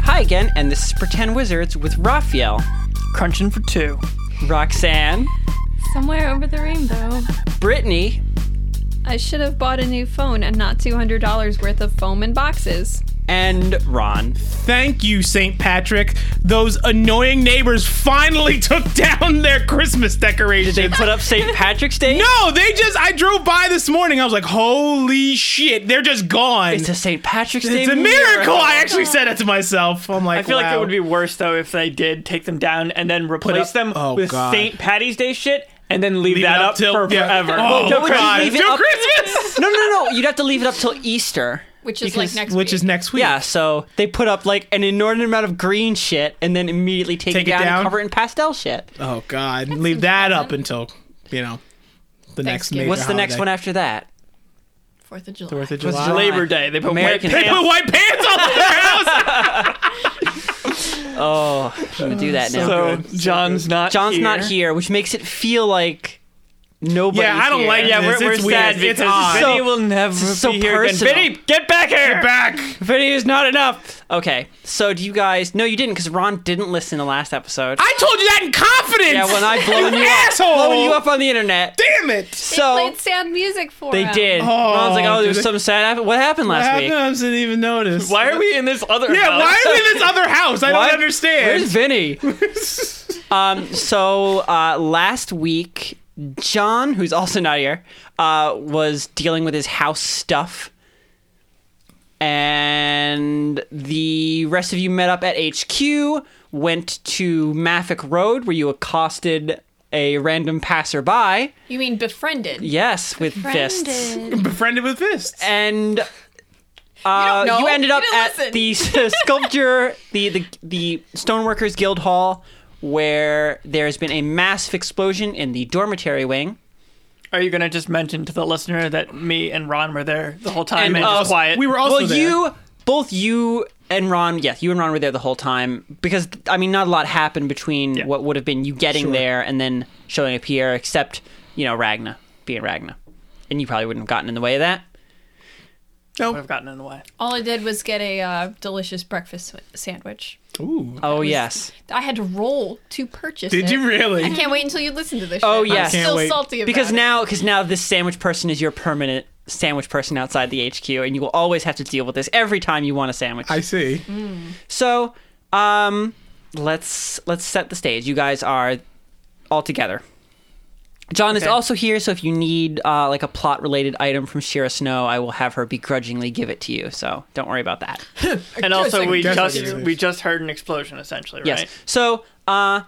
Hi again, and this is Pretend Wizards with Raphael, Crunching for two. Roxanne, Somewhere over the rainbow. Brittany, I should have bought a new phone and not $200 worth of foam and boxes. and Ron. Thank you, St. Patrick. Those annoying neighbors finally took down their Christmas decorations. They put up St. Patrick's Day. no, they just. I drove by this morning. I was like, holy shit, they're just gone. It's a St. Patrick's Day. It's a miracle. I actually said it to myself. I'm like, I feel like wow. it would be worse though if they did take them down and then replace up- them oh, with God. St. Patty's Day shit and then leave, Leave it that up, till- for yeah. forever. Oh, Till would you God. leave it Till up- Christmas. No, no, no. You'd have to leave it up till Easter. Which is like next Which week. is next week. Yeah, so they put up like an inordinate amount of green shit and then immediately take, Take it it down, down? and cover it in pastel shit. Oh God. Leave that up until you know the next Thanksgiving. major What's the next one holiday. after that? Fourth of July. Fourth of What's July. Labor Day. They put American white They pants. put white pants all over their house. Oh, I'm gonna do that now. So good. John's not. John's here. not here, which makes it feel like nobody. Yeah, I don't like Yeah, we're, It's- we're it's sad weird. It's because odd. Vinny So- will never so be here personal. again. Vinny, get back here. Back. Video is not enough. Okay, so do you guys? No, you didn't, because Ron didn't listen to last episode. I told you that in confidence. yeah, when I blowing you asshole. up, blowing you up on the internet. Damn it. They so played sad music for they him. did. Oh, Ron's like, oh, did there was they- something sad. Happened. What happened What last happened? week? I didn't even notice. Why are we in this other? Yeah, house? why are we in this other house? I What? don't understand. Where's Vinny? um, so uh, last week, John, who's also not here, uh, was dealing with his house stuff. And the rest of you met up at HQ, went to Maffick Road, where you accosted a random passerby. You mean befriended? Yes, with fists. Befriended with fists. Eh. And uh, know. you ended up You at didn't the sculpture, the, the the Stoneworkers Guild Hall, where there's been a massive explosion in the dormitory wing. Are you gonna just mention to the listener that me and Ron were there the whole time And and, us. just quiet? We were also well, there. you both you and Ron, yes, you and Ron were there the whole time because I mean, not a lot happened between Yeah. what would have been you getting Sure. there and then showing up here, except you know Ragna being Ragna, and you probably wouldn't have gotten in the way of that. I've Nope. gotten in the way. All I did was get a uh, delicious breakfast swi- sandwich. Ooh. Oh yes, I had to roll to purchase it. Did you really? I can't wait until you listen to this. Oh, shit. yes. I'm Can't still wait. salty about because it. now because now this sandwich person is your permanent sandwich person outside the HQ, and you will always have to deal with this every time you want a sandwich. I see. so, um, let's let's set the stage. You guys are all together. John is Okay. also here, so if you need uh, like a plot related item from Shira Snow, I will have her begrudgingly give it to you. So don't worry about that. And also, we guess I just can do this. we just heard an explosion, essentially, Yes. right? So, uh,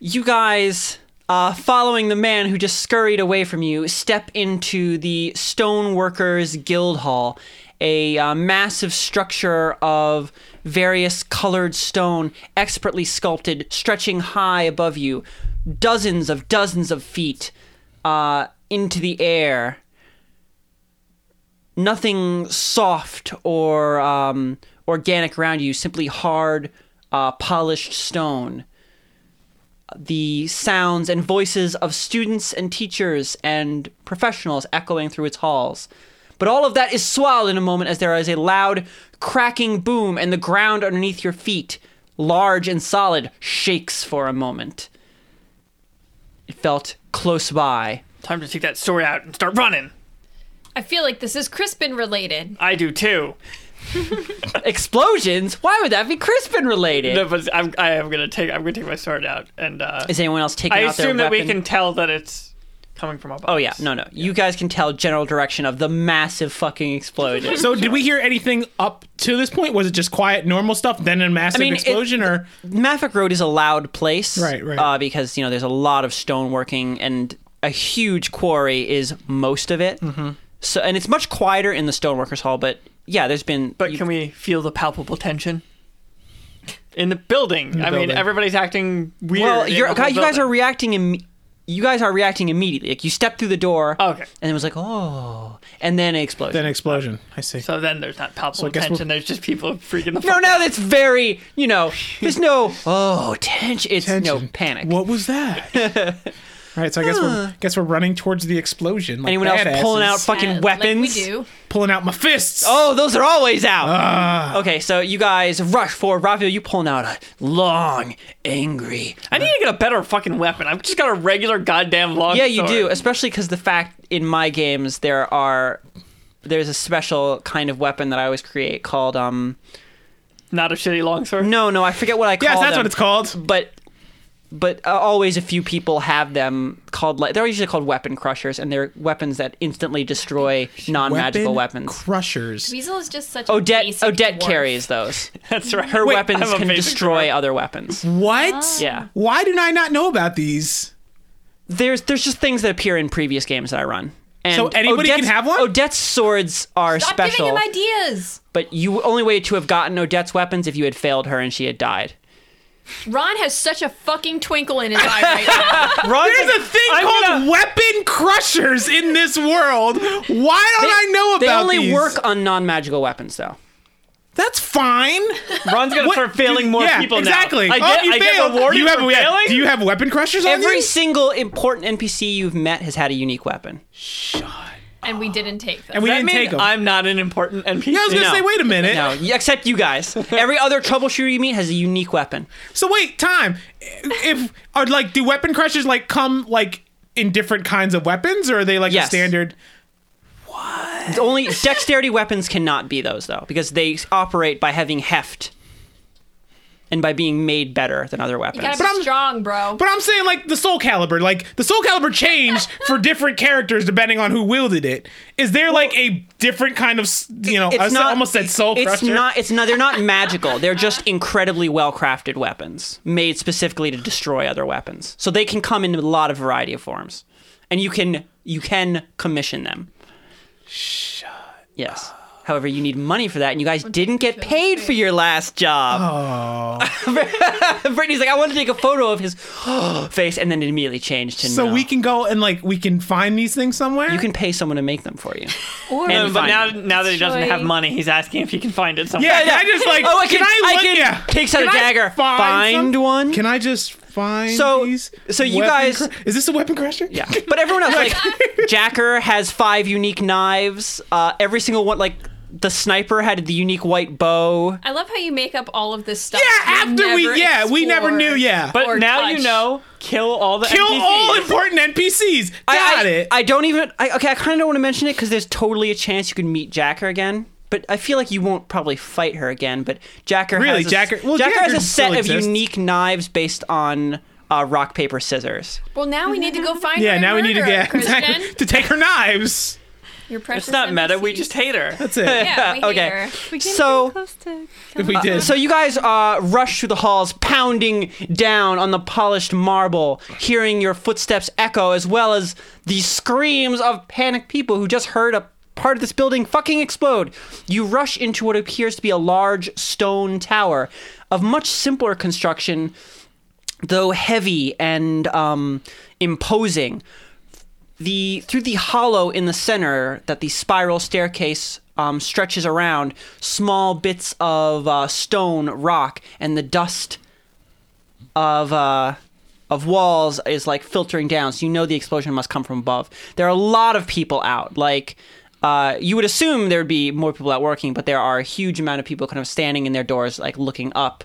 you guys, uh, following the man who just scurried away from you, step into the Stoneworkers Guild Hall, a uh, massive structure of various colored stone, expertly sculpted, stretching high above you, dozens of dozens of feet uh, into the air nothing soft or um, organic around you, simply hard, uh, polished stone. The sounds and voices of students and teachers and professionals echoing through its halls. But all of that is swallowed in a moment as there is a loud cracking boom, and the ground underneath your feet, large and solid, shakes for a moment. It felt close by. Time to take that story out and start running. I feel like this is Crispin related. I do too. Explosions? Why would that be Crispin related? No, but I'm, I am gonna take I'm gonna take my sword out, and uh, Is anyone else taking I out their assume that we weapon? can tell that it's coming from above. Oh yeah, no, no. You guys can tell general direction of the massive fucking explosion. So, did we hear anything up to this point? Was it just quiet, normal stuff, then a massive I mean, it- explosion, or Maffick Road is a loud place, Right, right. Uh, because you know there's a lot of stoneworking and a huge quarry is most of it. Mm-hmm. So and it's much quieter in the stoneworkers hall, but yeah, there's been. But you- can we feel the palpable tension in the building? I mean, building. everybody's acting weird. well, in you're, the whole you guys building. are reacting. Im- you guys are reacting immediately. Like you step through the door. Okay. And it was like oh, and then it explodes. then explosion? I see. So then there's not palpable guess tension. There's just people freaking the no, fuck now that's very you know. There's no oh tension. It's no Tension. panic. What was that? All right, so I guess we're guess we're running towards the explosion. Like Anyone else badasses. pulling out Uh, fucking like weapons? we do. pulling out my fists? Oh, those are always out. okay, so you guys rush forward. Raphael, you pulling out a long, angry. I need to get a better fucking weapon. I've just got a regular goddamn long Yeah, you do, sword. especially because the fact in my games there are there's a special kind of weapon that I always create called um Not a shitty longsword. no no I forget what I call yes, that's them, what it's called. but but uh, always a few people have them called like they're usually called weapon crushers and they're weapons that instantly destroy non-magical Weapon weapons. Crushers. Weasel is just such a Odette basic Odette dwarf. carries those. That's right. Her Wait, weapons I'm a can basic destroy dwarf. other weapons. What? Yeah. Why did I not know about these? there's there's just things that appear in previous games that I run. And So anybody can Odette's- have one? Odette's swords are Stop special, giving him ideas. but you only way to have gotten Odette's weapons if you had failed her and she had died. Ron has such a fucking twinkle in his eye right now. There's a thing I'm called uh, gonna- weapon crushers in this world. Why don't I know about They only these? work on non-magical weapons, though. That's fine. Ron's gonna What- start failing more yeah, people exactly. now. I Oh, get, you I get failed. rewarded you have, for yeah, failing? Do you have weapon crushers on Every you? single important NPC you've met has had a unique weapon. and we didn't take them. And we Does that didn't mean take them. I'm not an important NPC. yeah, I was gonna No. say, wait a minute. Oh. No, y- except you guys. Every other troubleshooter you meet has a unique weapon. So wait, time. If are like, do weapon crushers like come like in different kinds of weapons, or are they like Yes. a standard? It's Only dexterity weapons cannot be those though, because they operate by having heft and by being made better than other you weapons. gotta But be I'm- strong, bro. But I'm saying like the soul caliber, like the soul caliber changed for different characters depending on who wielded it. Is there like a different kind of s- you know? I said- almost said soul It's crusher. not. It's not. They're not magical. They're just incredibly well crafted weapons made specifically to destroy other weapons. So they can come in a lot of variety of forms, and you can you can commission them. Shut. Yes. However, you need money for that, and you guys didn't get paid for your last job. Oh. Brittany's like, I want to take a photo of his face, and then it immediately changed to so no. we can go and like we can find these things somewhere. You can pay someone to make them for you. Or And No, but find now, it. now that he doesn't have Destroy. money, he's asking if he can find it somewhere. Yeah, I just like. Oh, I can. can I, look, can- yeah. Takes out Can a I dagger. Find, some- one. Can I just find So- these? so you weapon guys- cru- is this a weapon crusher? Yeah, but everyone else like Jacker has five unique knives. Uh, every single one, like the sniper had the unique white bow. I love how you make up all of this stuff. Yeah, you after we never yeah, we never explored. knew, yeah. But Or now Oh, you touch. know, kill all the kill NPCs. all important NPCs. Got I, I, it. I don't even. I, okay, I kind of don't want to mention it because there's totally a chance you can meet Jacker again. But I feel like you won't probably fight her again. But Jacker Really, has a, Jacker- well, Jacker has Jacker a set still of exists. unique knives based on uh, rock paper scissors. Well, now we need to go find. her yeah, and now we need to murder her, get Christian. to take her knives. Your precious. It's not meta. We NPCs. just hate her. That's it. Yeah, we hate Okay. her. We came So- so close to If we did. So you guys uh, rush through the halls, pounding down on the polished marble, hearing your footsteps echo, as well as the screams of panicked people who just heard a part of this building fucking explode. You rush into what appears to be a large stone tower of much simpler construction, though heavy and um, imposing the through the hollow in the center that the spiral staircase um, stretches around, small bits of uh, stone, rock, and the dust of uh, of walls is like filtering down. So you know the explosion must come from above. There are a lot of people out. Like uh, you would assume there would be more people out working, but there are a huge amount of people kind of standing in their doors, like looking up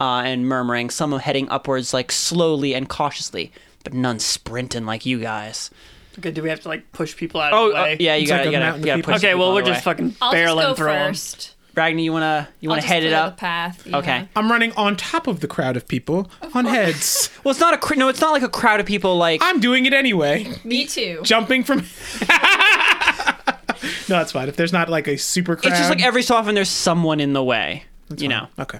uh, and murmuring. Some are heading upwards, like slowly and cautiously, but none sprinting like you guys. Okay, do we have to like push people out of the uh, way? yeah, you It's gotta, like a you gotta, mountain you gotta push. of Okay, people. people well out we're of the just way. fucking I'll barreling just go through 'em. first. Ragnar, you wanna you I'll wanna just head it clear up? The path. yeah. Okay. I'm running on top of the crowd of people on heads. Well, it's not a cr- no. It's not like a crowd of people. Like I'm doing it anyway. Me too. Jumping from No, that's fine. If there's not like a super crowd. it's just like every so often there's someone in the way. you know, Okay.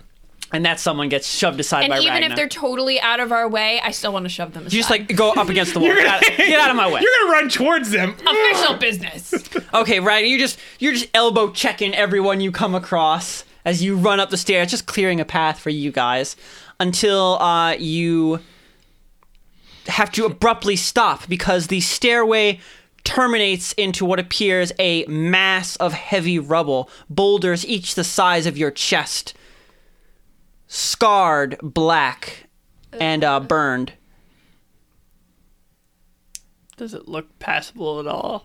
and that someone gets shoved aside And by even Ragnar. if they're totally out of our way, I still want to shove them aside. you just like go up against the wall. get, out, get out of my way. You're gonna run towards them. Uh, official business. Okay, Ragnar, you just you're just elbow checking everyone you come across as you run up the stairs, just clearing a path for you guys until uh, you have to abruptly stop because the stairway terminates into what appears a mass of heavy rubble, boulders each the size of your chest, scarred, black, and uh, burned. Does it look passable at all?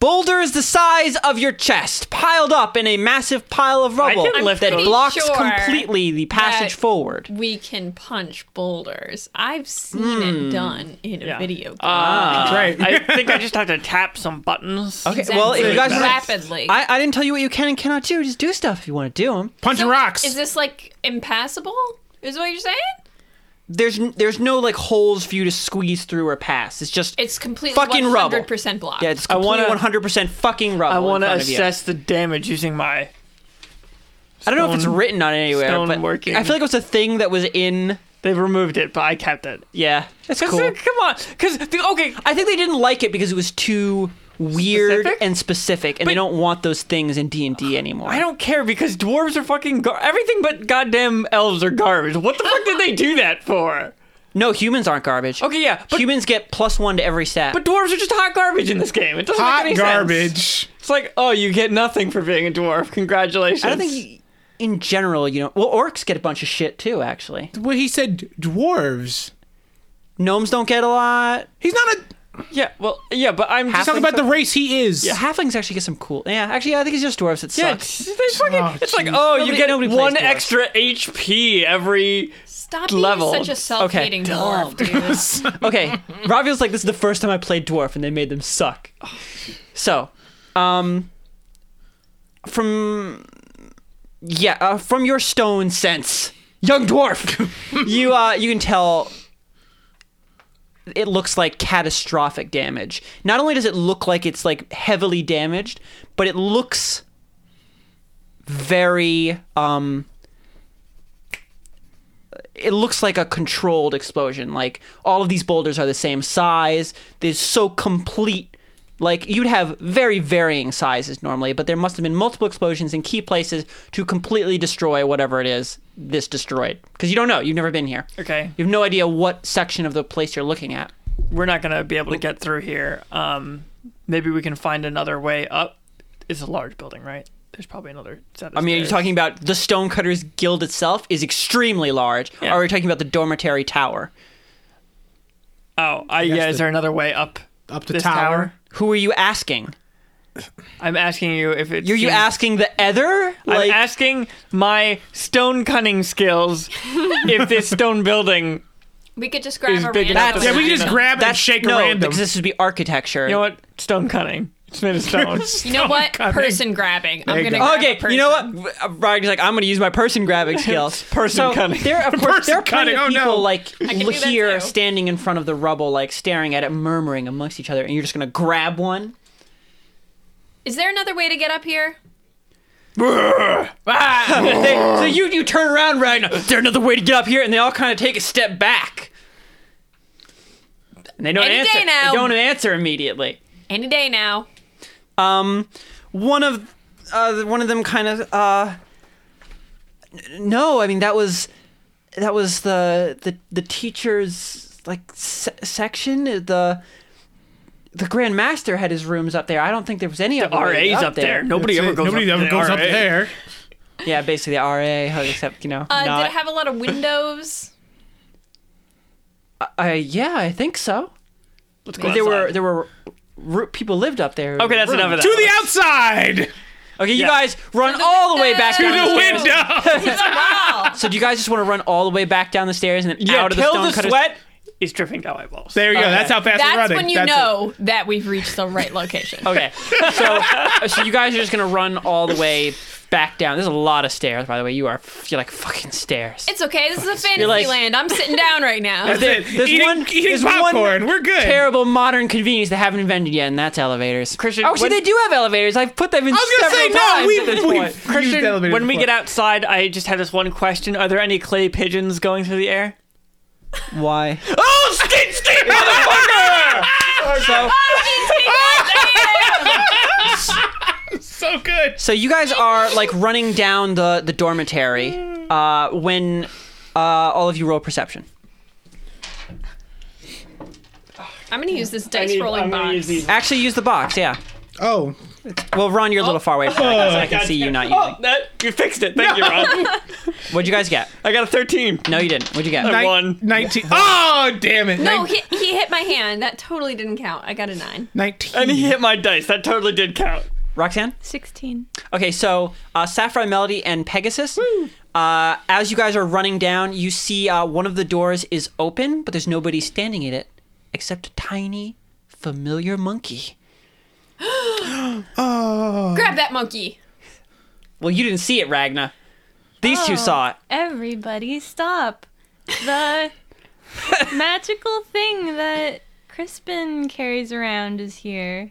Boulders the size of your chest, piled up in a massive pile of rubble can lift that those. blocks Pretty sure completely the passage that- forward. We can punch boulders. I've seen it done in a Yeah. Uh, video game. Ah. That's right. I think I just have to tap some buttons. Okay, well, if you guys Exactly. wanna- rapidly. I, I didn't tell you what you can and cannot do. Just do stuff if you want to do them. Punching rocks. Is this like impassable? Is what you're saying? There's n- there's no like holes for you to squeeze through or pass. It's just It's completely Fucking rubble. 100% blocked. yeah, it's I wanna- completely 100% fucking rubble. I want to in front of you. assess the damage using my. I don't know if it's stone- written on anywhere, stone but working. I feel like it was a thing that was in. They've removed it, but I kept it. Yeah, that's 'Cause, cool. uh, Come on, because okay, I think they didn't like it because it was too weird Specific? and specific, and they don't want those things in D and D anymore. I don't care because dwarves are fucking gar- everything, but goddamn elves are garbage. What the fuck did they do that for? No, humans aren't garbage. Okay, yeah, but- humans get plus one to every stat. But dwarves are just hot garbage in this game. It doesn't Hot make any garbage. sense. It's like, oh, you get nothing for being a dwarf. Congratulations. I don't think, you- in general, you know, well, orcs get a bunch of shit too. Actually, Well, he said d- dwarves. gnomes don't get a lot. He's not a. Yeah, well, yeah, but I'm just Half- Talk about the race he is. Halflings actually get some cool. Yeah, actually, yeah, I think it's just dwarves that Yeah, suck. it's, they fucking, Oh, it's like, jeez. oh, Nobody- you get nobody plays one dwarves. extra HP every. Stop being Level. such a self-hating Okay. dwarf, dude. okay, Raviel's like, this is the first time I played dwarf, and they made them suck. So, um, from yeah, uh, from your stone sense, young dwarf, you uh, you can tell it looks like catastrophic damage. Not only does it look like it's like heavily damaged, but it looks very um it looks like a controlled explosion. Like all of these boulders are the same size. They're so complete. Like you'd have very varying sizes normally, but there must have been multiple explosions in key places to completely destroy whatever it is this destroyed. Because you don't know. You've never been here. Okay, You have no idea what section of the place you're looking at. we're not gonna be able to get through here. Um, maybe we can find another way up. It's a large building, right? There's probably another set. Of I mean, are you stairs. talking about the Stonecutters Guild itself is extremely large, Yeah. or are you talking about the Dormitory Tower? Oh, I, yeah. Yes, is the- there another way up? Up the this tower. Who are you asking? I'm asking you if it's. Are you asking the Ether? I'm asking my stone cunning skills if this stone building. We could just grab It's a big random enough to one. Yeah, we can just grab it and that's shake a no, random. because this would be architecture. You know what? Stone cunning. It's made of stone. You know what? coming. Person grabbing. I'm you gonna go. grab a Okay, person. you know what? Uh, Rogers like I'm going to use my person grabbing skills. Person so cutting. There, of course, Person there are plenty cutting, of oh no. people like can l- do that here too. standing in front of the rubble, like staring at it, murmuring amongst each other, and you're just going to grab one. Is there another way to get up here? They- so you you turn around, Ragnar. Is there another way to get up here? And they all kind of take a step back. And they don't Any day answer. now. They don't answer immediately. Any day now. Um, one of uh, one of them kind of uh, n- no, I mean that was that was the the the teacher's like se- section the. The Grand Master had his rooms up there. I don't think there was any the other way RA's up there. Nobody That's ever it. goes Nobody up ever to goes up RA. there. Yeah, basically the RA, except you know, Uh, not. did it have a lot of windows? uh, yeah, I think so. Let's go There were outside. there were r- people lived up there. Okay, that's Rooms. enough of that. To the outside. Okay, you Yeah. guys run the all the way back window. down To The the stairs. window. It's a wall. So do you guys just want to run all the way back down the stairs and then Yeah, out of the till stone the sweat is dripping down my balls. There you go. Okay. That's how fast we're That's running. when you That's it. know that we've reached the right location. Okay. So uh, so you guys are just gonna run all the way back down. There's a lot of stairs, by the way. You are you're like fucking stairs. It's okay. This is a fantasy like- land. I'm sitting down right now. There- there's Eating- one eating there's One popcorn. We're good. Terrible modern convenience they haven't invented yet, and that's elevators. Christian, oh, see, when- they do have elevators. I've put them in I was gonna several say times no. at We this we point. used Christian, elevators when we before. get outside, I just had this one question. Are there any clay pigeons going through the air? Why? Oh, skin, skin, motherfucker! So, so good. so you guys are like running down the the dormitory Mm. uh, when uh, all of you roll perception. I'm gonna use this dice rolling box. Actually, use the box. Yeah. Oh, Well, Ron, you're a little far away from that, so I can see you not using. Oh, that, you fixed it. Thank you, Ron. What'd you guys get? I got a 13. No, you didn't. What'd you get? I Nine- won. 19. Oh, damn it. No, Nin- he, he hit my hand. That totally didn't count. I got a 9. 19. And he hit my dice. That totally did count. Roxanne? 16. Okay, so uh, Sapphire Melody and Pegasus. Uh, as you guys are running down, you see uh, one of the doors is open, but there's nobody standing in it except a tiny, familiar monkey. Grab that monkey. Well, you didn't see it, Ragna. These two saw it. Everybody stop. The magical thing that Crispin carries around is here.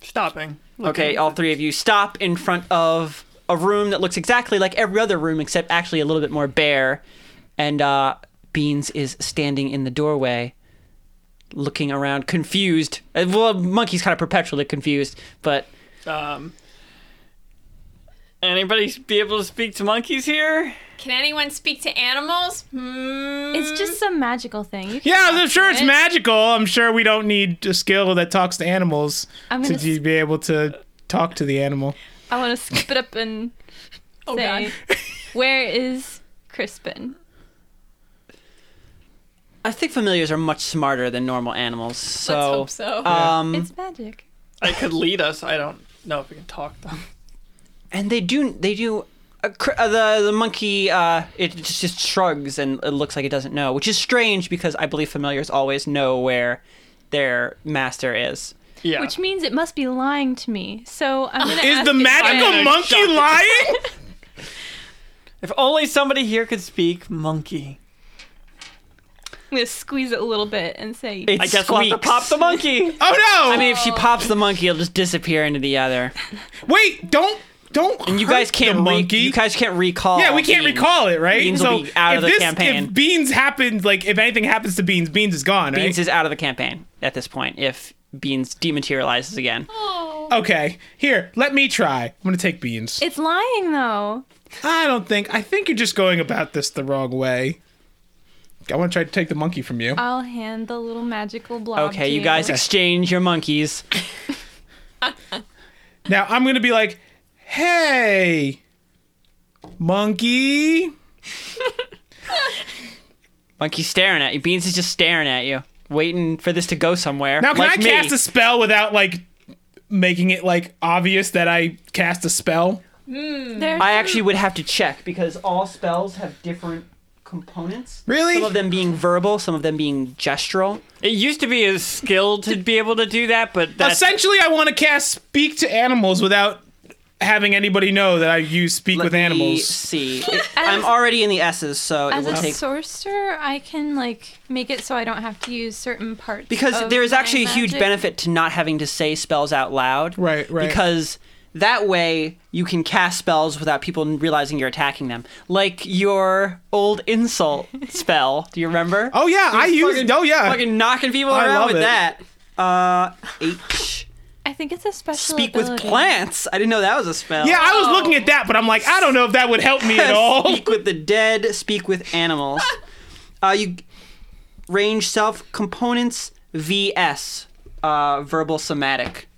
Stopping. Okay, all three of you stop in front of a room that looks exactly like every other room, except actually a little bit more bare. And uh, Beans is standing in the doorway, looking around, confused. Uh, Well, Monkey's kind of perpetually confused, but Um, anybody be able to speak to monkeys here? Can anyone speak to animals? Hmm. It's just some magical thing. You can- Yeah, I'm sure it's magical. I'm sure we don't need a skill that talks to animals I'm to gonna d- be able to talk to the animal. I want to skip it up and Oh, say, where is Crispin? I think familiars are much smarter than normal animals. So, Let's hope so. Mm. Um, It's magic. I could lead us. I don't know if we can talk them. and they do they do uh, cr- uh, the the monkey uh, it just, just shrugs and it looks like it doesn't know, which is strange because I believe familiars always know where their master is. Yeah. Which means it must be lying to me. So I'm gonna. Is ask the it magical where- monkey lying? if only somebody here could speak monkey. I'm gonna squeeze it a little bit and say, It I guess we'll have squeaks. to pop the monkey. Oh no! I mean, if she pops the monkey, it'll just disappear into the other. wait, don't, don't. You guys hurt can't the re- monkey. you guys can't recall. yeah, we can't Beans. recall it, right? Beans will be out if of the this, campaign. If beans happens, like if anything happens to beans, beans is gone, right? Beans is out of the campaign at this point. If Beans dematerializes again, okay, here, let me try. I'm gonna take beans. it's lying though. I don't think. I think you're just going about this the wrong way. I want to try to take the monkey from you. I'll hand the little magical blob. okay, to you guys exchange your monkeys. Now I'm gonna be like, "Hey, monkey, Monkey's staring at you. Beans is just staring at you, waiting for this to go somewhere. now can like I me. cast a spell without like making it like obvious that I cast a spell?" There's I actually would have to check because all spells have different components. Really? Some of them being verbal, some of them being gestural. It used to be his skill to be able to do that, but that's Essentially, I want to cast speak to animals without having anybody know that I use speak Let with me animals. see. It- I'm already in the S's, so it As will a take. sorcerer, I can like make it so I don't have to use certain parts. because of there is my actually a huge magic. benefit to not having to say spells out loud. Right, right. Because that way you can cast spells without people realizing you're attacking them. Like your old insult spell. Do you remember? Oh yeah, I use. Oh yeah, Fucking knocking people I around love with it. that. Uh, H. I think it's a special. Speak with ability. plants. I didn't know that was a spell. yeah. I was looking at that, but I'm like, I don't know if that would help me at all. speak with the dead. Speak with animals. uh, you range self components VS. Uh, verbal somatic.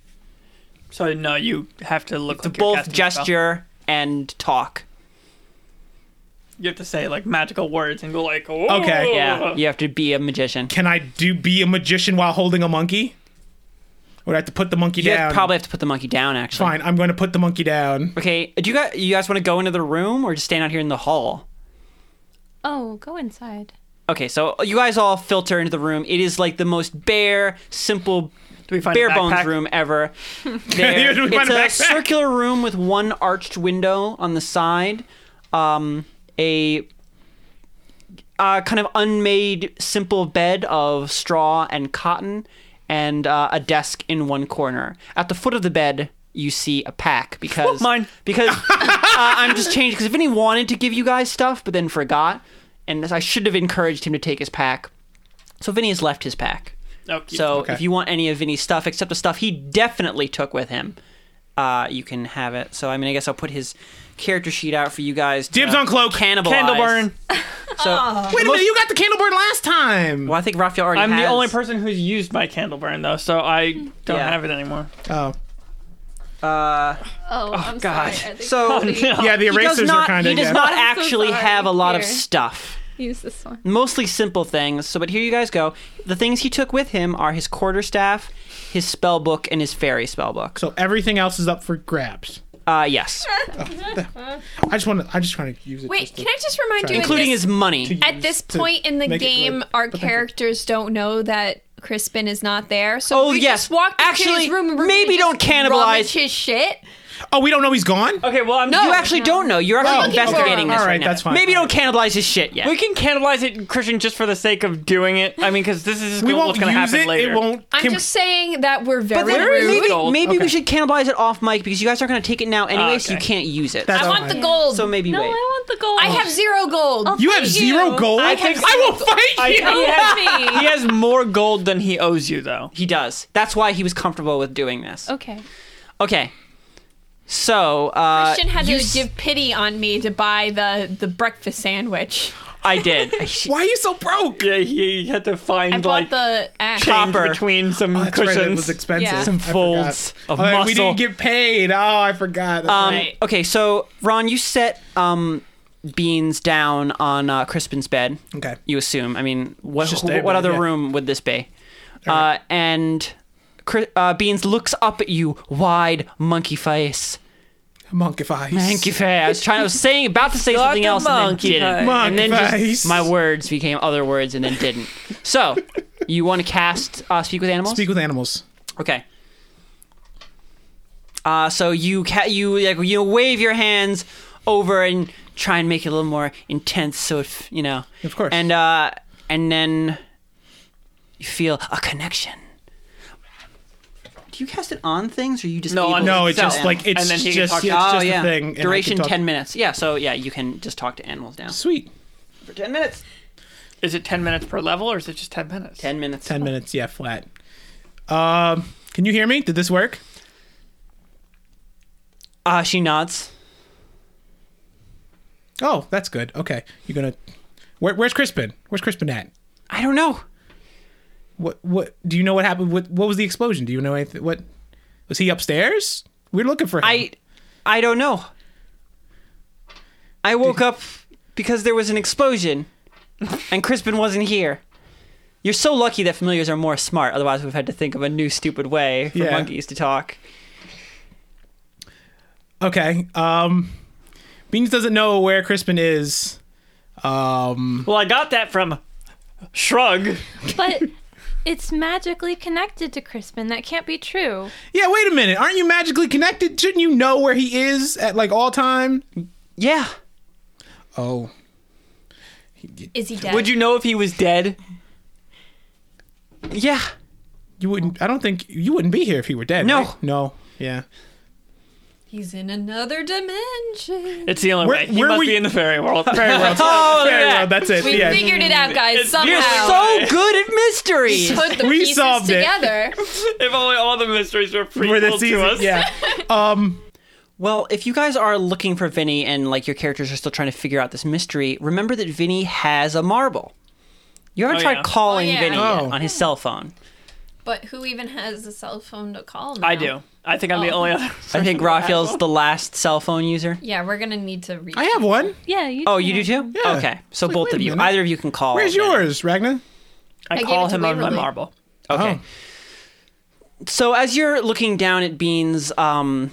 So no, you have to look like you're both casting a spell. gesture and talk. You have to say like magical words and go like, oh. Okay. Yeah, you have to be a magician. Can I do be a magician while holding a monkey? Or do I have to put the monkey You down? have, probably have to put the monkey down. Actually, Fine, I'm going to put the monkey down. Okay, do you guys you guys want to go into the room or just stand out here in the hall? Oh, go inside. Okay, so you guys all filter into the room. It is like the most bare, simple, Do we find a bare bones backpack? room ever. You There, find it's a a, backpack? circular room with one arched window on the side. Um, a uh, kind of unmade, simple bed of straw and cotton, and uh, a desk in one corner. At the foot of the bed, you see a pack because Mine. because uh, I'm just changed because Vinny wanted to give you guys stuff, but then forgot, and I should have encouraged him to take his pack. So Vinny has left his pack. Oh, Okay. So Okay. if you want any of Vinny's stuff, except the stuff he definitely took with him, uh, you can have it. So I mean, I guess I'll put his character sheet out for you guys. to Dibs on cloak. Cannibalize. Candleburn. So Wait a minute, you got the candle burn last time. well, I think Raphael already. I'm the has- only person who's used my candleburn though, so I don't Yeah. have it anymore. Oh. Oh, I'm God. sorry. I think So- Cody Yeah, the Oh, He does erasers are not- kind He of. does yeah. not I'm so actually sorry. have a lot of Here. stuff. Use this one. mostly simple things. So, but here you guys go. The things he took with him are his quarterstaff, his spell book, and his fairy spell book. So everything else is up for grabs. Uh, yes, I just want to. I just want to use it. Wait, just to- can I just remind you? at including this- his money. At this to point in the make it game, look our pathetic. characters don't know that Crispin is not there. So Oh, we yes. just walked into Actually, his room and we're maybe gonna just don't cannibalize- rummage his shit. Oh, we don't know he's gone. Okay, well, I'm, you actually don't know. You're Oh, actually okay. investigating this All right, right now. that's fine. Maybe you don't cannibalize his shit yet. we can cannibalize it, Christian, just for the sake of doing it. I mean, because this is We won't what's going to use happen it. later. It won't. I'm can- just saying that we're very but then Where is maybe, it all? maybe Okay. Ah, we should cannibalize it off mic because you guys aren't going to take it now anyway, so you okay. can't use it. That's I want fine. the gold. Oh, so maybe No, Oh, I wait. want the gold. I have zero gold. You have zero gold. I, think- will fight I- you. he, has, me. he has more gold than he owes you, though. He does. That's why he was comfortable with doing this. Okay. Okay. So uh, Christian had to you s- give pity on me to buy the the breakfast sandwich. I did. Why are you so broke? Yeah, he had to find I like bought the axe. change Copper. between some Oh, That's right, cushions. that was expensive. Yeah. I Some forgot. folds of oh, We muscle. didn't get paid. Oh, I forgot. That's Um, right. Okay, so Ron, you set um, Beans down on uh, Crispin's bed. Okay. You assume. I mean, what just wh- there, what man, other yeah. room would this be? Uh, and Cri- uh, Beans looks up at you, wide monkey face. Monkey face. Monkey face. I was trying. I was saying about to say something a else and then monkey didn't. face. and then Monkey just face. my words became other words and then didn't. So you want to cast uh, speak with animals? Speak with animals. Okay. Uh, so you ca- you like you wave your hands over and try and make it a little more intense, so it f- you know. Of course. And uh, and then you feel a connection. Do you cast it on things, or you just No, able on- to No, it's cast just it like it's And then he can just, talk it's to- on- just oh, yeah. a thing. and I Duration can talk- ten minutes. Yeah, so yeah, you can just talk to animals now Sweet. for ten minutes. Is it 10 minutes per level or is it just 10 minutes? Ten minutes. Ten minutes. Yeah, flat. Um, can you hear me? Did this work? Ah, she nods. Oh, that's good. Okay, you're gonna. Where, where's Crispin? Where's Crispin at? I don't know. What? What? Do you know what happened? What? What was the explosion? Do you know anything? What? Was he upstairs? We're looking for him. I I don't know. I woke up because there was an explosion and Crispin wasn't here. You're so lucky that familiars are more smart, otherwise we've had to think of a new stupid way for Yeah. monkeys to talk. Okay. Um, Beans doesn't know where Crispin is. Um, Well, I got that from Shrug. But it's magically connected to Crispin. That can't be true. yeah. Wait a minute. Aren't you magically connected? Shouldn't you know where he is at like all time? Yeah. Oh, Is he dead? Would you know if he was dead? Yeah. you wouldn't. I don't think you wouldn't be here if he were dead. No. right? No. Yeah. He's in another dimension. It's the only way. Where- He where must were be you- in the fairy world. Very well. Oh, look Very at well. that. That's it. We yeah. figured it out, guys. You're Somehow so good at mysteries. put the We pieces solved it. together. if only all the mysteries were prequel Where this to season. us. Yeah. Um. Well, if you guys are looking for Vinny and like your characters are still trying to figure out this mystery, remember that Vinny has a marble. You haven't Oh, tried yeah. calling Oh, yeah. Vinny yet Oh. on his cell phone. But who even has a cell phone to call now? I do. I think I'm the Oh. only other. I think Raphael's the last cell phone user. Yeah, we're gonna need to reach. I have one. Yeah. You Oh, you do too? Yeah. Okay. So Like, both wait of a you. minute. Either of you can call. Where's then. yours, Ragna? Oh. I, gave call it to him on my Waverly. marble. Okay. So as you're looking down at Beans, um,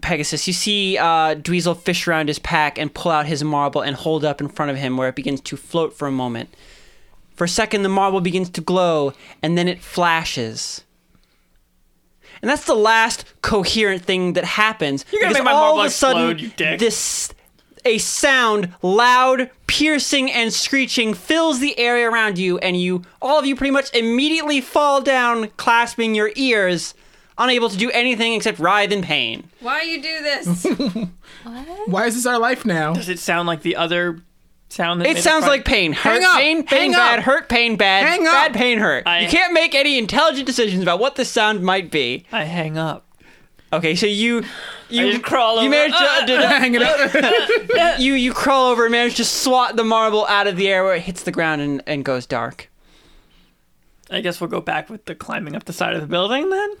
Pegasus, you see uh, Dweezil fish around his pack and pull out his marble and hold up in front of him where it begins to float for a moment. For a second, the marble begins to glow and then it flashes. And that's the last coherent thing that happens. You're gonna make my all marble of a sudden, explode, you dick. this a sound loud piercing and screeching fills the area around you and you all of you pretty much immediately fall down clasping your ears unable to do anything except writhe in pain Why you do this? Why is this our life now? Does it sound like the other sound? That it made sounds fun- like pain hurt Hang up, pain pain hang bad up. hurt pain bad Hang bad up. pain hurt I- you can't make any intelligent decisions about what this sound might be I hang up. okay so you you just crawl you over. manage to- Ah, to- Hang it up. you you crawl over and manage to swat the marble out of the air where it hits the ground and, and goes dark I guess we'll go back with the climbing up the side of the building then.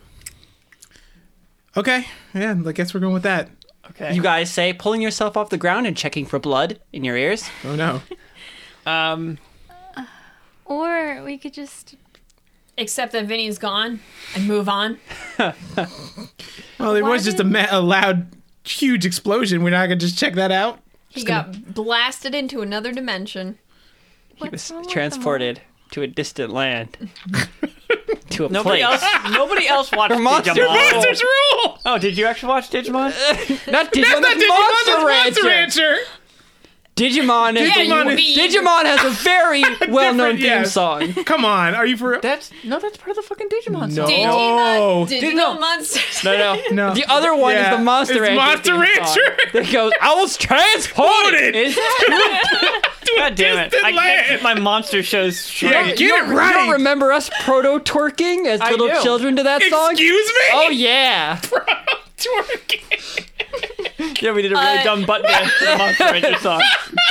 Okay. Yeah, I guess we're going with that. Okay. You guys say pulling yourself off the ground and checking for blood in your ears. Oh no. um, Or we could just. Except that Vinny's gone and move on. Well, there Why was just a, did- ma- a loud, huge explosion. We're not gonna just check that out. He got blasted into another dimension. He what's was wrong with them all? transported to a distant land. to a Nobody place. else. Nobody else watched Monster Digimon. Monsters rule. Oh, did you actually watch Digimon? Not Digimon, Not that's Digimon, Monster, that's Monster Rancher. Rancher. Digimon is Digimon Digimon, is- Digimon has a very well-known Different, theme yes. song. Come on, are you for? That's no. That's part of the fucking Digimon. song. no. No. Digimon no. monsters. No, no, No. The other one Yeah, is the Monster it's Rancher. Monster theme song Rancher. That goes. I was transported. Loaded. Is it? God damn it! distant I can't land. keep my monster shows straight. Yeah, get you it don't, you don't right. remember us proto-twerking as I little do. children to that song? Excuse me. Oh yeah. Twerking. Yeah, we did a really dumb butt dance to the Monster Ranger song.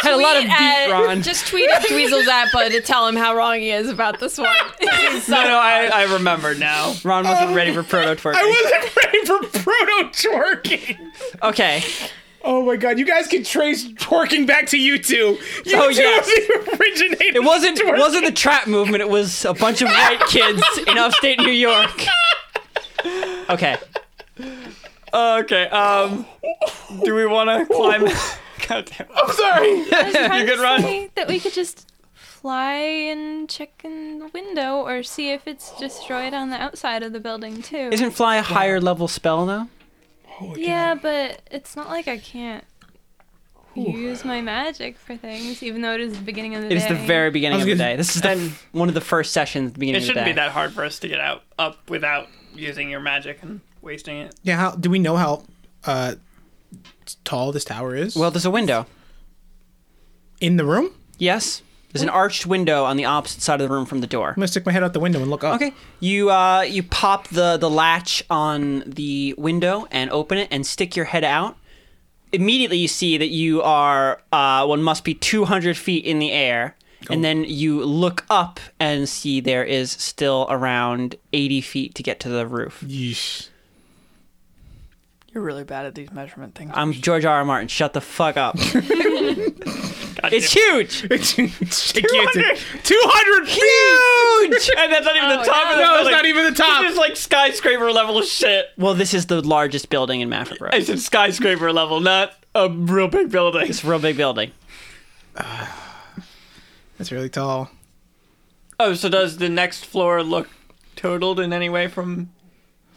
Had a lot of beat, uh, uh, at- Ron. Just tweet at Dweezil Zappa to tell him how wrong he is about this one. No, no, I, I remember now. Ron wasn't ready for proto-twerking. I wasn't ready for proto twerking. Okay. Oh my god, you guys can trace twerking back to you two. You Oh, two yes. are the originators. It wasn't of it twerking. wasn't the trap movement. It was a bunch of white kids in upstate New York. Okay. Okay, um, do we want to climb? God damn it. I'm sorry. You could run. That we could just fly and check in the window or see if it's destroyed on the outside of the building too. Isn't fly a higher level spell now? yeah, but it's not like I can't use my magic for things, even though it is the beginning of the It day. is the very beginning I of was the gonna- day. This is the, f- one of the first sessions at the beginning it of the shouldn't day. be that hard for us to get out up without using your magic and wasting it. Yeah, how do we know how uh, tall this tower is? Well, there's a window. in the room. Yes? There's an arched window on the opposite side of the room from the door. I'm gonna stick my head out the window and look up. Okay. You uh you pop the the latch on the window and open it and stick your head out. Immediately you see that you are uh one must be 200 feet in the air. Oh. And then you look up and see there is still around 80 feet to get to the roof. Yeesh. You're really bad at these measurement things. I'm George R. R. Martin. Shut the fuck up. God It's damn huge. It's gigantic. 200 feet! Huge. it. And that's not even Oh, the top of the No, it's building. not even the top. It's like skyscraper level shit. Well, this is the largest building in Maffabro. It's a skyscraper level, not a real big building. It's a real big building. That's really tall. Oh, so does the next floor look totaled in any way from?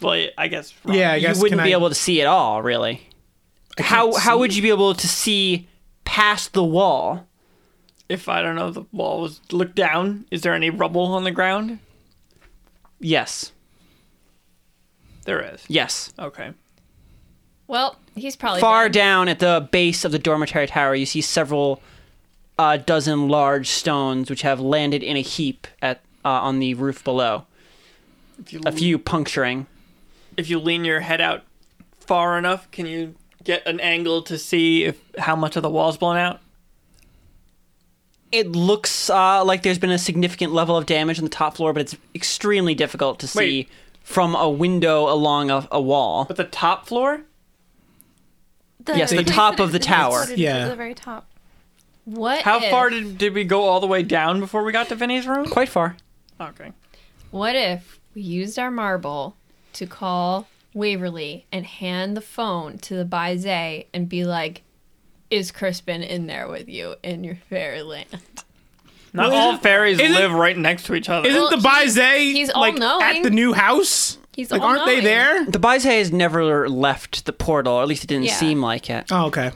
Well, I guess. Wrong. Yeah, I guess Oh, you wouldn't can be I- able to see at all, really. How how would you be able to see past the wall? If I don't know, the wall was look down. Is there any rubble on the ground? Yes, There is. yes. Okay. well, he's probably Far dead. down at the base of the dormitory tower, you see several uh, dozen large stones which have landed in a heap at uh, on the roof below. If you A few puncturing. if you lean your head out far enough, can you get an angle to see if how much of the wall's blown out? It looks uh, like there's been a significant level of damage on the top floor, but it's extremely difficult to see Wait. from a window along a, a wall. But the top floor? yes, the top of the tower. Yeah. Yeah. The very top. What How if, far did, did we go all the way down before we got to Vinny's room? Quite far. Okay. What if we used our marble to call Waverly and hand the phone to the Bizet and be like, is Crispin in there with you in your fairyland? Not all fairies isn't- live right next to each other. Isn't Well, the Bizet he's like at all-knowing. the new house? He's like, aren't they all-knowing. there? The Baisei has never left the portal, or at least it didn't Yeah. seem like it. Oh, okay.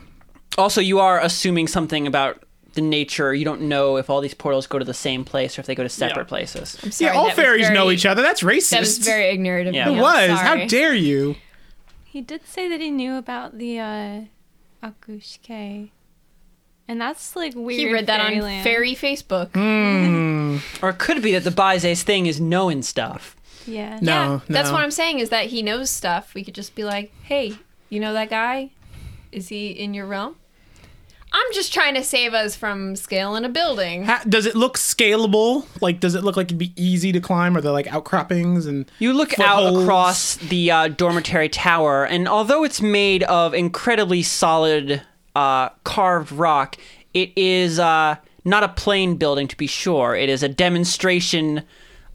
Also, you are assuming something about the nature. You don't know if all these portals go to the same place or if they go to separate Yeah. places. I'm sorry, Yeah, all that was fairies know very- each other. That's racist. That was very ignorant of Yeah. me. It I'm was. How sorry. dare you? He did say that he knew about the uh, Akushike. And that's like weird. He read that on fairyland. fairy Facebook. Mm. Or it could be that the Baisei's thing is knowing stuff. Yeah. No, yeah, that's no. what I'm saying is that he knows stuff. We could just be like, "Hey, you know that guy? Is he in your realm?" I'm just trying to save us from scaling a building. Ha- does it look scalable? Like, does it look like it'd be easy to climb? Are there like outcroppings and You look out footholds? across the uh, dormitory tower, and although it's made of incredibly solid uh, carved rock, it is uh, not a plain building to be sure. It is a demonstration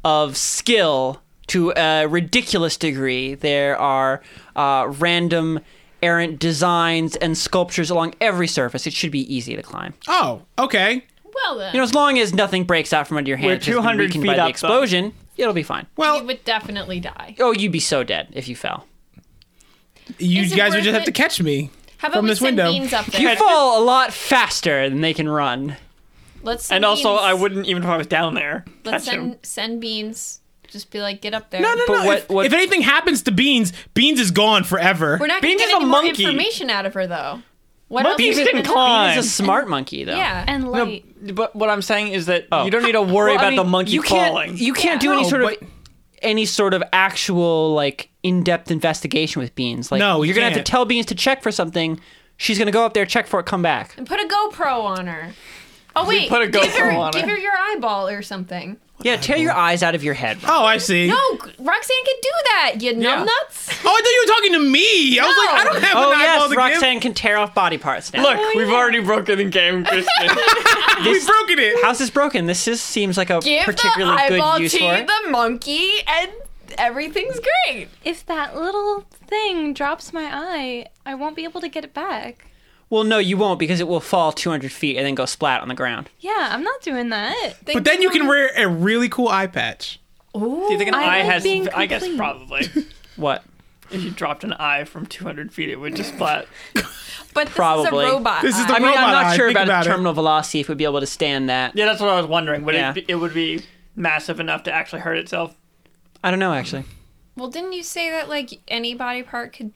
of skill to a ridiculous degree. There are uh, random errant designs and sculptures along every surface. It should be easy to climb. Oh, okay. Well then, You know, as long as nothing breaks out from under your hand, We're which has been 200 weakened feet by up, the though. explosion, it'll be fine. we Well, would definitely die. Oh, you'd be so dead if you fell. you Is it guys would worth just have to it? catch me How about from we this send window. beans up You there? fall a lot faster than they can run. Let's send And also, beans. I wouldn't even if I was down there. let's catch him. send send beans. Just be like, get up there. No, no, But no. what- if, what- if anything happens to Beans, Beans is gone forever. We're not Beans gonna is get a any more monkey. information out of her though. What Monkeys else? is can gonna- climb. He's a smart monkey, though. Yeah. And No, light. but what I'm saying is that you don't need to worry Oh. Well, I about the mean, monkey you can't, falling. You can't do any No, sort but- of any sort of actual like in-depth investigation with Beans. Like, No, you you're gonna have can't. to tell Beans to check for something. She's gonna go up there, check for it, come back. Put a GoPro on her. Oh wait, put a give, her, GoPro on give her. her your eyeball or something. yeah, tear your eyes out of your head. oh, I see. No, Roxanne can do that. You Yeah. numbnuts. Oh, I thought you were talking to me. I was No. like, I don't have Oh an eyeball yes, to Roxanne can tear off body parts now. Look, we've already broken the game, Kristen. give. We've broken it. house is broken. This is seems like a Give particularly the eyeball good use to for it. the monkey, and everything's great. If that little thing drops my eye, I won't be able to get it back. Well, no, you won't because it will fall 200 feet and then go splat on the ground. Yeah, I'm not doing that. But then you can wear a really cool eye patch. Do you think an I eye like has? being I guess complete. probably. What? if you dropped an eye from 200 feet, it would just flat. But this Probably. is a robot. This is the eye. I mean, I'm Robot not eye, sure think about, about its it. terminal velocity if we'd be able to stand that. Yeah, that's what I was wondering. Would Yeah. it? Be, it would be massive enough to actually hurt itself. I don't know actually. well, didn't you say that like any body part could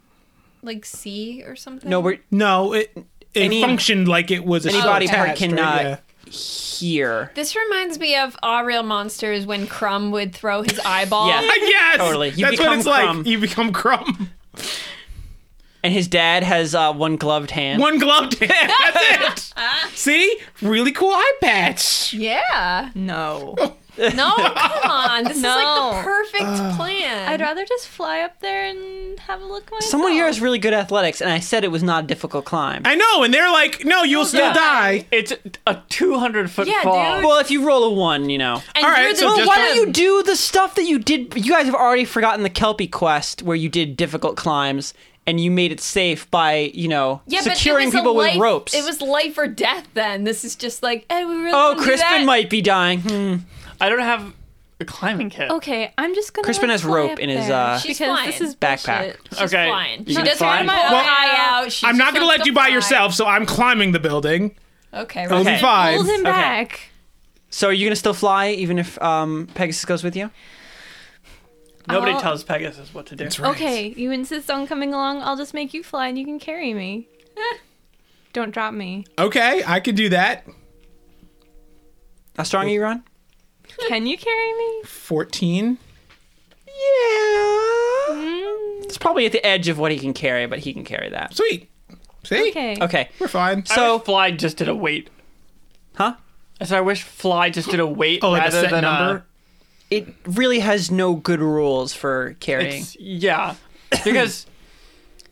like see or something? No, we're No, it it Any- functioned like it was a any body part attached, cannot- Right? here. This reminds me of All Real Monsters when Crumb would throw his eyeball. Yeah. Yeah. Yes, Totally. You That's what become it's crumb. like. You become crumb. And his dad has uh, one gloved hand. One gloved hand. That's it. See, really cool eye patch. Yeah. No. No, come on. This is like No. the perfect plan. I'd rather just fly up there and have a look myself. Someone here has really good athletics, and I said it was not a difficult climb. I know, and they're like, no, you'll still die. It's a 200 foot Yeah, fall. dude. well, if you roll a one, you know. and you're All right, the so Well, just- why don't you do the stuff that you did? You guys have already forgotten the Kelpie quest where you did difficult climbs and you made it safe by, you know, yeah, but it securing was a people life- with ropes. It was life or death then. This is just like, eh, we really oh, gonna do Crispin that? might be dying. Hmm. I don't have a climbing kit. Okay, I'm just gonna. Crispin like, has fly rope up in his, there, uh, She's because flying. this is Backpack. bullshit. She's Okay. flying. can She doesn't fly. have my Well, eye out. She I'm not just gonna wants let you by fly. yourself, so I'm climbing the building. Okay. It'll Okay. be fine. Hold him Okay. back. So are you going to still fly even if um, Pegasus goes with you? Nobody I'll- tells Pegasus what to do. That's right. Okay, you insist on coming along. I'll just make you fly, and you can carry me. Eh, Don't drop me. Okay, I could do that. How strong are you, Ron? Can you carry me? Fourteen. Yeah. Mm, It's probably at the edge of what he can carry, but he can carry that. Sweet. See, okay. Okay. we're fine. I So- wish Fly just did a weight. Huh? I said I wish Fly just did a weight Oh, like a rather set than uh, number? It really has no good rules for A, carrying. it's- yeah, because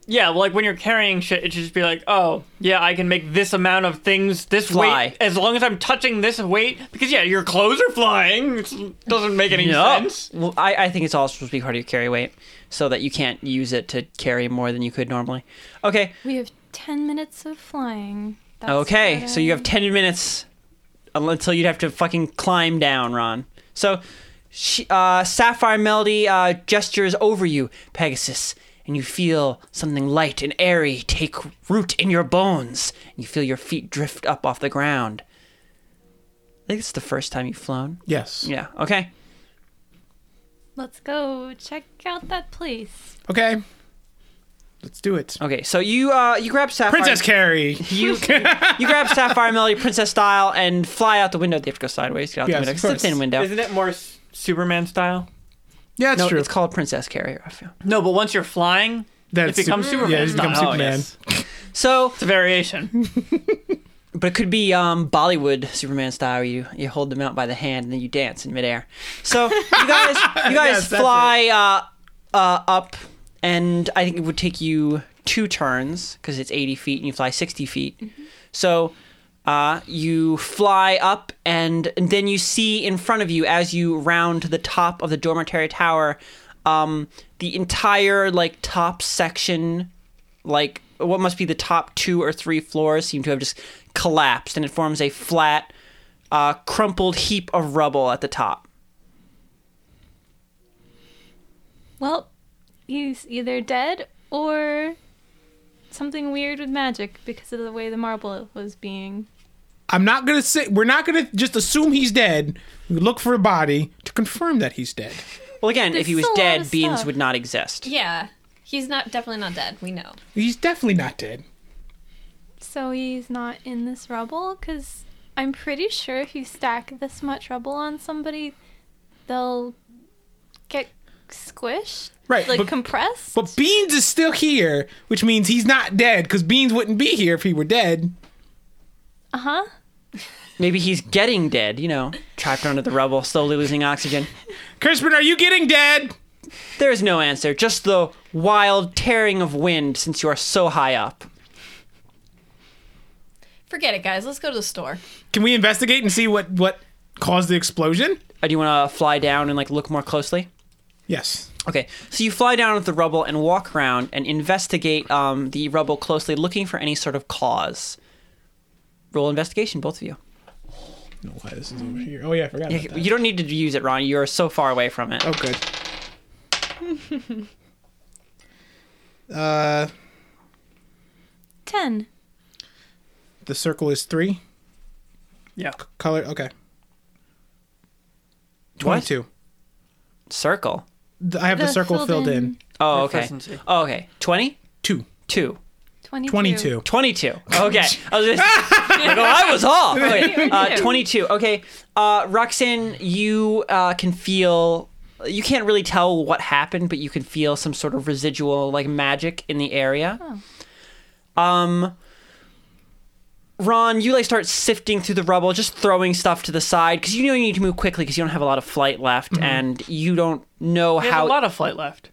yeah, like when you're carrying shit, it should just be like, oh yeah, I can make this amount of things this Fly. weight as long as I'm touching this weight. Because yeah, your clothes are flying. It doesn't make any Yup. sense. Well, I, I think it's all supposed to be harder to carry weight so that you can't use it to carry more than you could normally. Okay. We have ten minutes of flying. That's Okay. what So you I- have 10 minutes until you'd have to fucking climb down, Ron. So she, uh, Sapphire Melody uh, gestures over you, Pegasus, and you feel something light and airy take root in your bones. And you feel your feet drift up off the ground. I think it's the first time you've flown. Yes. Yeah. Okay. Let's go check out that place. Okay. Let's do it. Okay. So you uh, you grab Sapphire. Princess Carrie. You you grab Sapphire Melody Princess style and fly out the window. They have to go sideways. Get out Yes, the window. of It's a thin course. window. Isn't it more s- Superman style? Yeah, that's no, true. it's called Princess Carrier. I feel No, but once you're flying, That's it becomes super- Superman. Yeah, it becomes style. Superman. yes. so. It's a variation. But it could be um, Bollywood Superman style. Where you you hold them out by the hand and then you dance in midair. So you guys you guys Yes, that's fly uh, uh, up, and I think it would take you two turns because it's eighty feet and you fly sixty feet. Mm-hmm. So uh, you fly up, and, and then you see in front of you as you round the top of the dormitory tower, um, the entire like top section like what must be the top two or three floors seem to have just collapsed and it forms a flat uh, crumpled heap of rubble at the top Well, he's either dead or something weird with magic because of the way the marble was being. I'm not gonna say we're not gonna just assume he's dead. We look for a body to confirm that he's dead. well again if he was There's still a lot dead of beans stuff. would not exist Yeah. He's not definitely not dead. We know. He's definitely not dead. So he's not in this rubble because I'm pretty sure if you stack this much rubble on somebody, they'll get squished, Right, Like but- compressed. But Beans is still here, which means he's not dead, because Beans wouldn't be here if he were dead. uh huh. maybe he's getting dead you know trapped under the rubble slowly losing oxygen Crispin, are you getting dead? there is no answer just the wild tearing of wind since you are so high up Forget it, guys. Let's go to the store. Can we investigate and see what what caused the explosion? Uh, do you want to fly down and like look more closely Yes. Okay, so you fly down with the rubble and walk around and investigate um, the rubble closely, looking for any sort of cause. Roll investigation, both of you. No, why this is over here. Oh yeah, I forgot about You don't need to use it, Ron. You are so far away from it. Oh, good. uh, Ten. the circle is three Yeah. color. Okay. What? Twenty-two. Circle. Th- I have the, The circle filled, filled in. in. Oh, okay. Proficiency. Oh, okay. 20? Two. 2. 22. Twenty-two. 22. Okay. I was, just, like, oh, I was off. Okay. Uh, 22. Okay. Uh, Roxanne, you uh, can feel, you can't really tell what happened, but you can feel some sort of residual like magic in the area. Um, Ron, you like start sifting through the rubble, just throwing stuff to the side because you know you need to move quickly because you don't have a lot of flight left and you don't know We have how. a lot of flight left.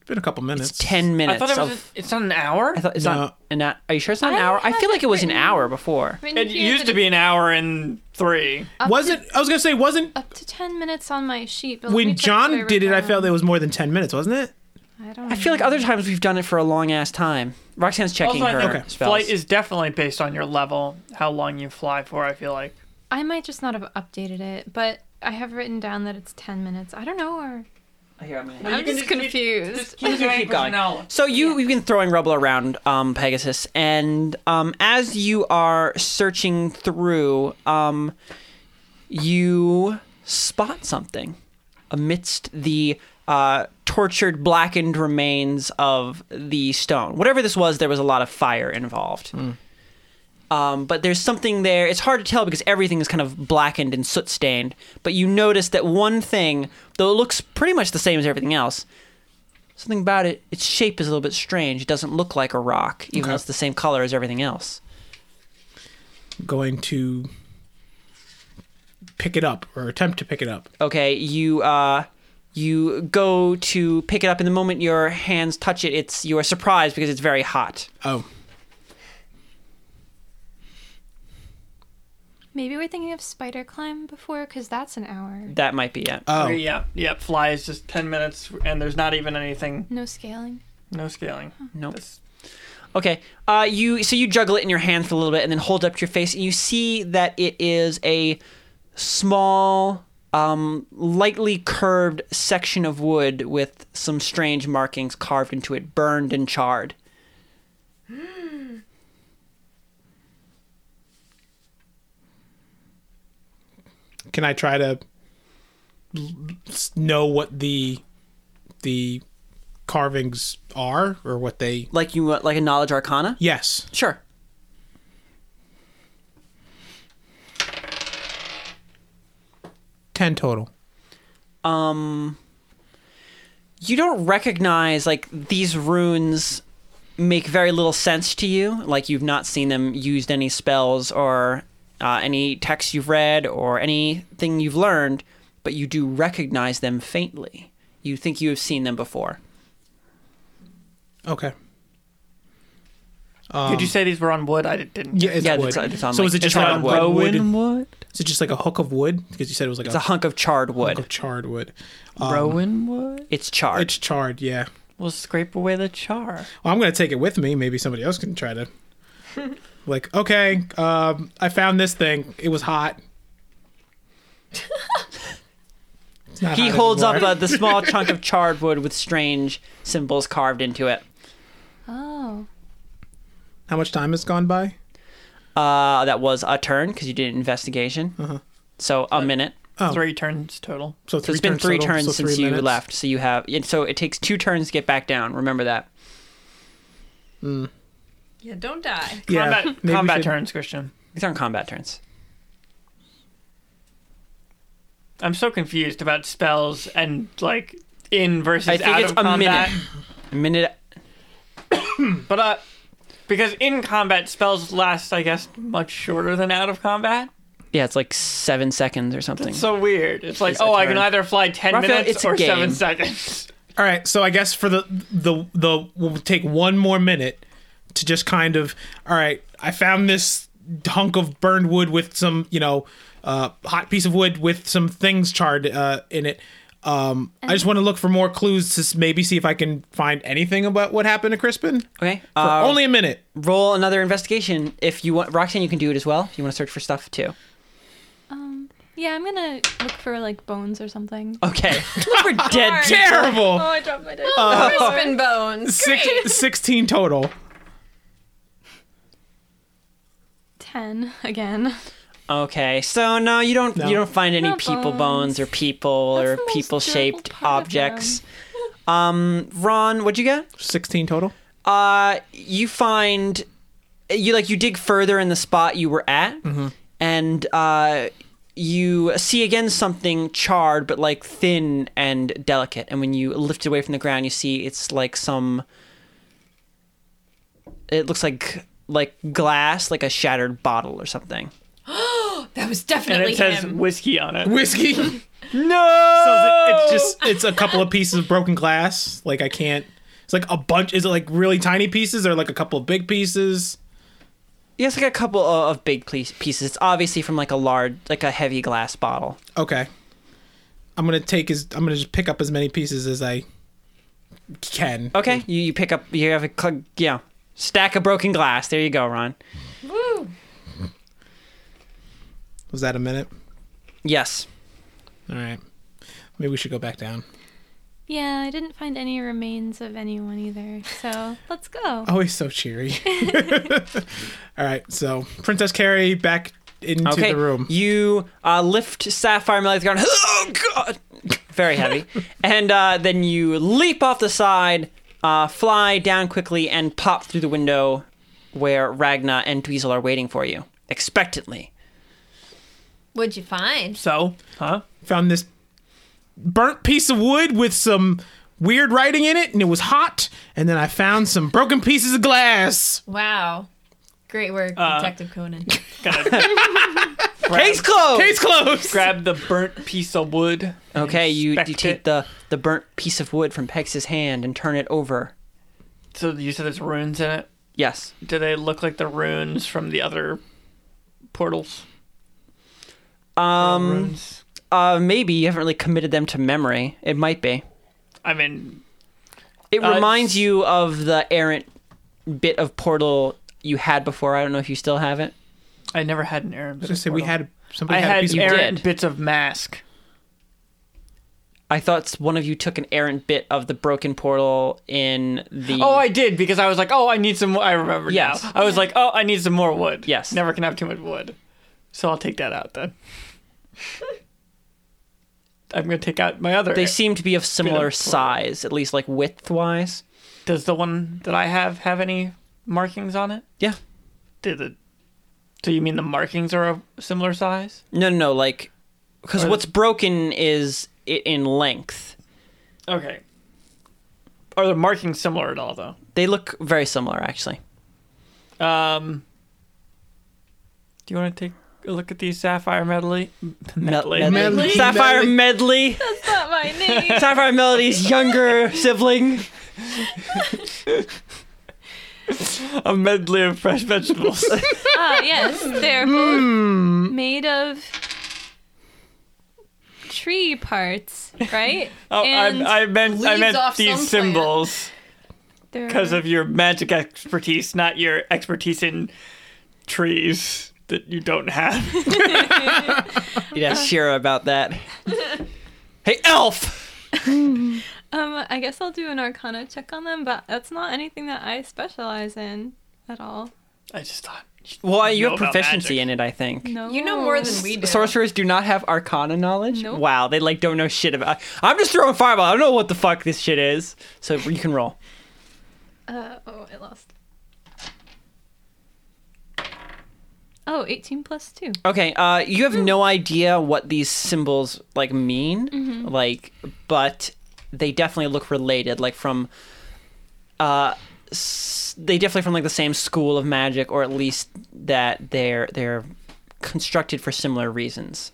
It's been a couple minutes. it's 10 minutes I thought it was. of. it's not an hour. I thought it's not an hour. Are you sure it's not I an hour? I have feel it like it was an written- hour before. Written it here used that to be an hour and three. Wasn't I was gonna say wasn't Up to ten minutes on my sheet. But let me when check if John did it? I wrote felt it was more than ten minutes, wasn't it? down. I don't. I feel like other times we've done it for a long ass time. Roxanne's checking Also, I her think spells. flight is definitely based on your level, how long you fly for. I feel like I might just not have updated it, but I have written down that it's 10 minutes. I don't know, or Here, I'm gonna- You I'm can just just- you- confused. keep keep going. So you you've been throwing rubble around, um, Pegasus, and um, as you are searching through, um, you spot something amidst the uh, tortured, blackened remains of the stone. Whatever this was, there was a lot of fire involved. Um, but there's something there. It's hard to tell because everything is kind of blackened and soot stained. But you notice that one thing, though it looks pretty much the same as everything else, something about it its shape is a little bit strange it doesn't look like a rock even Okay. though it's the same color as everything else Going to pick it up or attempt to pick it up. okay you uh you go to pick it up and the moment your hands touch it it's you are surprised because it's very hot Oh, maybe we're thinking of spider climb before, because that's an hour. that might be it oh, Yeah, yeah. Fly is just ten minutes, and there's not even anything. No scaling. No scaling. Nope. That's- okay uh you so you juggle it in your hand for a little bit and then hold it up to your face and you see that it is a small um lightly curved section of wood with some strange markings carved into it burned and charred Can I try to l- s- know what the the carvings are or what they? like you uh, like a knowledge arcana Yes. Sure. Ten total. Um you don't recognize like these runes make very little sense to you. Like you've not seen them used any spells or uh, any texts you've read or anything you've learned, but you do recognize them faintly. You think you have seen them before. Okay. Did you say these were on wood? I di- didn't. Yeah, it's Yeah, wood. it's- it's on, so like- is it it's just like on a wood? wood? Rowan wood? Is it just like a hook of wood? Because you said it was like It's a, a hunk of charred hunk wood. of charred wood. Rowan wood? It's charred. It's charred, yeah. We'll scrape away the char. Well, I'm gonna take it with me. Maybe somebody else can try to. like, okay, um, I found this thing. It was hot. It's not he hot holds up anymore. uh, the small chunk of charred wood with strange symbols carved into it. Oh. How much time has gone by? Uh, that was a turn because you did an investigation. Uh-huh. So a minute. Oh. Three turns total. So, So it's been three total, turns so since three you minutes. left. So you have, and so it takes two turns to get back down. Remember that. Yeah, don't die. Yeah, combat maybe we combat should- turns, Christian. These aren't combat turns. I'm so confused about spells and like in versus I think out it's of a combat. minute. A minute. But uh, because in combat spells last, I guess, much shorter than out of combat. Yeah, it's like seven seconds or something. It's so weird. It's like, It's a oh, I can turn. either fly ten Raphael, it's minutes a or game. seven seconds. All right, so I guess for the the the we'll take one more minute to just kind of all right. I found this hunk of burned wood with some you know uh, hot piece of wood with some things charred uh, in it. Um, I just want to look for more clues to s- maybe see if I can find anything about what happened to Crispin. For okay. Uh, only a minute. roll another investigation if you want. Roxanne, you can do it as well. If you want to search for stuff too. Yeah, I'm gonna look for like bones or something. Okay. Look for dead. people. Terrible. Oh, I dropped my dice. Crispin bones. Six, 16 total. Ten again. Okay, so no, you don't No. you don't find any No people bones. bones. or people That's or the most people shaped durable part of objects. um, Ron, what'd you get? 16 total. Uh, you find you like you dig further in the spot you were at, and uh, you see again something charred but like thin and delicate. And when you lift it away from the ground, you see it's like some. It looks like like glass, like a shattered bottle or something. That was and definitely it says him. whiskey on it. Whiskey. so is No. it, it's just Oh! it's a couple of pieces of broken glass. Like I can't. It's like a bunch. Is it like really tiny pieces or like a couple of big pieces? Yeah, it's like a couple o- of big ple- pieces. It's obviously from like a large, like a heavy glass bottle. Okay. I'm gonna take as I'm gonna just pick up as many pieces as I can. Okay, you, you pick up, you have a cl- yeah stack of broken glass. There you go, Ron. Woo. Was that a minute? Yes. All right. Maybe we should go back down. Yeah, I didn't find any remains of anyone either. So let's go. Always Oh, so cheery. All right. So Princess Carrie back into Okay. the room. You uh, lift Sapphire Melly's ground. Oh god, very heavy. and uh, then you leap off the side, uh, fly down quickly, and pop through the window where Ragna and Dweezil are waiting for you expectantly. What'd you find? So, huh? Found this burnt piece of wood with some weird writing in it, and it was hot. And then I found some broken pieces of glass. Oh. Wow. Great work, Uh, Detective Conan. Case closed. Case closed. Grab the burnt piece of wood. Okay, you, you Inspect take it. the, the burnt piece of wood from Peg's hand and turn it over. So you said there's runes in it. Yes. Do they look like the runes from the other portals? Um, runes. Uh, maybe you haven't really committed them to memory. It might be. I mean, It Uh, reminds it's- you of the errant bit of portal you had before. I don't know if you still have it. I never had an errand. I was gonna say we had somebody I had, a had piece of errant did. bits of mask. I thought one of you took an errant bit of the broken portal in the. Oh, I did because I was like, oh, I need some. More. I remember Yes. now. I was like, oh, I need some more wood. Yes. Never can have too much wood. So I'll take that out then. I'm gonna take out my other. They seem to be of similar portal. size, at least like width wise. Does the one that I have have any markings on it? Yeah. Did it? So you mean the markings are of similar size? No, no, no. Like, because Or- what's broken is it in length. Okay. Are the markings similar at all though? They look very similar, actually. Um, do you want to take a look at these sapphire medley? Medley. Med- Medley. Sapphire Medley. That's not my name. Sapphire Melody's younger sibling. A medley of fresh vegetables. Ah, yes. They're both made of tree parts, right? oh, and I, I meant I leaves meant off some these plant. symbols they're- because of your magic expertise, not your expertise in trees that you don't have. You'd ask Shira about that. Hey, elf! Um, I guess I'll do an Arcana check on them, but that's not anything that I specialize in at all. I just thought. Well, you Know have about proficiency in it, I think. No, You know more than we do. Sorcerers do not have arcana knowledge. Nope. Wow, they like don't know shit about. I'm just throwing fireball. I don't know what the fuck this shit is. So you can roll. Uh, oh, I lost. Oh, 18 plus 2. Okay, uh, you have no idea what these symbols like mean, Mm-hmm. like, but they definitely look related, like from, uh, s- they definitely from like the same school of magic, or at least that they're they're constructed for similar reasons.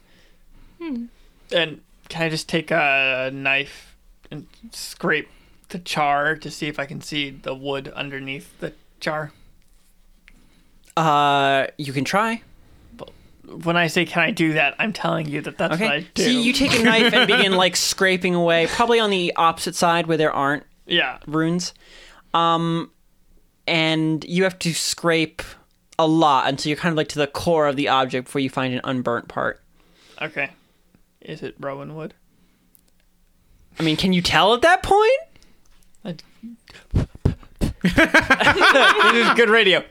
And can I just take a knife and scrape the char to see if I can see the wood underneath the char? Uh, you can try. When I say can I do that, I'm telling you that that's what I Okay. do. So you take a knife and begin like scraping away, probably on the opposite side where there aren't yeah. runes. Um, and you have to scrape a lot until you're kind of like to the core of the object before you find an unburnt part. Okay. Is it Rowan wood? I mean, can you tell at that point? this is good radio.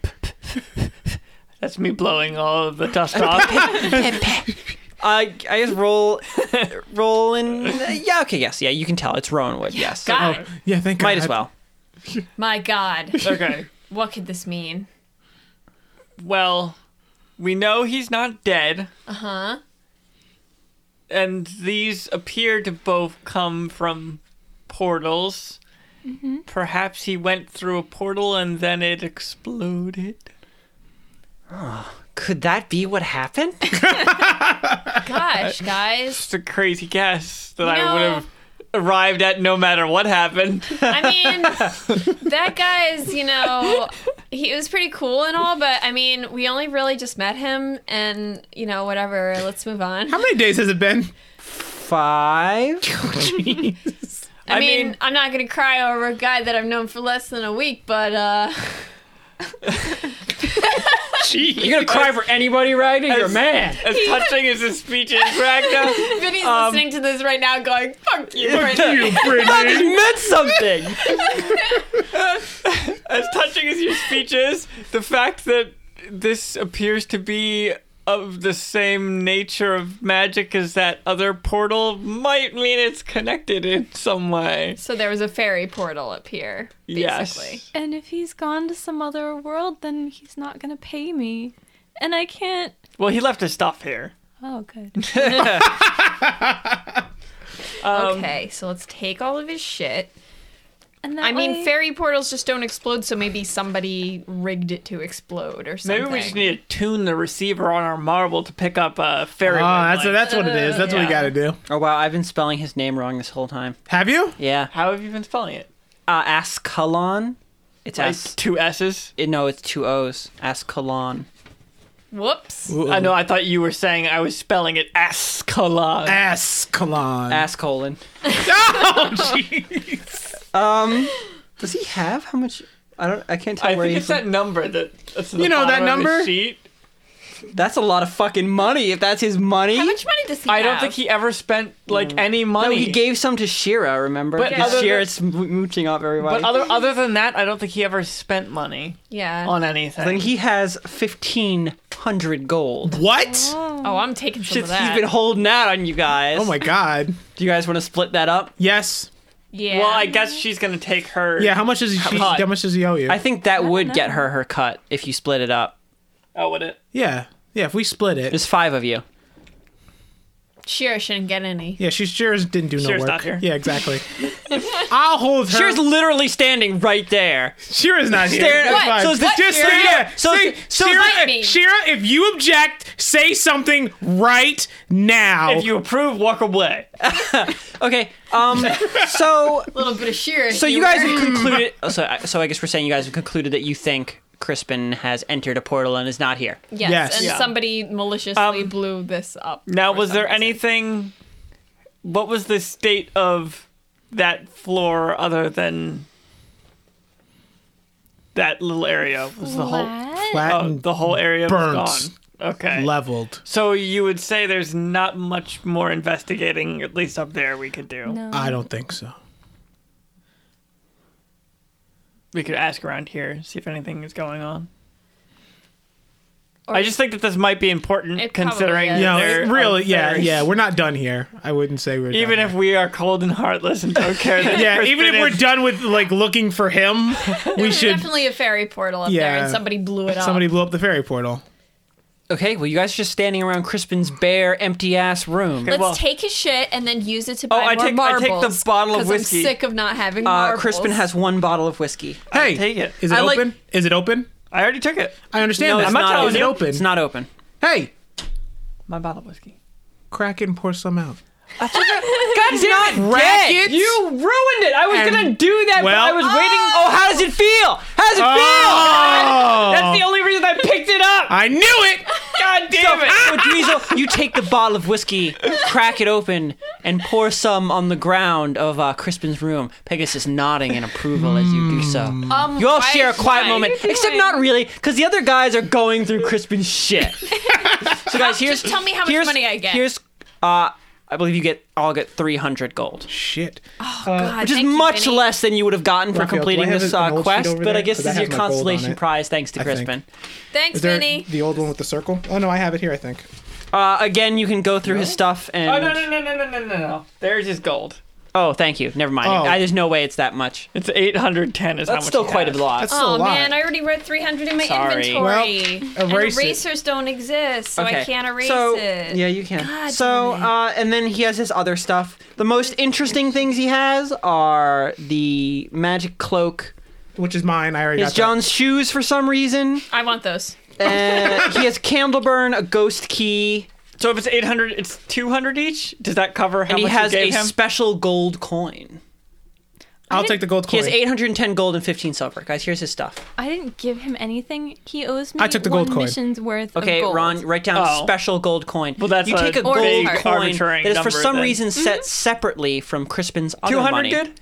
That's me blowing all of the dust off. I I just roll, roll in. Yeah, okay, yes, yeah, you can tell it's Rowan wood. Yes, God, Oh. Yeah, thank might God. as well. my God, okay. what could this mean? Well, we know he's not dead, Uh huh. and these appear to both come from portals. Perhaps he went through a portal and then it exploded. Could that be what happened? Gosh, guys. It's a crazy guess that I No. would have arrived at no matter what happened. I mean, that guy's, you know, he was pretty cool and all, but I mean, we only really just met him, and you know, whatever. Let's move on. How many days has it been? Five. I, I mean, mean- I'm not gonna cry over a guy that I've known for less than a week, but uh, You're gonna cry for anybody, right? You're a man. As touching as his speech is, Ragnar. Vinny's Um, listening to this right now, going, "Fuck you." You That Brittany. just meant something. as touching as your speech is, the fact that this appears to be of the same nature of magic as that other portal might mean it's connected in some way. So there was a fairy portal up here, basically. Yes. And if he's gone to some other world, then he's not gonna pay me, and I can't. Well, he left his stuff here. Oh, good. okay, so let's take all of his shit. And that I mean, way- fairy portals just don't explode, so maybe somebody rigged it to explode or something. Maybe we just need to tune the receiver on our marble to pick up a fairy. Oh, that's light. that's what it is. That's what Yeah. we got to do. Oh wow, I've been spelling his name wrong this whole time. Have you? Yeah, How have you been spelling it? uh, Ascalon. It's Like As- two S's. It, no, it's two O's. Ascalon. Whoops. I know. I thought you were saying I was spelling it Ascalon. Ascalon. Ass colon. Oh, Um, does he have how much? I don't. I can't tell I where think he's. it's that number that. That's You know that number? sheet. That's a lot of fucking money. If that's his money. How much money does he I don't have? think he ever spent like any money. No, he gave some to Shira. Remember, But because other Shira's m- mooching off everybody. But other other than that, I don't think he ever spent money Yeah. on anything. then he has fifteen hundred gold. What? oh, I'm taking some Shit, of he's that. been holding out on you guys. Oh my God. Do you guys want to split that up? Yes. yeah. Well, I guess she's gonna take her. Yeah. How much does he? She, much? how much does he owe you? I think that would get her her cut if you split it up. Oh, would it? yeah. Yeah. If we split it. There's five of you. Shira shouldn't get any. Yeah. She's sure didn't do no Shira's work. not here. Yeah. Exactly. I'll hold her. Shear's literally standing right there. Shira's not here. Staring- That's What? fine. So is that just Shira? say yeah. So is say, it- so is Shira, that me? Shira, if you object, say something right now. If you approve, walk away. Okay. Um. So A little bit of sheer. so you guys have concluded. oh, So I- so I guess we're saying you guys have concluded that you think Crispin has entered a portal and is not here. Yes, Yes. and Yeah. somebody maliciously blew this up. Um, Now, for was some there reason. anything? What was the state of that floor other than that little area? Was the whole What? Flat oh, and the whole area was burnt. gone? Okay. leveled. so you would say there's not much more investigating, at least up there, we could do. No. I don't think so. We could ask around here, see if anything is going on. I just think that this might be important, It probably considering is. that Yeah, there it really, are yeah, others. yeah. We're not done here. I wouldn't say we're Even done if we are cold and heartless and don't care, that yeah, even if Crispin we're is- done with like looking for him, we There's should. definitely a fairy portal up there, Yeah. and somebody blew it up. Somebody blew up the ferry portal. Okay. Well, you guys are just standing around Crispin's bare, empty ass room. Let's well- take his shit and then use it to Oh, buy I more take- I take the marbles. bottle of 'cause whiskey. I'm sick of not having Uh, marbles. Crispin has one bottle of whiskey. Hey, take it. Is it I like- open? is it open? I already took it. I understand. that. it's I'm not not telling open. is it open. It's not open. Hey, My bottle of whiskey. crack it and pour some out. God's not Racket. dead. You ruined it. I was And- gonna do that, well- but I was waiting. Oh, how does it feel? How does it Oh! feel? That's the only reason I picked it up. I knew it. God damn it! So oh, Dweezil, you take the bottle of whiskey, crack it open, and pour some on the ground of uh, Crispin's room. Pegasus nodding in approval as you do so. Um, You all why- share a quiet why? moment, except not really, because the other guys are going through Crispin's shit. so guys, here's tell me how much here's- money I get. Here's uh, I believe you get all get three hundred gold Shit. Oh, God, which is thank you, much Vinny. less than you would have gotten for Raphael, do I completing have this an uh, old sheet quest, over but I there? guess 'Cause I this is have your my gold on consolation it. prize, thanks to I think. Crispin. Thanks, Is there Vinny. the old one with the circle? Oh no, I have it here. I think. Uh, again, you can go through his stuff and. Oh no no no no no no no no! There's his gold. Oh, thank you. Never mind. Oh. I, there's no way it's that much. It's eight hundred ten. Is how That's much still he quite a has. lot. That's still Oh a lot. man, I already read 300 in my Sorry. inventory. Well, erase it. and erasers don't exist, so Oh, I can't erase so, it. Yeah, you can. God so, damn it. uh, and then he has his other stuff. The most interesting things he has are the magic cloak, Which is mine. I already his got that. John's shoes for some reason. I want those. Uh, he has Candleburn, a ghost key, So if it's eight hundred, it's two hundred each. Does that cover how and he much has you a gave him? special gold coin. I'll take the gold He coin. has 810 gold and 15 silver. Guys, here's his stuff. I didn't give him anything. He owes me I took the one gold coin. mission's worth Okay, of gold. Ron, write down Oh. special gold coin. Well, that's you a take a, big Or gold card. coin arbitrary that is for number some then. reason Mm-hmm. set separately from Crispin's other Two hundred money. good.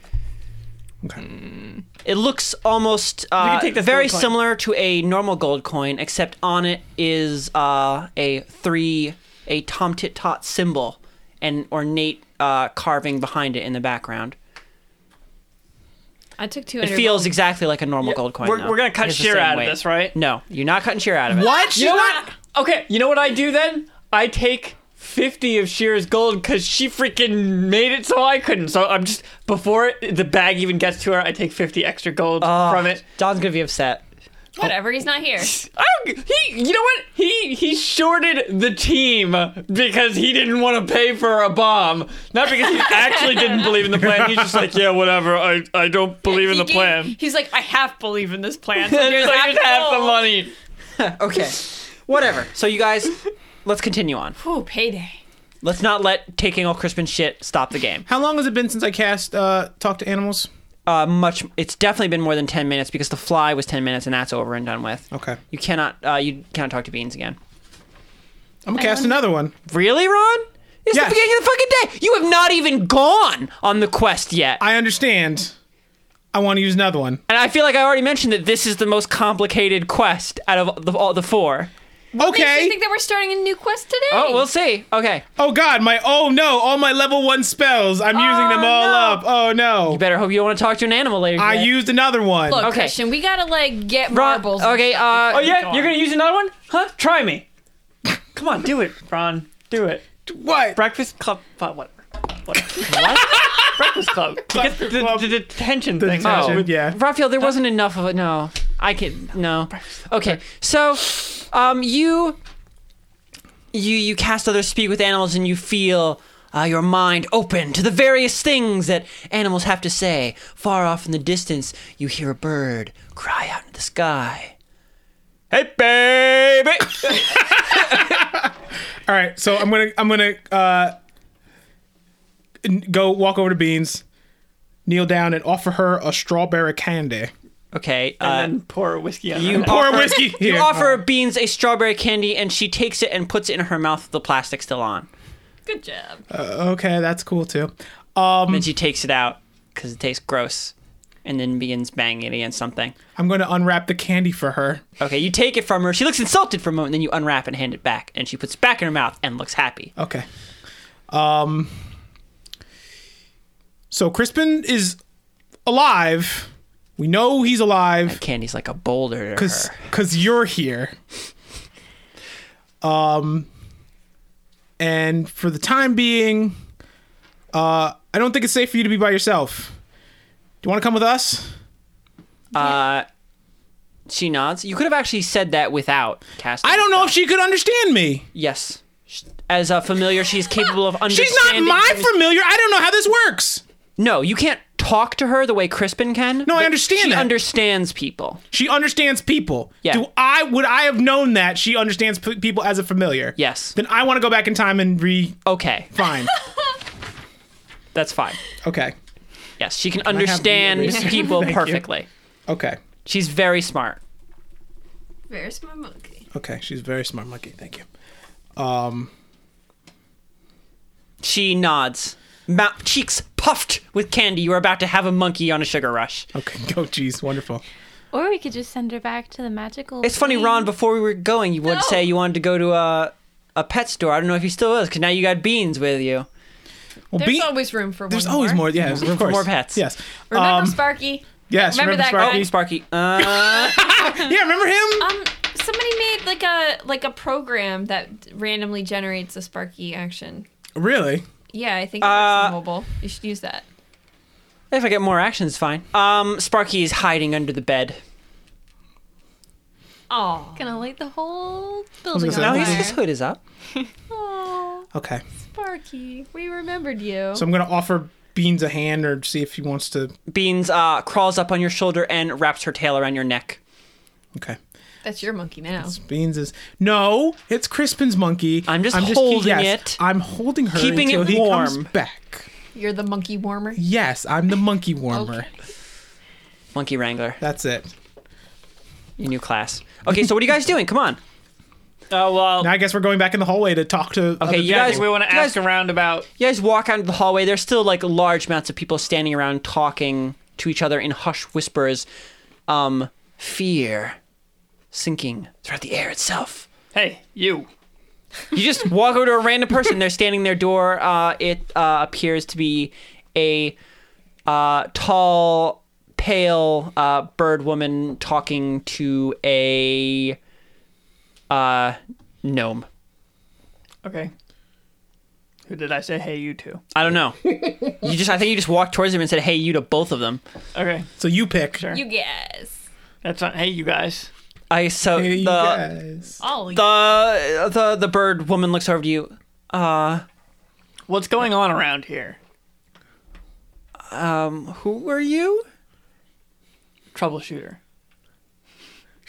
It looks almost uh, can take this very gold coin. similar to a normal gold coin, except on it is uh, a three a tom tit tot symbol, and ornate uh, carving behind it in the background. I took It 200. feels exactly like a normal Yeah, gold coin. we're- though. we're gonna cut It's the Sheer same out of weight. this, right? No, you're not cutting sheer out of it. What? You know what? Okay, you know what I do then? I take fifty of Shear's gold because she freaking made it so I couldn't. So I'm just before it, the bag even gets to her, I take fifty extra gold Oh, from it. Don's gonna be upset. Whatever, he's not here. I don't, he, you know what? He he shorted the team because he didn't want to pay for a bomb, not because he actually didn't believe in the plan. He's just like, yeah, whatever. I, I don't believe in He the gave- plan. He's like, I half believe in this plan. So Here's here's half like the half the gold." money. Okay, whatever. So you guys, let's continue on. Ooh, payday. Let's not let taking all Crispin shit stop the game. How long has it been since I cast uh, Talk to Animals? Uh, much. It's definitely been more than ten minutes because the fly was ten minutes and that's over and done with. Okay. You cannot. Uh, you cannot talk to Beans again. I'm gonna cast another one. Really, Ron? It's Yes. the beginning of the fucking day. You have not even gone on the quest yet, I understand. I want to use another one. and I feel like I already mentioned that this is the most complicated quest out of the, all the four. Do you Okay. think that we're starting a new quest today? Oh, we'll see. Okay, Oh God, my oh no, all my level one spells. I'm using them all no. up. Oh no. better hope you don't want to talk to an animal later. I today. used another one. Look, Okay. Christian, we gotta like get Ron, marbles. and okay. stuff. Uh, Oh yeah, Gone. you're gonna use another one? Huh? Try me. Come on, do it, Ron. Do it. What? Breakfast Club. Fuck, whatever. Whatever. Breakfast Club. You get the, the, Club. the detention thing. detention. Oh, yeah. Raphael, there wasn't enough of it. No, I can no. Okay, so, um, you, you you cast others speak with animals, and you feel uh, your mind open to the various things that animals have to say. Far off in the distance, you hear a bird cry out into the sky. Hey, baby! All right, so I'm gonna I'm gonna uh, n- go walk over to Beans, kneel down, and offer her a strawberry candy. Okay. Oh, and uh, then pour whiskey on you you. Pour offer- whiskey You here. offer Beans a strawberry candy, and she takes it and puts it in her mouth with the plastic still on. Good job. Oh, Okay, that's cool too. Then she takes it out because it tastes gross, and then begins banging it against something. I'm gonna unwrap the candy for her. Okay, you take it from her. She looks insulted for a moment, then you unwrap and hand it back, and she puts it back in her mouth and looks happy. Okay. Um. So Crispin is alive. We know he's alive Candy's like a boulder to because her. because you're here. Um. And for the time being, uh, I don't think it's safe for you to be by yourself. Do you want to come with us? Uh, she nods. You could have actually said that without casting. I don't know if she could understand me. Yes, Sh- as a familiar, she's capable of She's understanding. not my things- familiar. I don't know how this works. No, you can't talk to her the way Crispin can. No, I but understand She that. understands people. She understands people. Yeah. Do I would I have known that she understands p- people as a familiar? Yes. Then I want to go back in time and re Okay, fine. that's fine. okay. Yes, she can have the understand eraser? people Thank you. perfectly. Okay. She's very smart. Where's my monkey? Okay. She's a very smart monkey. Thank you. She nods, mouth cheeks puffed with candy. You are about to have a monkey on a sugar rush. Okay. Go. Jeez. Wonderful. Or we could just send her back to the magical. It's funny, plane. Ron. Before we were going, you would say you wanted to go to a a pet store. I don't know if you still is because now you got beans with you. Well, There's be- always room for one there's always more. Yeah. Of course. More pets. Yes. Remember Um, Sparky? yes. remember that guy? Sparky? Oh, Sparky. Uh, Yeah. Remember him? Um, somebody made like a like a program that randomly generates a Sparky action. really? Yeah, I think it's Uh, on mobile. You should use that. if I get more action, it's fine. Um, Sparky is hiding under the bed. Oh, Gonna light the whole was building gonna No, on he's, say- fire. his hood is up. Okay. Sparky, we remembered you. So I'm gonna offer Beans a hand or see if he wants to. Beans uh, crawls up on your shoulder and wraps her tail around your neck. Okay. That's your monkey now. Beans is no. It's Crispin's monkey. I'm just holding it. I'm holding her. Keeping until it he comes warm. back. You're the monkey warmer. Yes, I'm the monkey warmer. Monkey Wrangler, That's it. your new class. Okay, so what are you guys doing? Come on. Oh, well. Now I guess we're going back in the hallway to talk to. other you yeah, I guys- think we want you to guys- ask around about. You guys walk out into the hallway. There's still like large amounts of people standing around talking to each other in hush whispers. Um, fear sinking throughout the air itself. Hey, you. You just walk over to a random person. They're standing their door. Uh, it uh, appears to be a uh, tall, pale uh, bird woman talking to a uh, gnome. Okay. Who did I say hey you to? I don't know. you just, I think you just walked towards them and said, "Hey, you" to both of them. Okay. So you pick. Sure. You guess. That's not hey you guys. I so Hey, the you guys. Oh, the the the bird woman looks over to you. Uh, What's going on around here? um, who are you? Troubleshooter.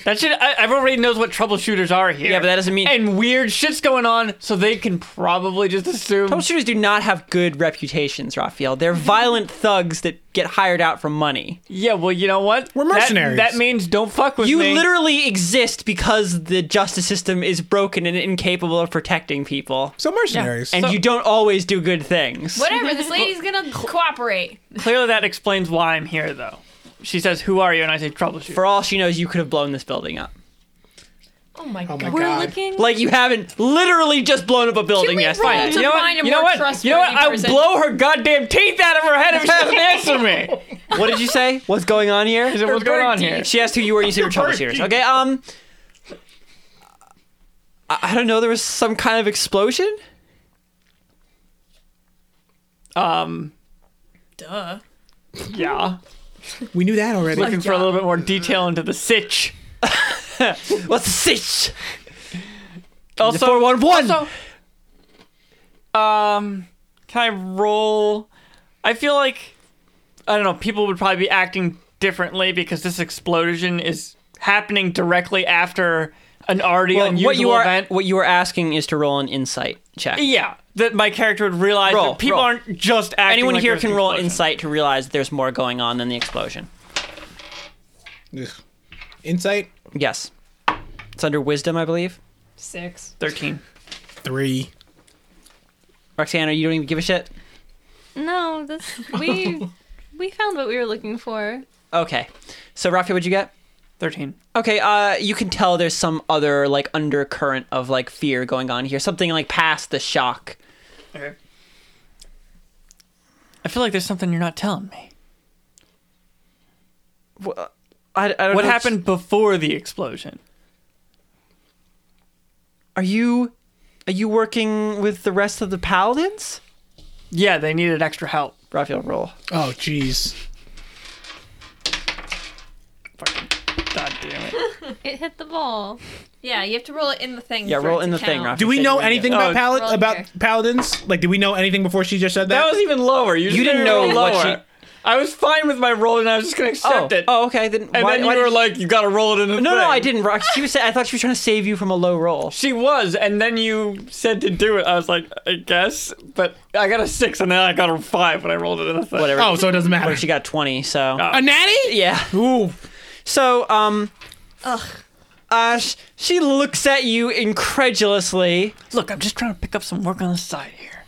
That should I, everybody knows what troubleshooters are here. Yeah, but that doesn't mean and weird shit's going on, so they can probably just assume troubleshooters do not have good reputations, Raphael. They're violent thugs that get hired out for money. Yeah, well you know what? We're That- mercenaries. That, means don't fuck with You me. literally exist because the justice system is broken and incapable of protecting people. So mercenaries. And So- you don't always do good things. Whatever. This lady's gonna cooperate. Clearly that explains why I'm here though. She says, Who are you? And I say troubleshooter. For all she knows, you could have blown this building up. Oh my Oh my god. God. We're looking. Like you haven't literally just blown up a building we yesterday. roll to you know find a what? You know more what? You know what? trustworthy I'll person. blow her goddamn teeth out of her head if she doesn't answer me. What did you say? What's going on here? Is it what's going on here? She asked who you were. You said you're troubleshooters. Okay. Um, I, I don't know. There was some kind of explosion. Duh. Um, Yeah. we knew that already. Looking for a little bit more detail into the sitch. What's this? Also, four one one. also, um, Can I roll? I feel like I don't know. People would probably be acting differently because this explosion is happening directly after an already Well, unusual what you are event. what you are asking is to roll an insight check. Yeah, that my character would realize Roll, that people roll. aren't just acting. Anyone like here there's an can roll an explosion. insight to realize there's more going on than the explosion. Ugh. Insight Yes, it's under wisdom, I believe. Six. Thirteen. three. Roxana, you don't even give a shit. No, this we we found what we were looking for. Okay, so Rafi, what'd you get? Thirteen. Okay, uh, you can tell there's some other like undercurrent of like fear going on here. Something like past the shock. Okay. I feel like there's something you're not telling me. I, I don't What know- happened before the explosion? Are you are you working with the rest of the paladins? Yeah, they needed extra help. Raphael, roll. Oh, jeez. Fucking God damn it. It hit the ball. Yeah, you have to roll it in the thing. Yeah, for roll it in the to thing, count. Raphael. Do we know anything about Oh, palad roll about here. paladins? Like, did we know anything before she just said that? That was even lower. You You, said didn't you know were what lower. she- I was fine with my roll, and I was just gonna Oh, accept it. oh, okay. Then and why, then why you were did- like, "You gotta roll it in the No, thing." no, I didn't. Rox, she was. Saying, I thought she was trying to save you from a low roll. She was, and then you said to do it. I was like, "I guess," but I got a six, and then I got a five when I rolled it in the thing. Whatever. oh, so it doesn't matter. She got twenty. So a natty? yeah. Ooh, So um, uh, sh- she looks at you incredulously. Look, I'm just trying to pick up some work on the side here.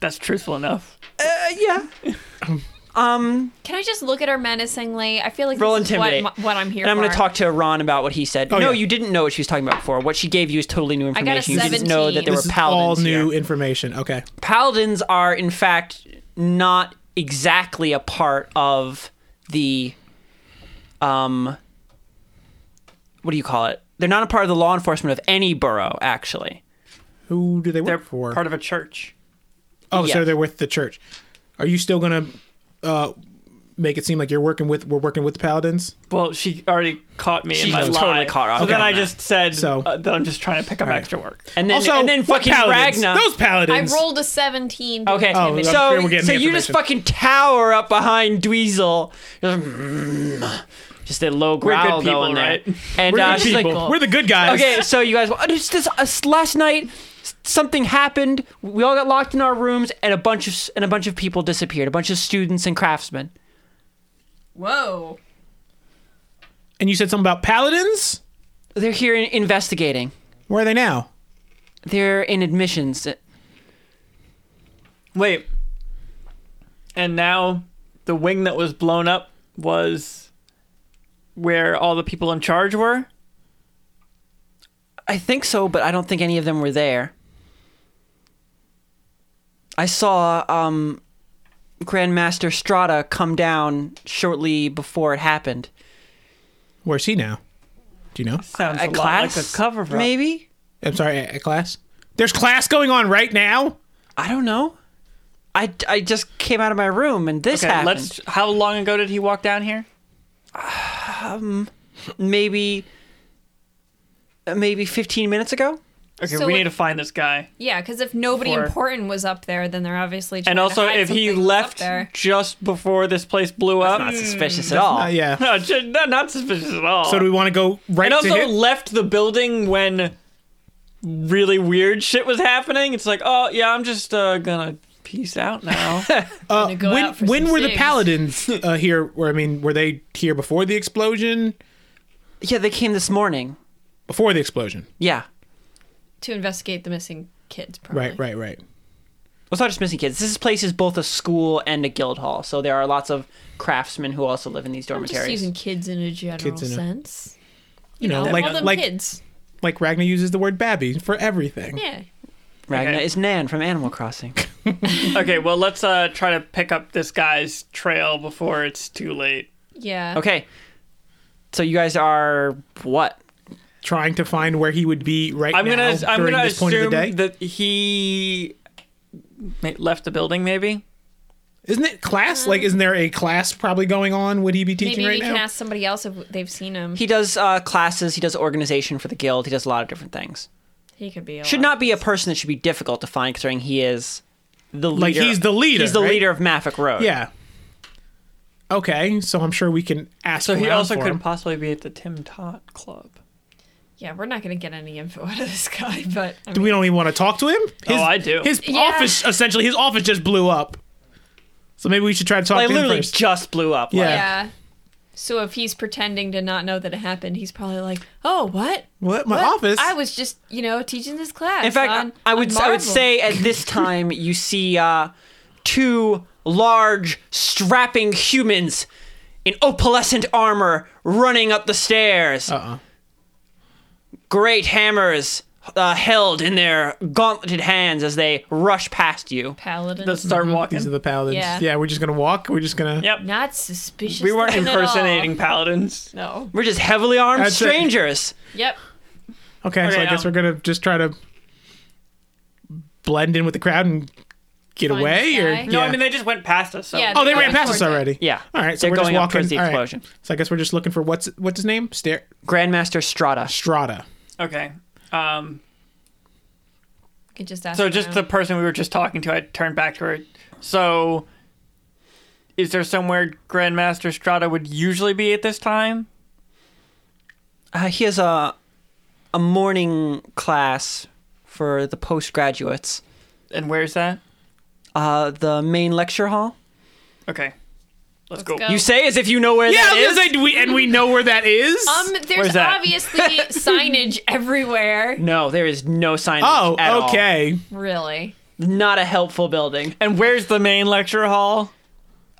That's truthful enough. Uh, yeah. Can I just look at her menacingly? I feel like Roll this is what, intimidate. my- what I'm here And I'm for. going to talk to Ron about what he said. no, Oh, yeah. you didn't know what she was talking about before. What she gave you is totally new got a information. You didn't know that there 17. this were is all paladins. here. new information. Okay. paladins are in fact not exactly a part of the um what do you call it they're not a part of the law enforcement of any borough actually Who do they work They're for? part of a church. oh, yeah. so they're with the church. Are you still gonna uh, make it seem like you're working with we're working with the paladins? Well, she already caught me She in my totally lie. caught her. So Okay. then I just said So- uh, that I'm just trying to pick up extra work. and then also, and then what fucking paladins? Ragna Those I paladins. rolled a 17. to okay Oh, I'm afraid we're so getting so the you just information. fucking tower up behind Dweezil You're like, "Mm." just a low good growl people, going there right? and We're uh, the she's like people. We're the good guys. okay, so you guys, well, it's just uh, s- last night s- something happened. We all got locked in our rooms, and a bunch of s- and a bunch of people disappeared. A bunch of students and craftsmen. Whoa. And you said something about paladins. They're here in- investigating. Where are they now? They're in admissions. Wait. And now the wing that was blown up was where all the people in charge were? I think so, but I don't think any of them were there. I saw um, Grandmaster Strata come down shortly before it happened. Where's he now? Do you know? Sounds At a class, lot like a cover up. maybe. I'm sorry. At, at class. There's class going on right now. I don't know. I, I just came out of my room and this Okay, happened. let's how long ago did he walk down here? maybe uh, maybe 15 minutes ago Okay, So we it- need to find this guy. Yeah, because if nobody Four. important was up there, then they're obviously trying And to also hide if he something that's up left there. just before this place blew up. Hmm. not suspicious at all Uh, yeah. no, ju- no, not suspicious at all. So do we want to go right and to also him? left the building when really weird shit was happening. It's like, oh yeah, I'm just uh, gonna peace out now. Uh, Gonna go when out for when some were the cigs. paladins uh, here? Where I mean, were they here before the explosion? yeah they came this morning Before the explosion. yeah to investigate the missing kids. Probably. Right, right, right. well, it's not just missing kids this place is both a school and a guild hall so there are lots of craftsmen who also live in these I'm just dormitories using kids in a general Kids in a- sense. You know, Call like them like kids. like Ragnar uses the word babby for everything. Yeah. ragna Okay. is nan from animal crossing okay, well let's uh, try to pick up this guy's trail before it's too late. Yeah. okay so you guys are what Trying to find where he would be right I'm now gonna I'm during gonna this point of the assume day. that he ma- left the building. Maybe Isn't it class? like, isn't there a class probably going on? Would he be Uh-huh. teaching Maybe we right now? can ask somebody else if they've seen him. he does uh, classes he does organization for the guild he does a lot of different things He could be. Should alive. not be a person that should be difficult to find, considering he is the leader. Like, he's the leader, He's the right? leader of Maffic Road. Yeah. Okay, so I'm sure we can ask. So he around also for couldn't him. possibly be at the Tim Tot Club. Yeah, we're not gonna get any info out of this guy, but I Do we mean, don't even want to talk to him? His, I do. His Yeah. office, essentially, his office just blew up. So maybe we should try to talk Like to him literally first. just blew up. Yeah. Like, yeah. So if he's pretending to not know that it happened, he's probably like, "Oh, what? What? My office? I was just, you know, teaching this class." In fact, on- I I would on I would Marvel." say at this time you see uh, two large, strapping humans in opalescent armor running up the stairs. Uh-uh. Great hammers uh, held in their gauntleted hands as they rush past you. paladin. Let's start These are walking. the paladins. Yeah. Yeah. we're just gonna walk. We're just gonna. Yep. not suspicious. We weren't then at all. impersonating paladins. No. We're just heavily armed That's it. strangers. Yep. Okay, so Okay, I guess now- um, we're gonna just try to blend in with the crowd and get Find away. this Or guy. No, Yeah. I mean they just went past us. So. Yeah. oh, they They're ran going past us towards it. already. Yeah. All right, so They're we're going just up walking. towards the all right. explosion. So I guess we're just looking for what's what's his name? Stair Grandmaster Strata. Strata. Oh, Okay. Um. You could just ask. So just the person we were just talking to, I turned back to her. So, is there somewhere Grandmaster Strata would usually be at this time? Uh, he has a a morning class for the postgraduates. And where's that? Uh, the main lecture hall. Okay, let's, go. go. You say as if you know where Oh. Yeah, that I was is. gonna say, do we, and we know where that is. Um, Where's there's that? obviously signage everywhere. No, there is no signage. oh, at all. okay. Really? Not a helpful building. And where's the main lecture hall?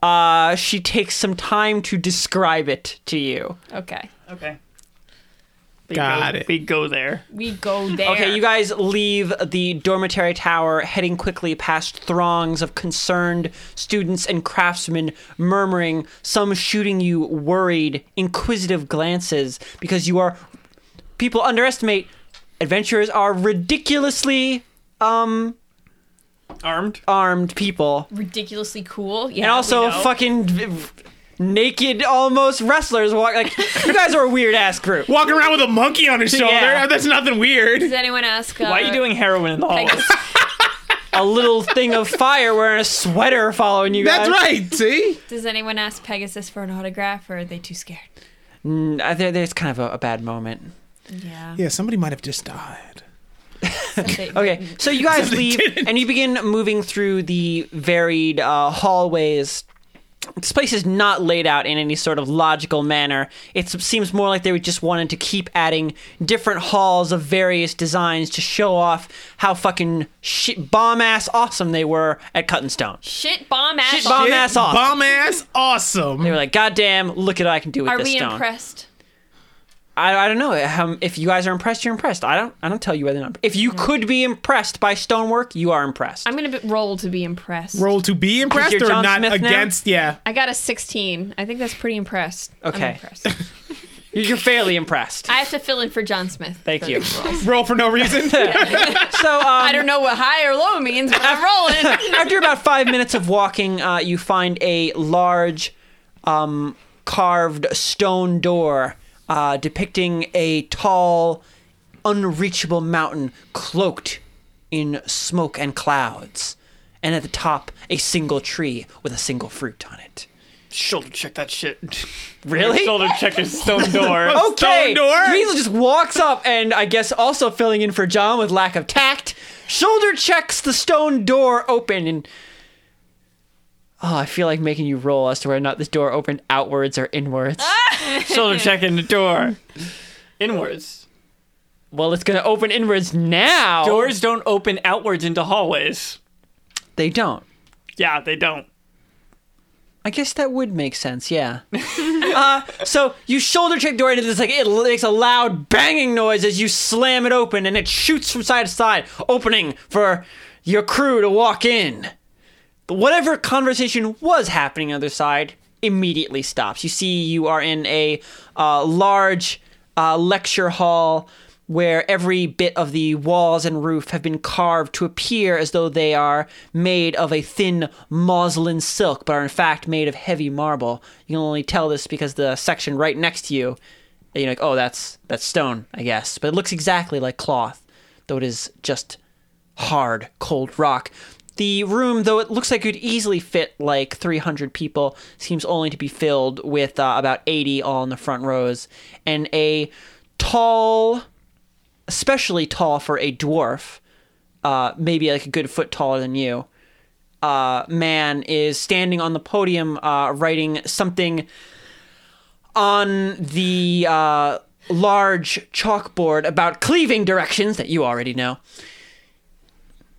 Uh, she takes some time to describe it to you. Okay. Okay. We Got go, it. We go there. We go there. Okay, you guys leave the dormitory tower, heading quickly past throngs of concerned students and craftsmen murmuring, some shooting you worried, inquisitive glances because you are. People underestimate adventurers are ridiculously Armed. armed people. ridiculously cool. Yeah. and also we know. fucking v- v- naked almost wrestlers walk like you guys are a weird ass group Walking around with a monkey on his shoulder. Yeah. That's nothing weird. Does anyone ask? Uh, Why are you doing heroin in the hall? a little thing of fire wearing a sweater following you guys That's right. See, Does anyone ask Pegasus for an autograph, or are they too scared? Mm, I think there's kind of a, a bad moment Yeah. yeah, somebody might have just died. okay so you guys leave and you begin moving through the varied uh, hallways this place is not laid out in any sort of logical manner. It seems more like they would just wanted to keep adding different halls of various designs to show off how fucking shit, bomb ass awesome they were at Cut and Stone. Shit bomb ass. Shit bomb Shit, ass awesome. Bomb ass awesome. They were like, "God damn, look at what I can do with Are this we stone." impressed? I, I don't know how, if you guys are impressed. You're impressed. I don't. I don't tell you whether or not. If you could be impressed by stonework, you are impressed. Mm-hmm. I'm gonna be- roll to be impressed. Roll to be impressed You're or John not Smith now? against. Yeah. I got a 16. I think that's pretty impressed. Okay. I'm impressed. You're you're fairly impressed. I have to fill in for John Smith. Thank for you. these rolls. Roll for no reason. so um, I don't know what high or low means, but I'm rolling. after about five minutes of walking, uh, you find a large um, carved stone door uh, depicting a tall, unreachable mountain cloaked in smoke and clouds. And at the top, a single tree with a single fruit on it. Shoulder check that shit. Really? Shoulder check his stone door. Okay. Stone door? Weasel just walks up and I guess also filling in for John with lack of tact, shoulder checks the stone door open and Oh, I feel like making you roll as to whether or not this door opened outwards or inwards. Shoulder check in the door. Inwards. Well, it's gonna open inwards now. Doors don't open outwards into hallways. They don't. Yeah, they don't. I guess that would make sense, yeah. uh, so you shoulder check door and it's like it makes a loud banging noise as you slam it open and it shoots from side to side, opening for your crew to walk in. Whatever conversation was happening on the other side immediately stops. You see, you are in a uh, large uh, lecture hall where every bit of the walls and roof have been carved to appear as though they are made of a thin muslin silk, but are in fact made of heavy marble. You can only tell this because the section right next to you, you're like, oh, that's that's stone, I guess, but it looks exactly like cloth. though it is just hard, cold rock. The room, though it looks like it could easily fit like 300 people, seems only to be filled with uh, about 80 all in the front rows. And a tall, especially tall for a dwarf, uh, maybe like a good foot taller than you, uh, man is standing on the podium uh, writing something on the uh, large chalkboard about cleaving directions that you already know.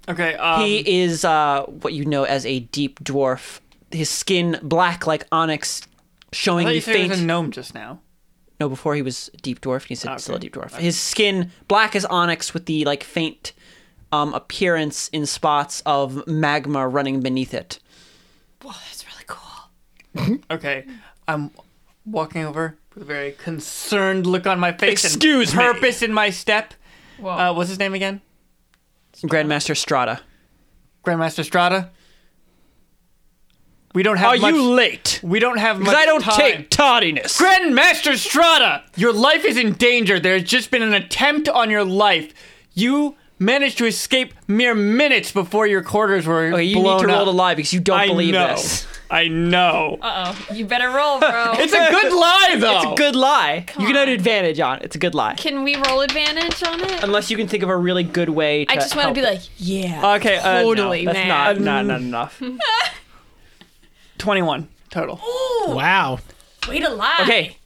Okay. Um, He is uh, what you know as a deep dwarf. His skin black like onyx, showing I thought you you said he faint. was a gnome just now. No, before he was deep dwarf, and he said still a Okay. deep dwarf. His skin black as onyx, with the like faint um, appearance in spots of magma running beneath it. Okay. I'm walking over with a very concerned look on my face Excuse and me. purpose in my step. Whoa. Uh, what's his name again? Grandmaster Strata. Grandmaster Strada. We don't have Are much. you late? we don't have much Because I don't time. take tardiness. Grandmaster Strada, your life is in danger. There has just been an attempt on your life. You managed to escape mere minutes before your quarters were okay, you need blown to roll up. to lie because you don't I believe know. this. Uh, I know. Uh-oh. You better roll, bro. it's a good lie, though. It's a good lie. you can on. have an advantage on. it. It's a good lie. Can we roll advantage on it? Unless you can think of a really good way to I just want to help be it. like, yeah. Okay, uh, no, totally, That's man. not, not, not enough. 21 total. Wow. Way to lie. Okay.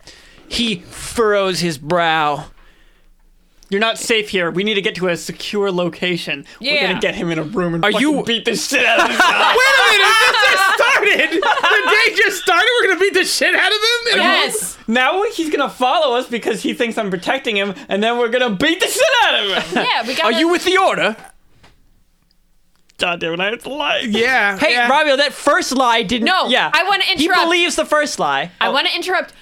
He furrows his brow. You're not safe here. We need to get to a secure location. We're Yeah. gonna get him in a room and Are fucking you- beat the shit out of him. Wait a minute! This just started. The day just started. We're gonna beat the shit out of them. And Yes. now he's gonna follow us because he thinks I'm protecting him, and then we're gonna beat the shit out of him. Yeah, we got Are you with the order? God damn it, I have to lie. Yeah. Hey, yeah. Robbio, that first lie didn't. No, yeah. I wanna He interrupt. believes the first lie. I want to interrupt.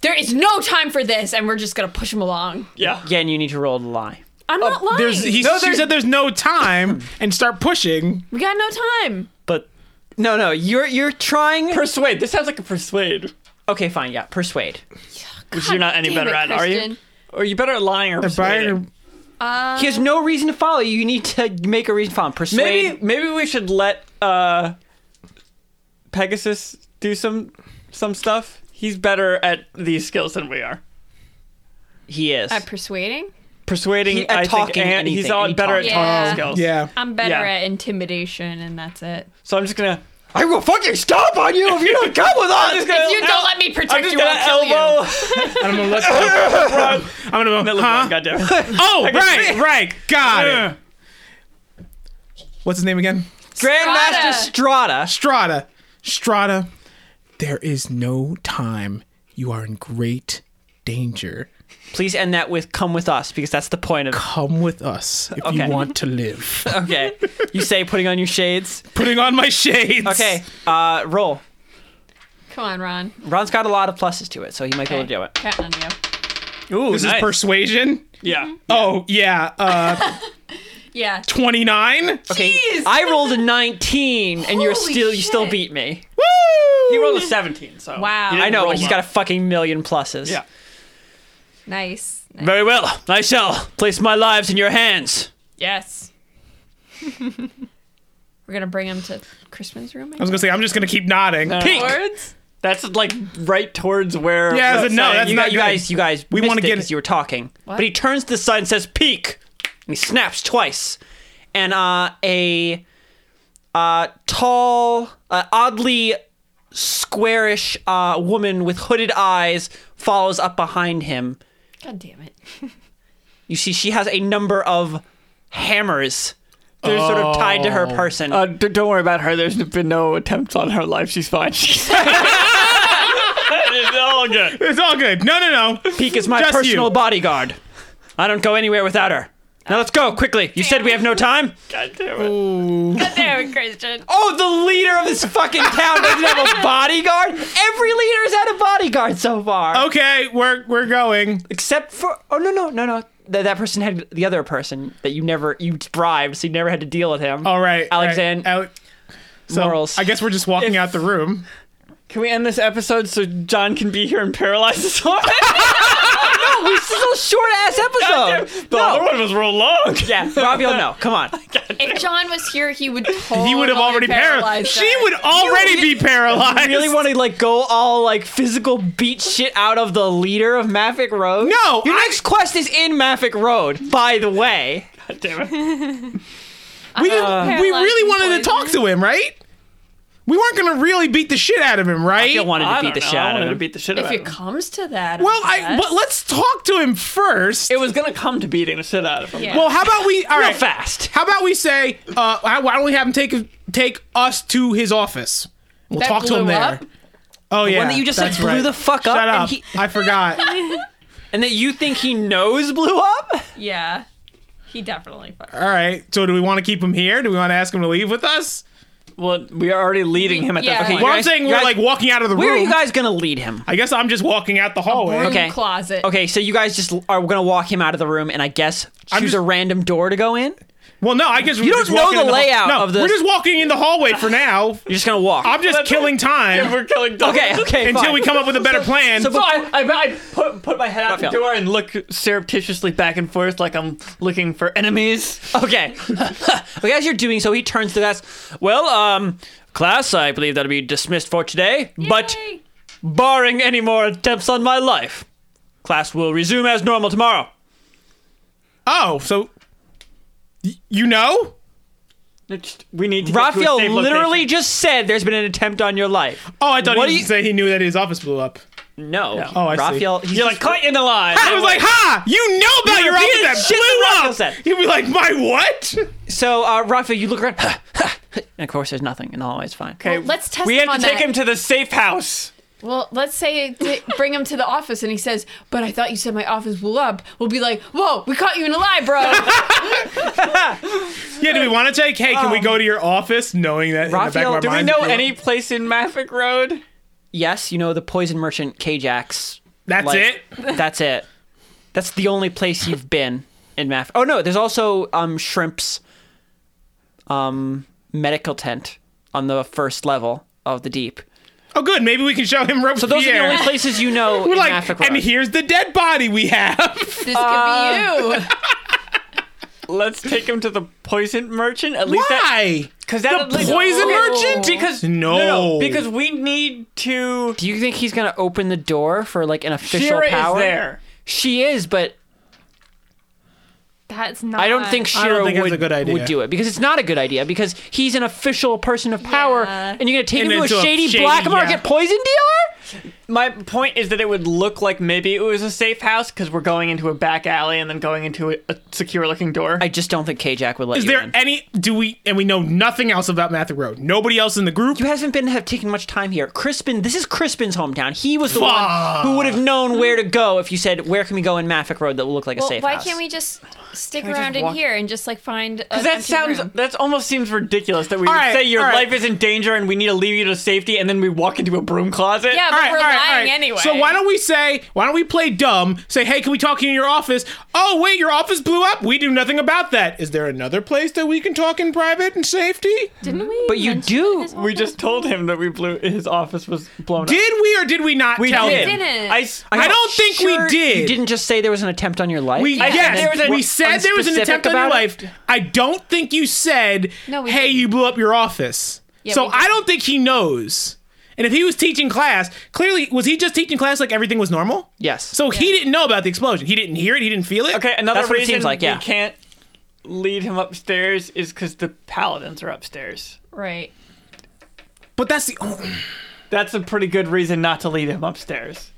There is no time for this, and we're just gonna push him along. Yeah. Again, you need to roll the lie. I'm not lying. There's, he, No, she there's- said there's no time and start pushing. we got no time. But no, no, you're you're trying. Persuade. This sounds like a persuade. okay, fine. Yeah, persuade. Which you're not any damn better it, at, are you? Christian. Or you better at lying or persuading. he has no reason to follow you. You need to make a reason to follow him. Persuade. Maybe maybe we should let uh, Pegasus do some some stuff. He's better at these skills than we are. he is. At persuading, Persuading, He- at I talking, think, and he's anything, all any better talking. at tonal Yeah. skills. Yeah. I'm better Yeah. at intimidation, and that's it. So I'm just gonna. I will fucking stomp on you if you don't come with us. just gonna- If you el- don't let me I'm protect just you, I'll gonna kill you. elbow. And I'm gonna let. I'm gonna That go. looked Huh? wrong, goddamn. Oh, right, right. Got it. What's his name again? Grandmaster Strata. Strada. Strada. There is no time. You are in great danger. Please end that with "come with us" because that's the point of. Come with us if Okay. you want to live. Okay, you say putting on your shades. Putting on my shades. Okay, uh, roll. Come on, Ron. Ron's got a lot of pluses to it, so he might be able to do it. Counting on you. Ooh, This nice. is persuasion. yeah. Oh yeah. Uh, Yeah. twenty nine. Okay, I rolled a 19, and you're Holy still you still shit. beat me. He rolled a 17, so. Wow. he didn't I know, roll but he's well. got a fucking million pluses. Yeah. Nice. nice. Very well. I shall place my lives in your hands. Yes. We're gonna bring him to Crispin's room. I I was gonna say I'm just gonna keep nodding. Pink. Words. That's like right towards where. Yeah, I said no, saying- that's you, not gu- you good. guys, you guys. We We want wanna to get get as it- you were talking, but he turns to the side and says, "Peek!" And he snaps twice, and uh, a uh, tall, uh, oddly squarish uh, woman with hooded eyes follows up behind him. God damn it. You see, she has a number of hammers. They're sort of tied to her person. Uh, d- don't worry about her. There's been no attempts on her life. She's fine. She's it's all good. It's all good. No, no, no. Peek is my just personal you. bodyguard. I don't go anywhere without her. Now let's go quickly. You said we have no time. God damn it. Damn, Christian. Oh, the leader of this fucking town doesn't have a bodyguard. Every leader has had a bodyguard so far, Okay, we're we're going. except for oh no no no no that that person had the other person that you never you bribed, so you never had to deal with him. All right, Uh, Alexand- All right. Ale- so Morals. I guess we're just walking out the room. Can we end this episode so John can be here and paralyze us all? we this is a short ass episode. The other No. Oh. one was real long. Yeah, Raviel, no. Come on. If John was here, he would totally he would have already paralyzed. paralyzed. She would already be paralyzed. really want to like go all like physical beat shit out of the leader of Maffic Road? No, Your I- next quest is in Maffic Road, by the way. We, didn't- uh, we really wanted to Paralyzed talk to him, right? We weren't gonna really beat the shit out of him, right? You wanted to I beat don't the know. shit I out wanted of to him. beat the shit If out it of him. comes to that, well, I but let's talk to him first. It was gonna come to beating the shit out of him. Yeah. well, how about we? All right, Fast. How about we say? Uh, how- why don't we have him take take us to his office? We'll That talk to him blew there. up? Oh yeah, one that you just said that's blew right. the fuck up Shut and up! he- I forgot. And that you think he knows blew up? Yeah. He definitely fucked. All right. So do we want to keep him here? Do we want to ask him to leave with us? Well, we are already leading him at Yeah. that point. Well, I'm guys- saying you we're guys- like walking out of the Where are room. you guys gonna lead him? I guess I'm just walking out the hallway. Okay. closet. Okay, so you guys just are gonna walk him out of the room, and I guess choose just- a random door to go in. Well, no, I guess you we're don't just know walking the in hall- layout no, of this- We're just walking in the hallway for now. You're just gonna walk. I'm just killing time We're killing dogs. okay, okay. until fine. we come up with a better plan. So I, I, I put, put my head out the Raphael. door and look surreptitiously back and forth like I'm looking for enemies. Okay. okay, as you're doing so, he turns to us. Well, um, class, I believe that'll be dismissed for today. But barring any more attempts on my life, class will resume as normal tomorrow. oh, so y- you know? It's- We need to get to a Raphael safe literally location. just said there's been an attempt on your life. Oh, I thought What he do was you- gonna say he knew that his office blew up. No. Oh, I see. Raphael, he's You're like just- caught in the line. I was like, "Ha! You know about You your repeated office shit that Raphael that said. blew up." He'd be like, "My what?" so, uh, Raphael, you look around. and of course, there's nothing in the hallway. It's fine. Okay, let's test We him have to on take that. him to the safe house. Well, let's say t- bring him to the office, and he says, "But I thought you said my office blew up." We'll be like, "Whoa, we caught you in a lie, bro." Yeah, do we want to take? Hey, can we go to your office, knowing that in the back of Um, Raphael, our do we minds Know blew up? any place in Maffick Road? Yes, you know the poison merchant Kjax. That's like- it. That's it. That's the only place you've been in Math. Oh no, there's also um Shrimp's um medical tent on the first level of the deep. Oh, good. Maybe we can show him ropes. So those are Pierre. the only places you know We're in like, Maffic and Road. here's the dead body we have. This could be you. Let's take him to the poison merchant. At least that Why? because that Oh. The poison merchant? Because No. because we need to. Do you think he's gonna open the door for like an official Shira power? is there. She is, but That's not. I don't think I don't Shira think that's would, a good idea. would do it because it's not a good idea because he's an official person of power, Yeah. and you're gonna take And him to a into a shady, shady- black market yeah. poison dealer. My point is that it would look like maybe it was a safe house because we're going into a back alley and then going into a, a secure looking door. I just don't think Kajak would let Is you there in. any? Do we? And we know nothing else about Matthew Road. Nobody else in the group. You haven't been have taken much time here. Crispin, this is Crispin's hometown. He was the one who would have known where to go if you said, "Where can we go in Maffic Road that will look like a Well, safe why house?" can't we just stick we just around walk- in here and just like find? A that sounds that almost seems ridiculous that we would right, say your all right. life is in danger and we need to leave you to safety and then we walk into a broom closet. Yeah, but All right, we're all right, all lying right. anyway. So why don't we say? Why don't we play dumb? Say, hey, can we talk in your office? Oh wait, your office blew up. We do nothing about that. Is there another place that we can talk in private and safety? Didn't we? But you mention do- this whole We thing? just told him that we blew his office was blown up. Did we or did we not tell did. him? Didn't. I, s- I don't think Sure, we did. You didn't just say there was an attempt on your life. We Yeah, yes, there was a- we said there was an unspecific attempt on your about life. I don't think you said, No, we "Hey, didn't. you blew up your office." so we I don't think he knows. And if he was teaching class, clearly was he just teaching class like everything was normal? Yes. So he didn't know about the explosion. He didn't hear it. He didn't feel it. Okay, another That's what it reason seems like, yeah. we can't lead him upstairs is because the paladins are upstairs. Right. But that's the only. That's a pretty good reason not to lead him upstairs.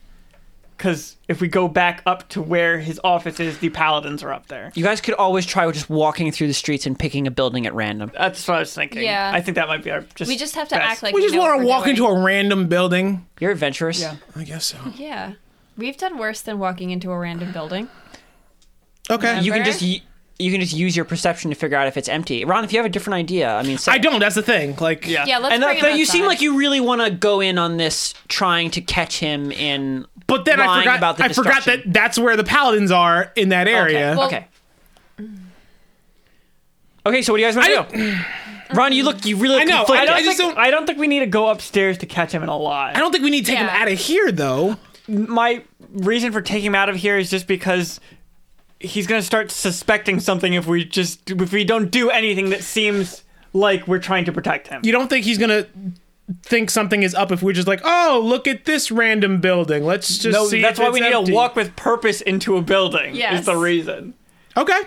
Because if we go back up to where his office is, the paladins are up there. you guys could always try just walking through the streets and picking a building at random. That's what I was thinking. Yeah. I think that might be our just. We just have to best. act like We just know want to what walk we're into doing. a random building. You're adventurous. Yeah. I guess so. Yeah. We've done worse than walking into a random building. Okay. You can Remember? just y- you can just use your perception to figure out if it's empty. Ron, if you have a different idea, I mean, say I it. don't. That's the thing. Like, Yeah. Yeah, let's and bring that, him that you seem outside. like you really want to go in on this, trying to catch him in. But then I lying forgot. about the I forgot destruction. that that's where the paladins are in that area. Okay. okay. Okay, so what do you guys want to do? Ron, you look, you really look I know, conflicted. I don't, I just think, don't- I don't think we need to go upstairs to catch him in a lie. I don't think we need to take Yeah. him out of here though. my reason for taking him out of here is just because he's gonna start suspecting something if we just if we don't do anything that seems like we're trying to protect him. You don't think he's gonna think something is up if we're just like, oh, look at this random building. Let's just no, see. that's if why it's we need empty." to walk with purpose into a building. Yes. is the reason. Okay.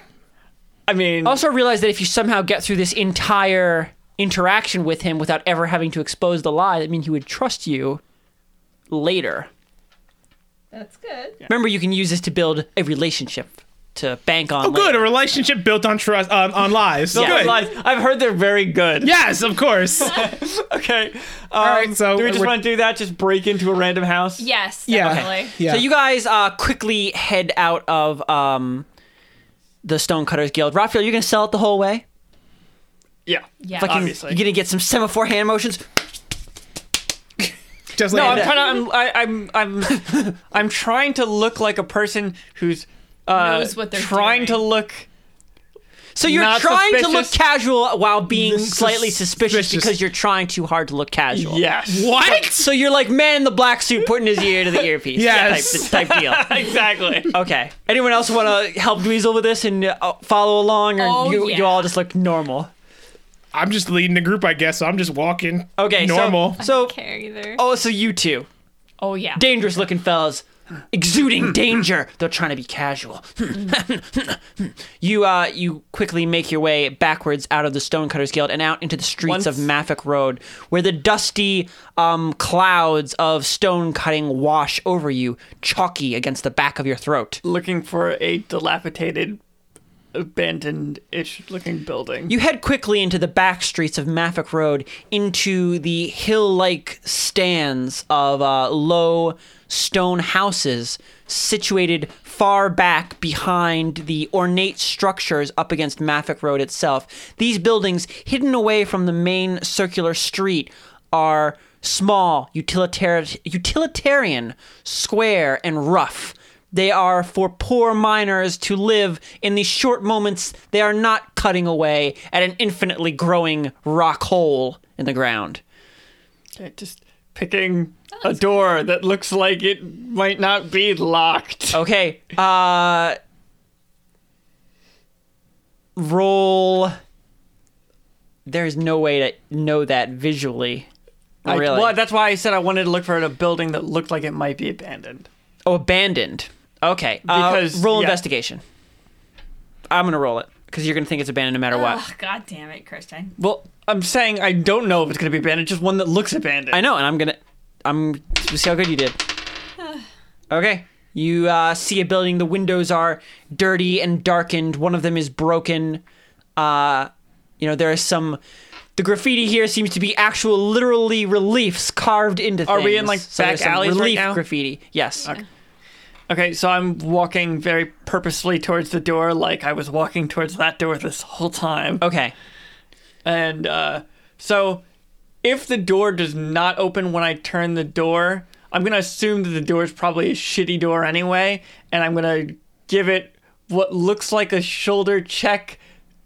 I mean, Also realize that if you somehow get through this entire interaction with him without ever having to expose the lie, that means he would trust you later. That's good. Remember, you can use this to build a relationship to bank on. Oh, good. later. A relationship built on trust on, on lies. So Yeah. good. lies. I've heard they're very good. Yes, of course. Okay. Um, right, so do we just Oh, we're- want to do that? Just break into a random house? Yes, Yeah. definitely. Yeah. So you guys uh, quickly head out of um, the Stonecutters Guild. Raphael, you're gonna sell it the whole way. Yeah. Yeah. Fucking, Obviously. You're gonna get some semaphore hand motions. just No, like I'm trying to. I'm. I, I'm. I'm. I'm trying to look like a person who's uh, Knows what they're trying to doing. look. So you're Not trying to look suspicious. casual while being Sus- slightly suspicious, suspicious. because you're trying too hard to look casual. Yes. what? So you're like man in the black suit putting his ear to the earpiece. Yes. Type, type deal. Exactly. Okay. Anyone else want to help Dweezil with this and uh, follow along, or Oh, you, yeah. you all just look normal? I'm just leading the group, I guess. So I'm just walking. Okay. so- Normal. So, Care either. oh, so you two, Oh yeah. dangerous looking fellas, exuding danger. They're trying to be casual. Hmm. you uh, you quickly make your way backwards out of the Stonecutters Guild and out into the streets of Maffick Road, where the dusty um, clouds of stone cutting wash over you, chalky against the back of your throat. Looking for a dilapidated, abandoned-ish looking building. You head quickly into the back streets of Maffick Road, into the hill-like stands of uh, low stone houses situated far back behind the ornate structures up against Maffick Road itself. These buildings, hidden away from the main circular street, are small, utilitarian, utilitarian square, and rough. They are for poor miners to live in these short moments. They are not cutting away at an infinitely growing rock hole in the ground. Okay, just picking a door that looks like it might not be locked. Okay. Uh roll There's no way to know that visually. I- Really? well, that's why I said I wanted to look for a building that looked like it might be abandoned. Oh, abandoned. Okay. Uh, Because- roll yeah. investigation. I'm going to roll it cuz you're going to think it's abandoned no Uh, Oh, matter what. Ugh, God damn it, Kristen. Well, I'm saying I don't know if it's going to be abandoned, just one that looks abandoned. I know, and I'm gonna. I'm we'll see how good you did. Okay, you uh, see a building. The windows are dirty and darkened. One of them is broken. Uh, you know there is some. The graffiti here seems to be actual, literally reliefs carved into things. Are we in, like, there's back some alleys right relief now? graffiti? Yes. Okay, so I'm walking very purposefully towards the door, like I was walking towards that door this whole time. Okay. And uh, so, if the door does not open when I turn the door, I'm gonna assume that the door is probably a shitty door anyway, and I'm gonna give it what looks like a shoulder check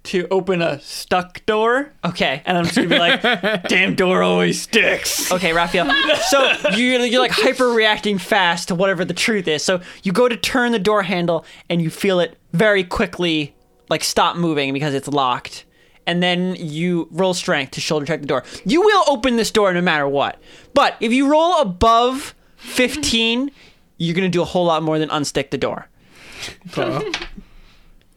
to open a stuck door. Okay. And I'm just gonna be like, "Damn door always sticks." Okay, Raphael. So you're, you're like hyper reacting fast to whatever the truth is. So you go to turn the door handle and you feel it very quickly, like stop moving because it's locked. And then you roll strength to shoulder check the door. You will open this door no matter what. But if you roll above 15, you're going to do a whole lot more than unstick the door.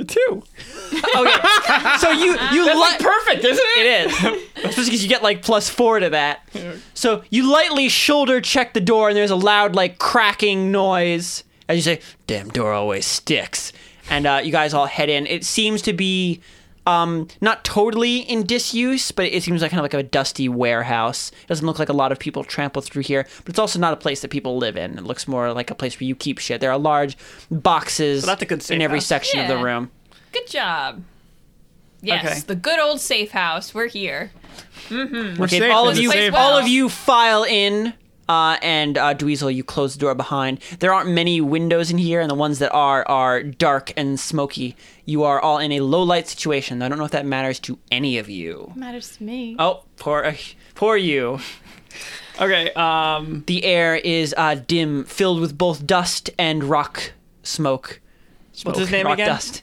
Two. So you you like Perfect, isn't it? It is. Especially because you get like plus four to that. So you lightly shoulder check the door, and there's a loud, like, cracking noise as you say, Damn door always sticks. And uh, you guys all head in. It seems to be um, not totally in disuse, but it seems like kind of like a dusty warehouse. It doesn't look like a lot of people trample through here, but it's also not a place that people live in. It looks more like a place where you keep shit. There are large boxes that's a good safe in every house. section of the Yeah. room. Good job. Yes, Okay. the good old safe house. We're here. Okay, safe all in of the you, safe all house. of you file in Uh, and uh, Dweezil, you close the door behind. There aren't many windows in here, and the ones that are are dark and smoky. You are all in a low light situation. I don't know if that matters to any of you. Matters to me. Oh, poor, poor you. Okay. Um. The air is uh, dim, filled with both dust and rock smoke. Smoke, his name rock again? Dust.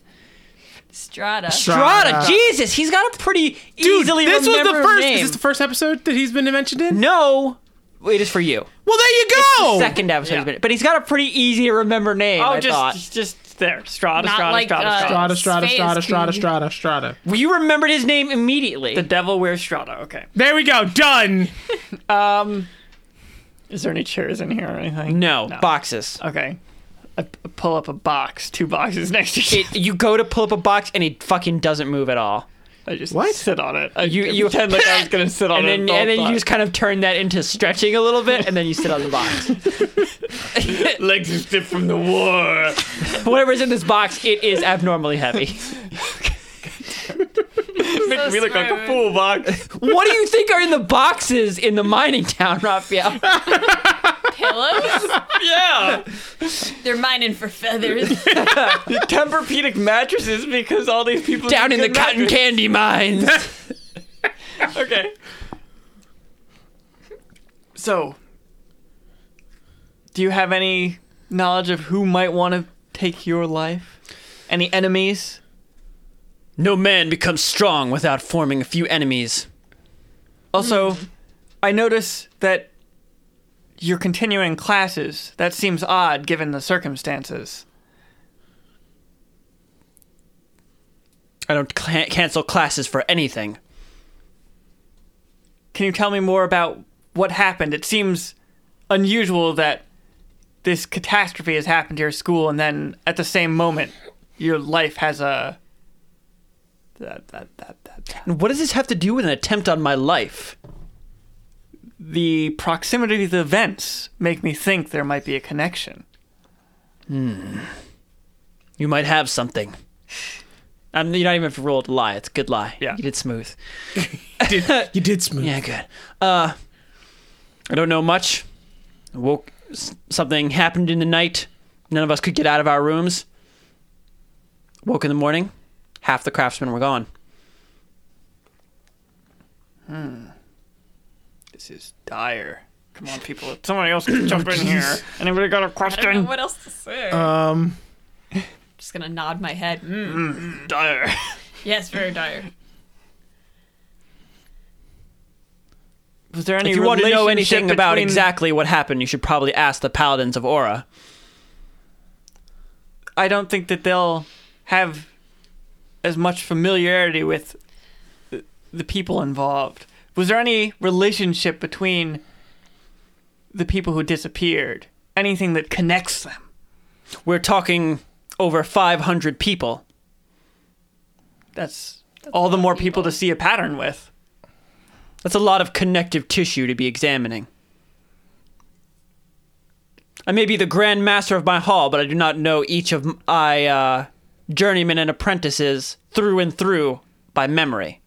Strata. Strata. Jesus, he's got a pretty Dude, easily this was the remembered first. name. Is this the first episode that he's been mentioned in? no, it is for you. Well, there you go. Second episode, Oh. Yeah. but- but he's got a pretty easy to remember name. Oh, I just thought. just there. Strata. Not Strata. like, strata. uh, strata. Strata, strata, Spay is strata, strata, key. strata, strata. Well, you remembered his name immediately. The devil wears Strata. Okay. There we go. Done. Um. Is there any chairs in here or anything? no, boxes. Okay. I p- pull up a box. Two boxes next to you. It, you go to pull up a box and it fucking doesn't move at all. I just What? sit on it. I, You- I you- pretend like I was gonna sit on And it. then, the and then whole you just kind of turn that into stretching a little bit, and then you sit on the box. time. legs are stiff from the war. Whatever's in this box, it is abnormally heavy. Make me look like a smart. fool, box. What do you think are in the boxes in the mining town, Raphael? Pillows? yeah. They're mining for feathers. Tempur-Pedic mattresses because all these people Down in the need good cotton mattresses. candy mines. Okay. So, do you have any knowledge of who might want to take your life? Any enemies? no man becomes strong without forming a few enemies. Also, I notice that you're continuing classes. That seems odd given the circumstances. I don't cla cancel classes for anything. Can you tell me more about what happened? It seems unusual that this catastrophe has happened to your school, and then at the same moment, your life has a. That, that, that, that, that. And what does this have to do with an attempt on my life? The proximity of the events make me think there might be a connection. You might have something. Um, you're not even rolled a lie. It's a good lie. Yeah. You did smooth. You did smooth. Yeah, good. Uh, I don't know much. I woke. s- Something happened in the night. None of us could get out of our rooms. Woke in the morning. Half the craftsmen were gone. This is dire. Come on, people. Somebody else can jump in here. Anybody got a I don't know question? what else to say. Um. just gonna nod my head. Mm. Dire. Yes, very dire. Was there any if you want to know relationship anything about between- exactly what happened, you should probably ask the paladins of Aura. I don't think that they'll have as much familiarity with the, the people involved. Was there any relationship between the people who disappeared? Anything that connects them? We're talking over 500 people. That's, all the more people to see a pattern with. That's a lot of connective tissue to be examining. I may be the grand master of my hall, but I do not know each of m- my uh, journeymen and apprentices through and through by memory.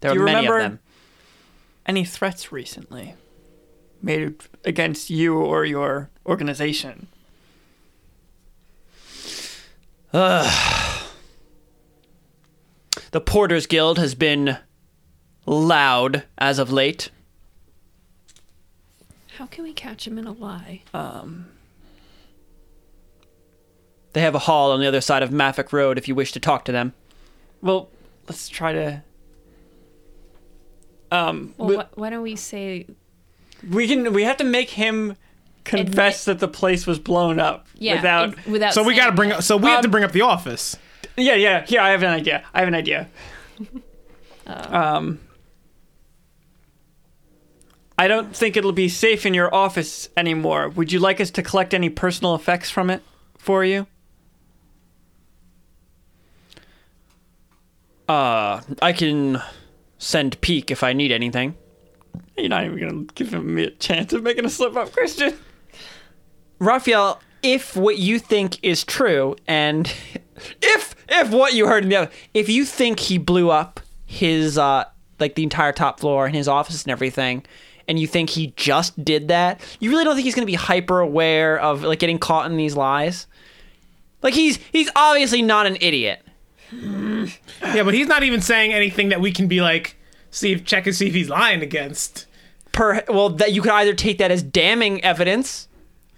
There Do are you many remember- of them. Any threats recently made against you or your organization? The Porters Guild has been loud as of late. How can we catch him in a lie? Um, They have a hall on the other side of Maffic Road if you wish to talk to them. Well, let's try to. Um, Well, we- wh- why don't we say We can. We have to make him confess that the place was blown up. Yeah, Without. and- without. So we got to saying bring it. up. So we have to Um, bring up the office. yeah, yeah. Here, I have an idea. I have an idea. Oh. Um. I don't think it'll be safe in your office anymore. Would you like us to collect any personal effects from it for you? Uh, I can send Peek if I need anything. You're not even gonna give him me a chance of making a slip up, Christian. Raphael, if what you think is true, and if if what you heard in the other, if you think he blew up his uh like the entire top floor and his office and everything, and and you think he just did that, you really don't think he's going to be hyper aware of like getting caught in these lies. Like he's he's obviously not an idiot. Yeah, but he's not even saying anything that we can be like, see if check and see if he's lying against. Per well, that you could either take that as damning evidence,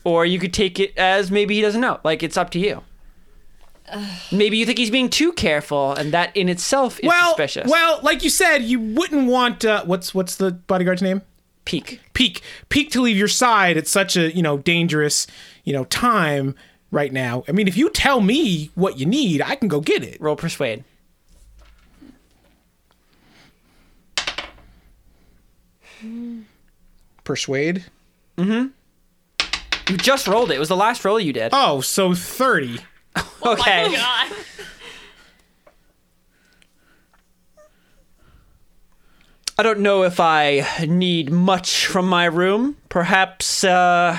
or you could take it as maybe he doesn't know. Like it's up to you. Maybe you think he's being too careful, and that in itself is well, suspicious. well, like you said, you wouldn't want uh, what's what's the bodyguard's name? peak. Peak, peak to leave your side at such a you know dangerous you know time right now. I mean, if you tell me what you need, I can go get it. Roll persuade. Persuade. You just rolled it. It was the last roll you did. Oh, so thirty. okay. I don't know if I need much from my room. Perhaps uh,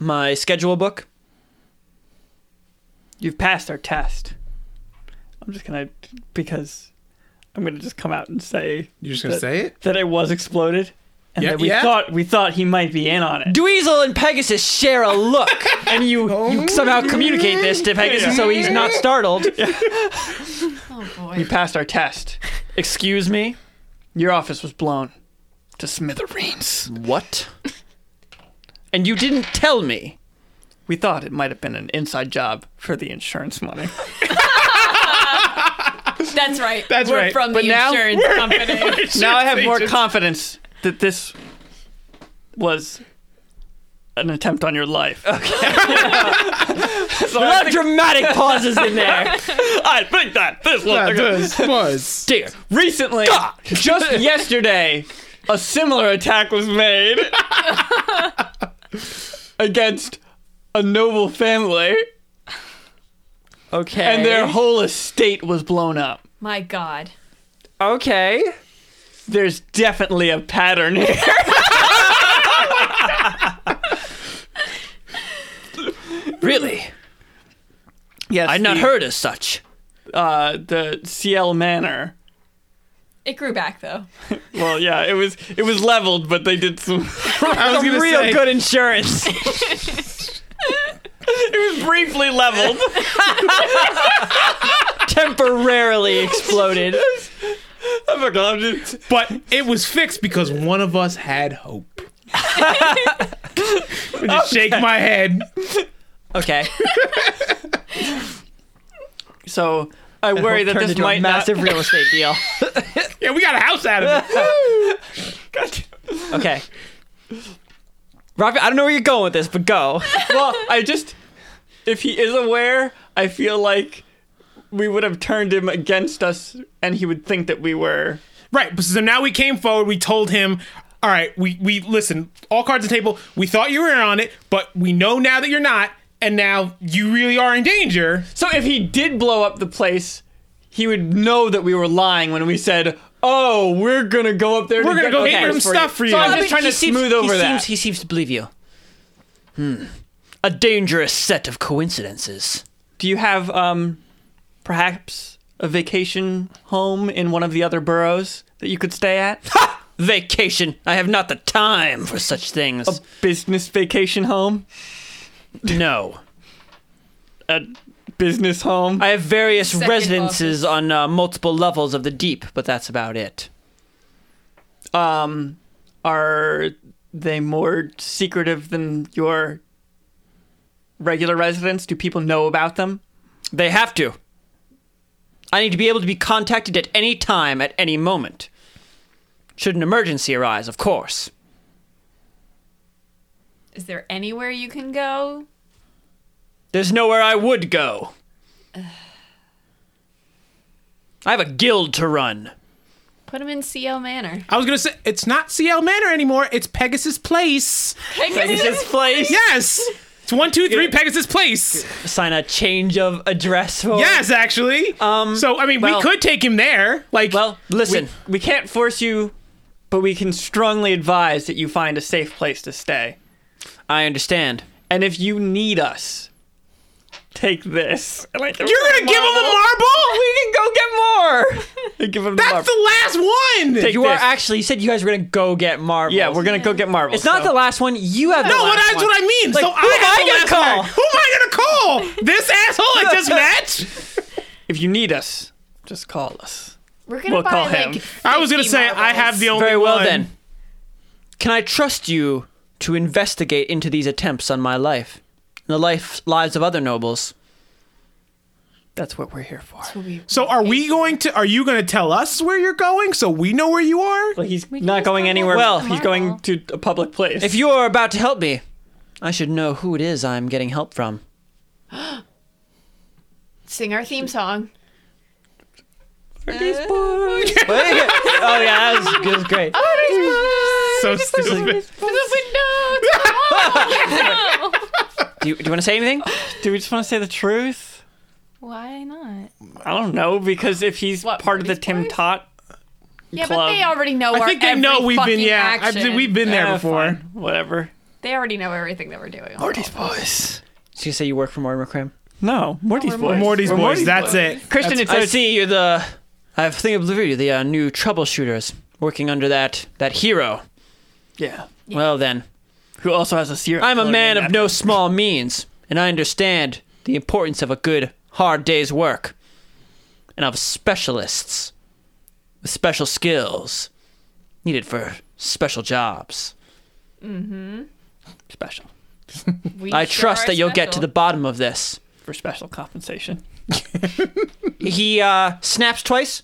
my schedule book. You've passed our test. I'm just gonna because I'm gonna just come out and say You're just gonna that- say it? that it was exploded, and Yeah, that we yeah. thought we thought he might be in on it. Dweezil and Pegasus share a look, and you, you somehow communicate this to Pegasus so he's not startled. Oh You boy. passed our test. Excuse me? Your office was blown to smithereens. What? And you didn't tell me. We thought it might have been an inside job for the insurance money. That's right. That's We're right. From But the now- insurance company. now I have more agents. confidence that this was an attempt on your life. Okay. so A I lot of think, dramatic pauses in there. I think that this That was does- was. Dear recently. Just yesterday, a similar attack was made against a noble family, Okay. and their whole estate was blown up. My God. okay. There's definitely a pattern here. Really? Yes, I'd not the, heard as such. uh, the CL Manor. It grew back though. Well, yeah, it was it was leveled, but they did some I was gonna Real say, good insurance. briefly leveled. Temporarily exploded. I forgot, I'm just- but it was fixed because one of us had hope. I just shake my head. Okay. So I worry that Turned this into might a massive not. real estate deal. Yeah, we got a house out of it. Okay. Rafi, I don't know where you're going with this, but go. well, I just if he is aware, I feel like we would have turned him against us, and he would think that we were. Right. but So now we came forward. We told him, all right, we, we listen, all cards on the table. We thought you were in on it, but we know now that you're not. And now you really are in danger. So if he did blow up the place, he would know that we were lying when we said, "Oh, we're gonna go up there. We're to get going to go the get things some for stuff you." for you. So I'm just trying He to seems- smooth over he that. Seems, he seems to believe you. Hmm. A dangerous set of coincidences. Do you have um, perhaps a vacation home in one of the other boroughs that you could stay at? Vacation. I have not the time for such things. Oh. business vacation home, no. a business home. I have various Second residences on uh, multiple levels of the deep, but that's about it. Um, are they more secretive than your regular residents? Do people know about them? They have to. I need to be able to be contacted at any time, at any moment. Should an emergency arise, of course. Is there anywhere you can go? There's nowhere I would go. I have a guild to run. Put him in CL Manor. I was going to say, it's not CL Manor anymore. It's Pegasus Place. Pegasus place. Yes. It's 123 Pegasus Place. Sign a change of address. form. Yes, actually. Um, so, I mean, well- we could take him there. Like, Well, listen. We, we can't force you, but we can strongly advise that you find a safe place to stay. I understand. And if you need us, take this. And I give you're her going to a give him a marble. marble? We can go go get more. I give him That's the marble. the last one. Take You this. are actually. You said you guys were gonna go get marbles. Yeah, we're gonna go get marbles. It's not so- the last one. You have the no, but last that's one. what I mean. Like, so who I am I have the gonna call? last one. Who am I gonna call? This asshole at this match? If you need us, just call us. We're gonna We'll buy call like. him. I was gonna 50 say I have marbles. the only Very well one. then. Can I trust you to investigate into these attempts on my life and the life lives of other nobles? That's what we're here for. So are we going to? Are you gonna tell us where you're going so we know where you are? Well, he's can not just going go anywhere. Well- he's going to a public place. If you are about to help me, I should know who it is I'm getting help from. Sing our theme song. oh yeah, that was, that was great. so stupid. Do you, do you want to say anything? do we just want to say the truth? Why not? I don't know because if he's part of the Tim Tot Yeah, Club. but they already know. I our think they know every we've been. fucking Yeah, I action. think we've been there eh, before. fine, whatever. They already know everything that we're doing. Morty's boys. So you say you work for Mortimer Cram? No, Morty's boys. Morty's We're boys. that's it. Christian, it's I our- see you're the. I have thing of delivery. The uh, new troubleshooters working under that that hero. yeah. Well then, Who also has a serum? I'm a man of no small means, and I understand the importance of a good, hard day's work, and of specialists with special skills needed for special jobs. special We I sure trust are that you'll get to special. the bottom of this. for special compensation. He uh, snaps twice,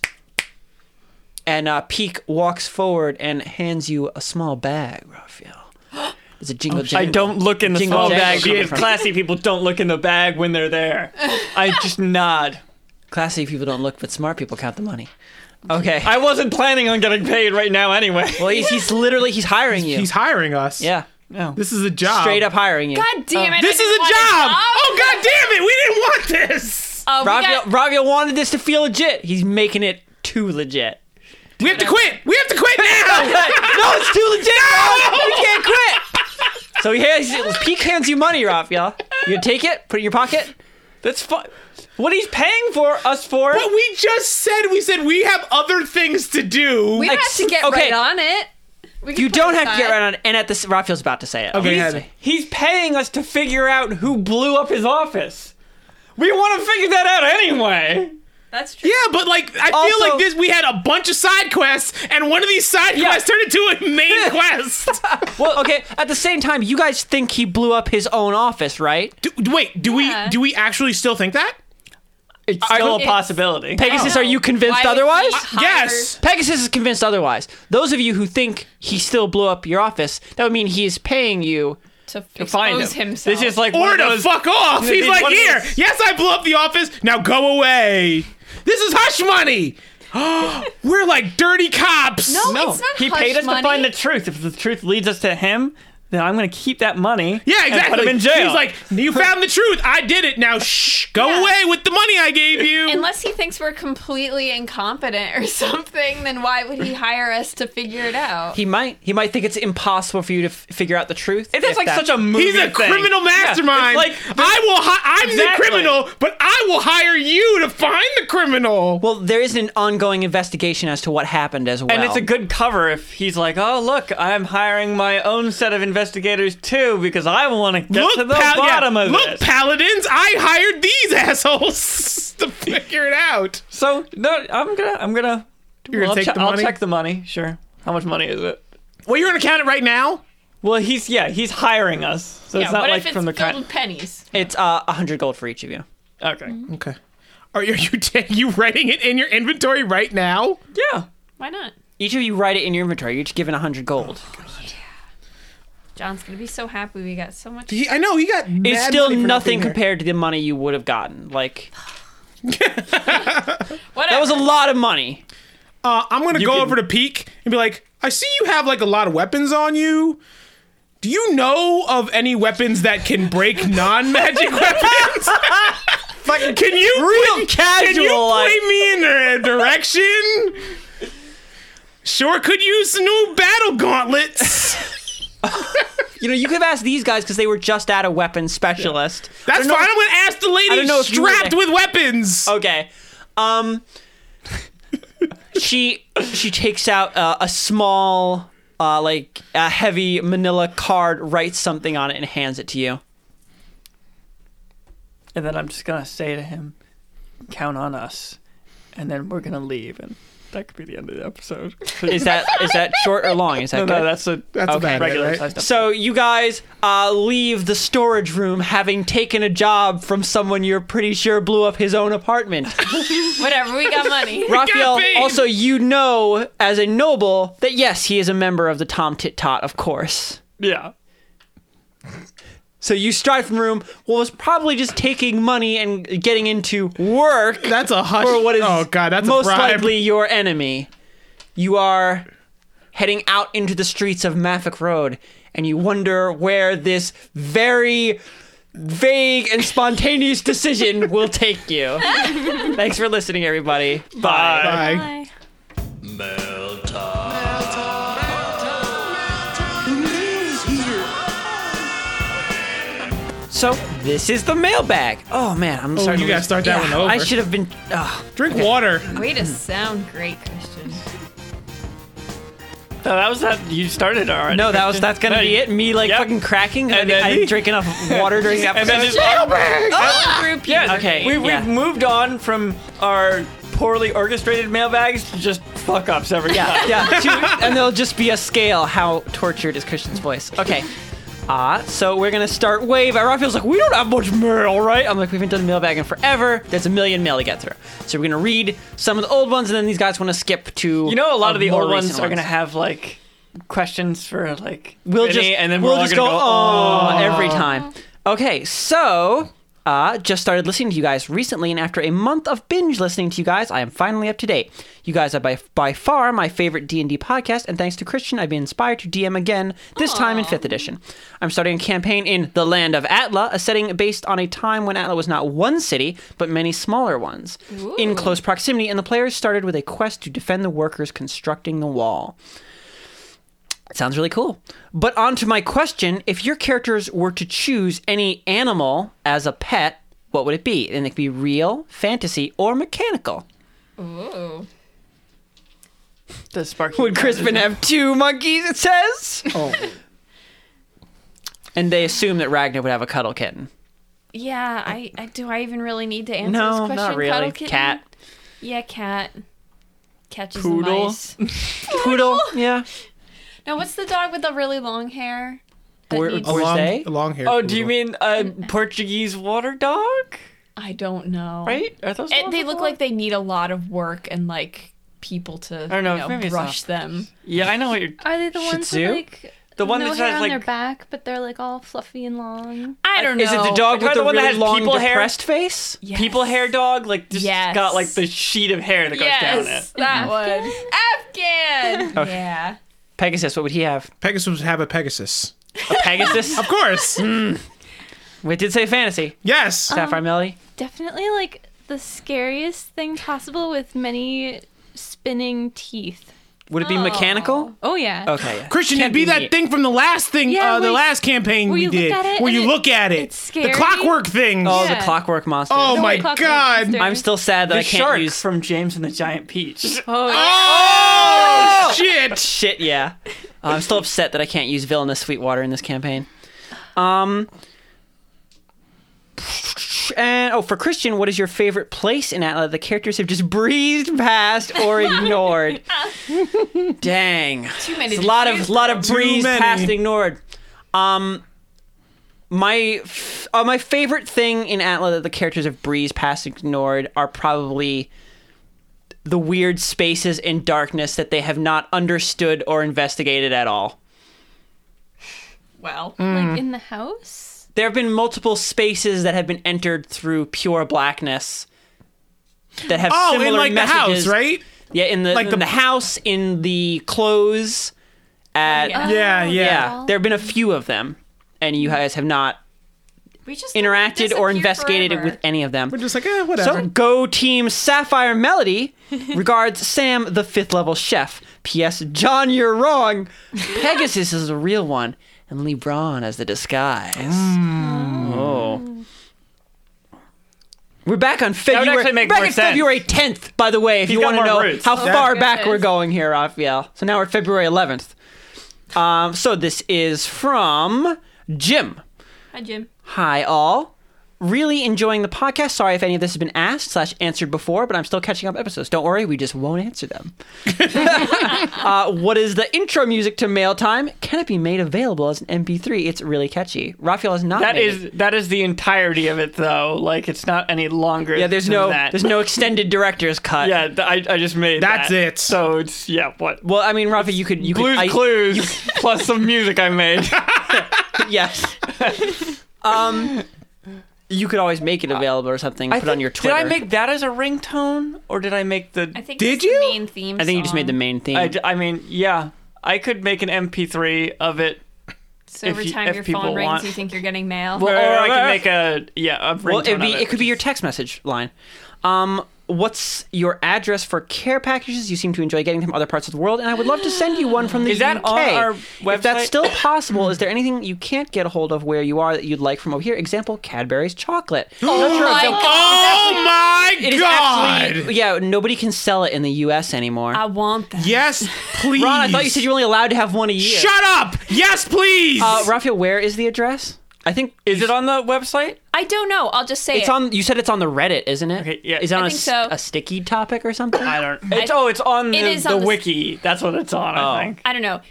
and uh, Peek walks forward and hands you a small bag, Raphael. It's a jingle I jangle. don't look in the Jingle small jangle bag coming because from- classy people don't look in the bag when they're there. I just nod. Classy people don't look, but smart people count the money. Okay. I wasn't planning on getting paid right now anyway. well, he's, he's literally he's hiring you. He's hiring us. yeah. No. This is a job. Straight up hiring you. God damn it! This I is a didn't job. want Oh god damn it! We didn't want this. Oh, we Raviel, got- Raviel wanted this to feel legit. He's making it too legit. We have to quit. We have to quit now. no, it's too legit. No! You can't quit. So he hands Peek hands you money, Raphael. You gonna take it, put it in your pocket. That's fun. What he's paying for us for? but we just said we said we have other things to do. we have Ex- to get okay. right on it. We can You put don't it have to get aside. right on. it. And at this, Raphael's about to say it. Okay, He's- had it. He's paying us to figure out who blew up his office. We want to figure that out anyway. That's true. yeah, but like I Also- feel like this. We had a bunch of side quests, and one of these side quests turned into a main quest. well, okay. At the same time, you guys think he blew up his own office, right? do, wait, do Yeah. we do we actually still think that? It's still a It's- possibility. Pegasus, are you convinced Why would otherwise? he hire- Uh, Yes. Pegasus is convinced otherwise. Those of you who think he still blew up your office, that would mean he is paying you. To Find expose him. himself. This is like one Or of to those- fuck off. He's these like, one of here. those- Yes, I blew up the office. Now go away. This is hush money. We're like dirty cops. No, it's not he hush paid us money. to find the truth. If the truth leads us to him, then I'm going to keep that money. Yeah, exactly. And put him in jail. He's like, you found the truth. I did it. Now shh, go Yeah. away with the money I gave you. Unless he thinks we're completely incompetent or something, then why would he hire us to figure it out? He might. He might think it's impossible for you to f- figure out the truth. It's just if like that- such a movie. He's a thing. criminal mastermind. Yeah, it's like I will. Hi- I'm Exactly. the criminal, but I will hire you to find the criminal. Well, there is an ongoing investigation as to what happened as well. And it's a good cover if he's like, "Oh, look, I'm hiring my own set of investigators too because I want to get to the pal- yeah, bottom of look, this." paladins. I hired these assholes to figure it out. so no, I'm gonna, I'm gonna, You're gonna I'll take che- the I'll money? check the money. Sure. How much money is it? Well, you're gonna count it right now. Well, he's yeah, he's hiring us, so yeah, it's not what like if it's from the filled kind. with pennies? It's uh, hundred gold for each of you. Okay. Mm-hmm. Okay. Are you are you, ta- you writing it in your inventory right now? Yeah. Why not? Each of you write it in your inventory. You're each given hundred gold. John's gonna be so happy we got so much. He, I know he got. it's still nothing compared to the money you would have gotten. Like Whatever. that was a lot of money. Uh, I'm gonna go can- over to Peek and be like, I see you have like a lot of weapons on you. Do you know of any weapons that can break non-magic weapons? Fucking can you Real Can you casual. like- point me in a direction? Sure, could use some new battle gauntlets. You know, you could have asked these guys because they were just at a weapons specialist. I That's don't know fine. I'm gonna ask the lady don't know if you were strapped there. with weapons. Okay. Um she she takes out uh, a small, uh, like a heavy Manila card, writes something on it, and hands it to you. And then I'm just gonna say to him, "Count on us," and then we're gonna leave, and that could be the end of the episode. Is that is that short or long? Is that no, good? no, that's a That's okay, about it, regular right? sized So you guys uh, leave the storage room having taken a job from someone you're pretty sure blew up his own apartment. Whatever, we got money. Raphael, beat! also you know as a noble that yes, he is a member of the Tom Tit Tot, of course. Yeah. So you stride from the room, what was probably just taking money and getting into work That's a hush. for what is oh god, that's most a bribe. likely your enemy. You are heading out into the streets of Maffick Road, and you wonder where this very vague and spontaneous decision will take you. Thanks for listening, everybody. Bye. Bye. Bye. So this is the mailbag. Oh man, I'm sorry. you gotta start that one over. I should have been. ah. Drink water. Way to sound great, Christian. No, that was that. You started already. no, that was that's gonna No, be you- it. Me like Yep. fucking cracking. 'cause I, And didn't- then- I didn't drink enough water during the And then episode. just, yeah, Okay, Ah! We, we've yeah. moved on from our poorly orchestrated mailbags to just fuck ups every Yeah, time. yeah. two- and there'll just be a scale how tortured is Christian's voice. Okay. Ah, so we're gonna start way by Raphael's like, we don't have much mail, right? I'm like, we haven't done mailbag in forever. There's a million mail to get through. So we're gonna read some of the old ones, and then these guys want to skip to. You know, a lot of the more old ones, recent are gonna have like questions for like We'll Vinny, just and then we'll we're all just gonna go, go, oh, every time. Okay, so uh, just started listening to you guys recently, and after a month of binge listening to you guys, I am finally up to date. You guys are by by far my favorite D and D podcast, and thanks to Christian, I've been inspired to DM again. This time in fifth edition, I'm starting a campaign in the land of Atla, a setting based on a time when Atla was not one city but many smaller ones in close proximity, and the players started with a quest to defend the workers constructing the wall. Sounds really cool. But on to my question if your characters were to choose any animal as a pet, what would it be? And it could be real, fantasy, or mechanical. Ooh. the sparky. Would Crispin have two monkeys, it says? Oh. and they assume that Ragnar would have a cuddle kitten. Yeah, I, I do. I even really need to answer this no, question. not really. Cuddle kitten? Cat. Yeah, cat. Catches the Poodle? mice. Poodle. Yeah. Now, what's the dog with the really long hair? that Or, needs- A long, Thursday? a long hair. Oh, do you poodle. mean a Portuguese water dog? I don't know. Right? Are those? It, they water look dogs? like they need a lot of work and like people to don't know, you maybe it's brush not- them. Yeah, I know what you're. Are they the Shih ones Tzu? with like The one no that hair has on their like. back, but they're like all fluffy and long? I don't know. Is it the dog Am I with the the, one that really has long, people hair? depressed face? Yes. People hair dog, like just Yes. got like the sheet of hair that goes down it. Yes, that one. Afghan. Yeah. Pegasus, what would he have? Pegasus would have a Pegasus? A Pegasus? Of course. we did say fantasy. yes. Sapphire Melly. Definitely like the scariest thing possible with many spinning teeth. Would it be mechanical? Oh yeah. Okay. yeah. Christian, Can't it'd be, be that me. thing from the last thing, Yeah, uh, the where you- last campaign where we you look did, at it where and you it- look at it. it's scary. The clockwork things. Oh, Yeah. the Clockwork Monster. Oh No, my it clockwork god. monster. I'm still sad that The I can't shark use from James and the Giant Peach. Oh shit. shit. Yeah, Uh, I'm still upset that I can't use Villainous Sweetwater in this campaign. Um, and oh, for Christian, what is your favorite place in Atla? The characters have just breezed past or ignored. Dang, Too many. It's a lot of lot of Too breeze many. past ignored. Um, my f- uh, my favorite thing in Atla that the characters of breeze past ignored are probably the weird spaces in darkness that they have not understood or investigated at all. Well, Mm. like in the house. There have been multiple spaces that have been entered through pure blackness that have Oh, similar in like messages. the house, right? Yeah, in the Like in the- the, house, in the clothes, at Yeah. Mm. Yeah, yeah. Ah, Yeah, there have been a few of them, and you guys have not we just interacted or disappear investigated forever. with any of them. We're just like, eh, whatever. So, go team Sapphire Melody. Regards, Sam, the fifth level chef. P.S. John, you're wrong. Pegasus is the real one, and Mm. LeBron as the disguise. Oh. We're back on February. actually make back more at sense. February 10th, by the way, if He's you got want to more know roots. how Oh, far goodness. back we're going here, Raphael. So now we're February 11th. Um, so this is from Jim. Hi, Jim. Hi, all. Really enjoying the podcast. Sorry if any of this has been asked slash answered before, but I'm still catching up episodes. Don't worry, we just won't answer them. uh, what is the intro music to Mail Time? Can it be made available as an MP3? It's really catchy. Raphael has not. That made is it. that is the entirety of it though. Like it's not any longer. Yeah, there's than no that. there's no extended director's cut. Yeah, th- I, I just made That's that. it. So it's yeah, what Well, I mean, Rafa, you could you Blues could I- Clues plus some music I made. yes. um, you could always make it available or something. put it on your Twitter. Did Uh, I make that as a ringtone or did I make the? I think Did it's you? the main theme. I think you just made the main theme. I, d- I mean, yeah, I could make an MP3 of it, So if every you- time if your people phone rings, want- you think you're getting mail. or I could make a yeah a ringtone well, it'd be of it. could be your text message line. Um, what's your address for care packages? You seem to enjoy getting them from other parts of the world, and I would love to send you one from the Is that UK. on our If that's website? still possible, is there anything you can't get a hold of where you are that you'd like from over here? Example: Cadbury's chocolate. Oh Oh my It is god! actually, yeah, nobody can sell it in the U.S. anymore. I want that. yes, please. Ron, I thought you said you were only allowed to have one a year. Shut up! Yes, please. Uh, Raphael, where is the address? I think Is it on the website? I don't know. I'll just say it's it. on. You said it's on the Reddit, isn't it? Okay, yeah. Is it I on a, think s- so. a sticky topic or something? I don't. It's, oh, it's on the, It is the, on the s- wiki. That's what it's on. I think. I don't know.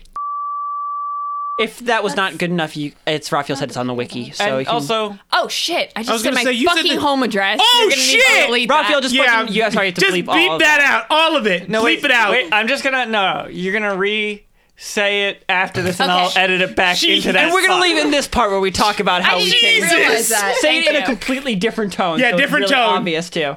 If that was not good enough, you. It's Raphael said it's on the wiki. So and you can, also, Oh shit! I just was said gonna my say, you said fucking that- home address. Oh, You're gonna need to shit! delete that. Raphael just yeah, put some, you. Sorry, to just bleep, beep all of that out, all of it. no, bleep wait, it out. Wait, I'm just gonna no. You're gonna re say it after this, and Okay. I'll edit it back She- into that. And we're gonna spot. leave in this part where we talk about how I we didn't change. even realize that. Say it Thank in a you. completely different tone. Yeah, so it's different really tone. Obvious too.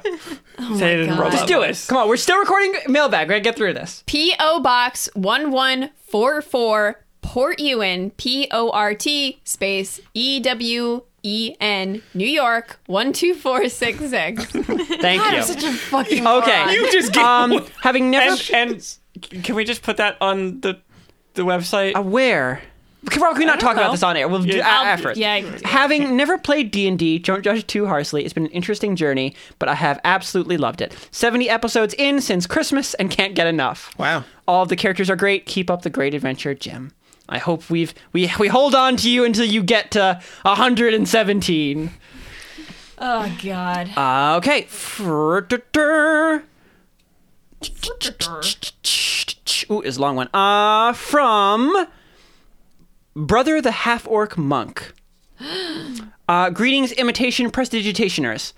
Say it in Oh God. robot Just Do it. voice. Come on, we're still recording mailbag. We're gonna get through this. P.O. Box 1144 Port Ewan, P O R T space E W E N, New York 12466. Thank you. fucking okay. you just get um, having never. And, and can we just put that on the the website? Uh, where? Can, can we not talk about know. this on air? We'll do Yeah. our effort. Yeah, I can do Having never played D&D, don't judge too harshly. It's been an interesting journey, but I have absolutely loved it. 70 episodes in since Christmas and can't get enough. Wow. All of the characters are great. Keep up the great adventure, Jim. I hope we've we we hold on to you until you get to 117. Oh, God. Uh, okay. Fr-ter-ter. Ooh, is a long one. Uh, from Brother the Half Orc Monk. Uh, greetings, imitation prestidigitationers.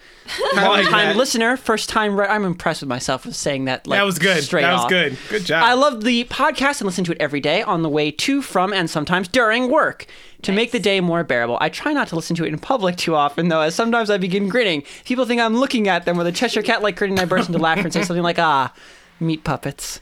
I like Time that. listener, first time. Re- I'm impressed with myself with saying that. Like, That was good. Straight That was off. good. Good job. I love the podcast and listen to it every day on the way to, from, and sometimes during work to make the day more bearable. I try not to listen to it in public too often, though, as sometimes I begin grinning. People think I'm looking at them with a Cheshire cat like grin, and I burst into laughter and say something like, ah, meat puppets.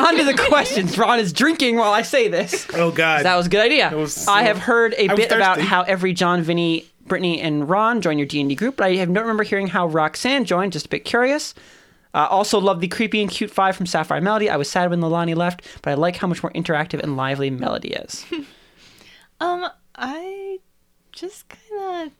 on to the questions. Ron is drinking while I say this. Oh God. That was a good idea. was- I have heard a I was bit about thirsty. how every John, Vinny, Brittany, and Ron join your D and D group, but I have don't remember hearing how Roxanne joined. Just a bit curious. Uh, also love the creepy and cute five from Sapphire Melody. I was sad when Lilani left, but I like how much more interactive and lively Melody is. Um, I just kind of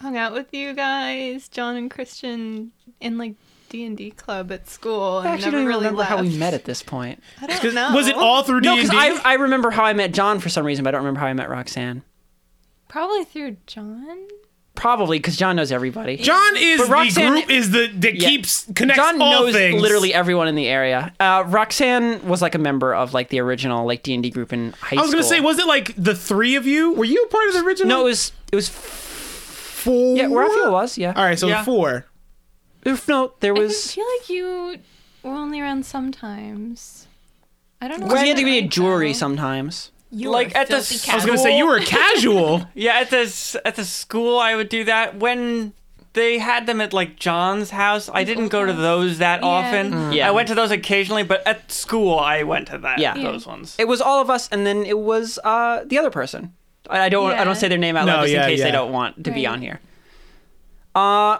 hung out with you guys, John and Christian, in like D and D club at school. I and actually never don't even really remember how we left. met at this point. I don't know. Was it all through No, D because and I, D? I remember how I met John for some reason, but I don't remember how I met Roxanne. probably through John? Probably because John knows everybody. John is But Roxanne- the group is the that Yeah. keeps connects John all knows things. literally everyone in the area. Uh, Roxanne was like a member of like the original like D and D group in high school. I was gonna say, was it like the three of you? Were you a part of the original? No, it was it was four. Yeah, Raphael was, yeah. All right, so Yeah. four. If no, there I was. feel like you were only around sometimes. I don't know. Because why he had to be I a don't jury know. sometimes. You like, are at the filthy s- cat. I I was gonna say you were casual. Yeah, at the s- at the school, I would do that when they had them at like John's house. I didn't go to those that often. Yeah. Mm. I went to those occasionally, but at school, I went to that. Yeah. those ones. It was all of us, and then it was uh, the other person. I I don't. I don't Yeah. say their name out loud No, just yeah, in case yeah. they don't want to be Right. on here. Uh,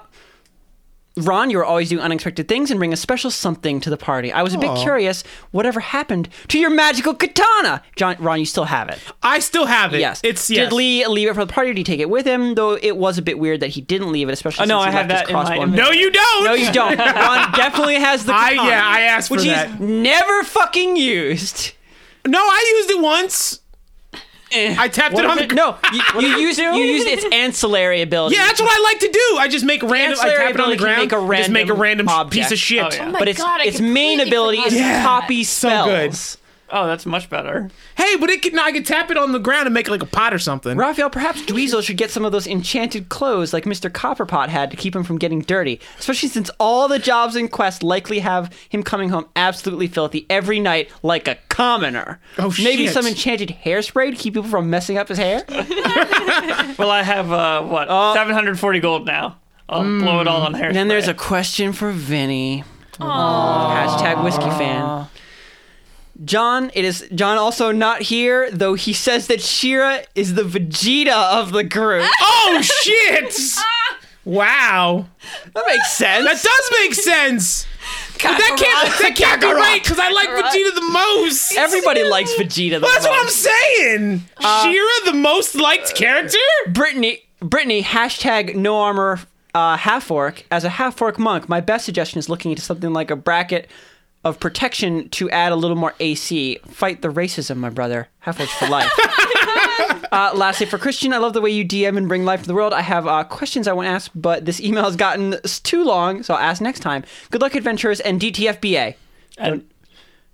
Ron, you were always doing unexpected things and bring a special something to the party. I was a bit curious whatever happened to your magical katana. John, Ron, you still have it. I still have it. Yes. It's Did yes. Lee leave it for the party or did he take it with him? Though it was a bit weird that he didn't leave it, especially Oh, no, since he I have left that his in my crossbow. inventory. No, you don't. No, you don't. Ron definitely has the I- katana. yeah, I asked for Which he's that. never fucking used. No, I used it once. I tapped it on Eh. What is it? the. No, you, you used you used its ancillary ability. Yeah, that's what I like to do. I just make random. I ancillary tap it on the ability can ground. make a just make a random random sh- object. piece of shit. Oh, yeah. but its God, I its main completely ability is forgot to about copy so good. spells. Oh, that's much better. Hey, but it can. I can tap it on the ground and make like a pot or something. Raphael, perhaps Dweezil should get some of those enchanted clothes like Mr. Copperpot had to keep him from getting dirty, especially since all the jobs in Quest likely have him coming home absolutely filthy every night like a commoner. Oh, Maybe shit. some enchanted hairspray to keep people from messing up his hair? Well, I have uh, what seven hundred forty gold now. I'll blow it all on hair. And Oh. Mm. then there's a question for Vinny. Hashtag whiskey fan. John, it is John also not here, though he says that Shira is the Vegeta of the group. Oh shit! Wow, that makes sense. that does make sense. But that can't that can't be right because I like Vegeta the most. Everybody likes Vegeta. The Well, that's what I'm most. saying. Shira, the most liked character. Brittany, Brittany, hashtag no armor uh, half orc. As a half orc monk, my best suggestion is looking into something like a bracket of protection to add a little more AC. Fight the racism, my brother. Half orcs for life. uh, lastly, for Christian, I love the way you DM and bring life to the world. I have uh, questions I want to ask, but this email has gotten s- too long, so I'll ask next time. Good luck, adventurers, and DTFBA. And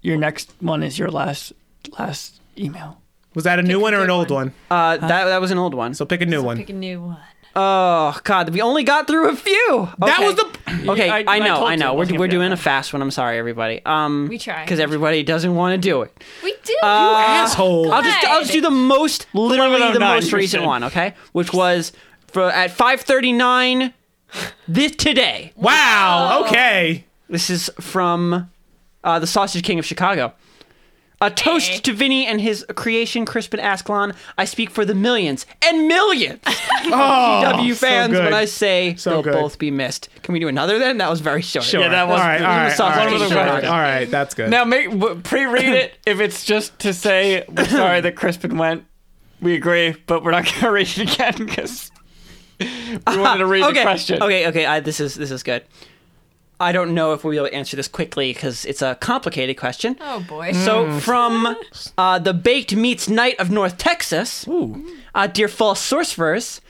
your next one is your last last email. Was that a new one or an old one? Uh, that, that was an old one. So pick a new one. Pick a new uh, one. Oh God, we only got through a few. That Okay. was the. Okay, I- I, I know, told I you know. it We're, we're wasn't gonna be doing that a fast one. I'm sorry, everybody. Um, We try. because everybody doesn't want to do it. We do. Asshole. I'll just I'll just do the most oh literally the 1109, most recent Kristen. one, okay? Which was for at 5:39 this today. Wow. Okay. This is from uh, the Sausage King of Chicago. A toast to Vinny and his creation, Crispin Ascalon. I speak for the millions and millions Oh, W fans good. when I say So they'll good. both be missed. Can we do another then? That was very short. Sure. Yeah, that was- all right. All it right. was All sausage right, and all right, chicken. all right, that's good. Now, make w- pre-read it if it's just to say we're sorry that Crispin went. We agree, but we're not gonna read it again because we wanted to read Uh-huh. okay. the question. Okay, okay. I, this is this is good. I don't know if we'll be able to answer this quickly because it's a complicated question. Oh boy. So from uh, the Baked Meats Knight of North Texas, uh, dear false sorcerers,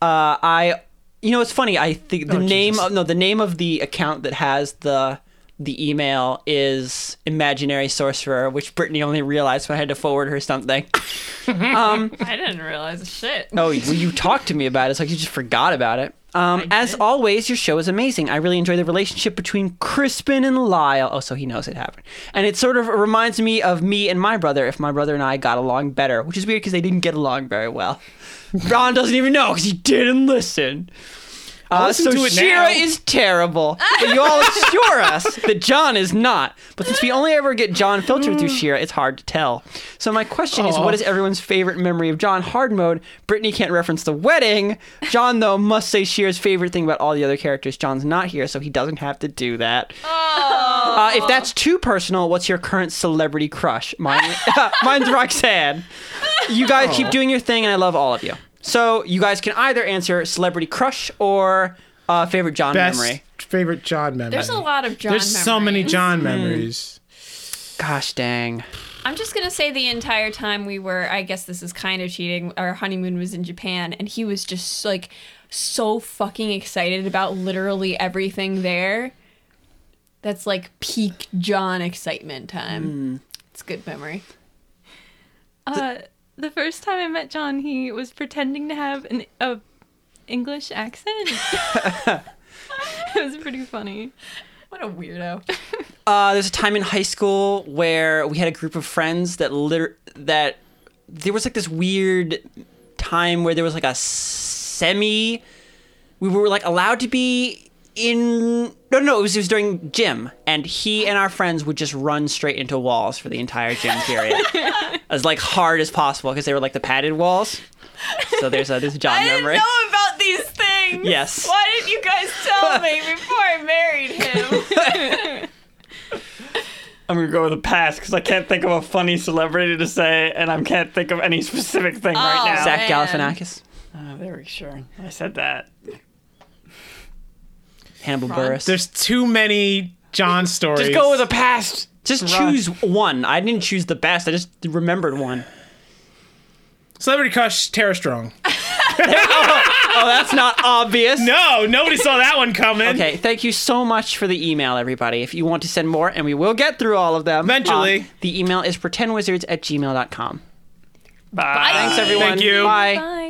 uh, I, you know, it's funny. I think the name of no, the name of the account that has the the email is imaginary sorcerer, which Brittany only realized when I had to forward her something. I didn't realize shit. Oh, well, you talked to me about it. It's like you just forgot about it. Um, as always, your show is amazing. I really enjoy the relationship between Crispin and Lyle. Oh, so he knows it happened. And it sort of reminds me of me and my brother if my brother and I got along better, which is weird because they didn't get along very well. Ron doesn't even know because he didn't listen. Uh, listen so to it now. Shira is terrible, but you all assure us that John is not. But since we only ever get John filtered through Shira, it's hard to tell. So my question is, what is everyone's favorite memory of John hard mode? Brittany can't reference the wedding. John though must say Shira's favorite thing about all the other characters. John's not here, so he doesn't have to do that. Uh, if that's too personal, what's your current celebrity crush? Mine, uh, mine's Roxanne. You guys keep doing your thing, and I love all of you. So you guys can either answer celebrity crush or uh, favorite John Best memory. favorite John memory. There's a lot of John. There's so many memories. John memories. Gosh dang. I'm just gonna say the entire time we were, I guess this is kind of cheating. Our honeymoon was in Japan, and he was just like so fucking excited about literally everything there. That's like peak John excitement time. It's a good memory. Uh, the first time I met John, he was pretending to have an a English accent. it was pretty funny. What a weirdo. Uh, there's a time in high school where we had a group of friends that liter- that there was like this weird time where there was like a semi. We were like allowed to be in. No, no, it was, it was during gym, and he and our friends would just run straight into walls for the entire gym period, as like hard as possible because they were like the padded walls. So there's a there's a John memory. about these things. things. Yes. Why didn't you guys tell me before I married him? I'm gonna go with a pass because I can't think of a funny celebrity to say, and I can't think of any specific thing Ah. right now. Zach man. Galifianakis, Oh, there we sure. I said that. Hannibal Burris. There's too many John stories. Just go with a pass. just choose one. I didn't choose the best. I just remembered one. Celebrity Crush Tara Strong. Oh, that's not obvious. No, nobody saw that one coming. Okay, thank you so much for the email, everybody. If you want to send more, and we will get through all of them. Eventually. um, the email is pretendwizards at gmail.com. Bye. Thanks, everyone. Thank you. Bye. Bye.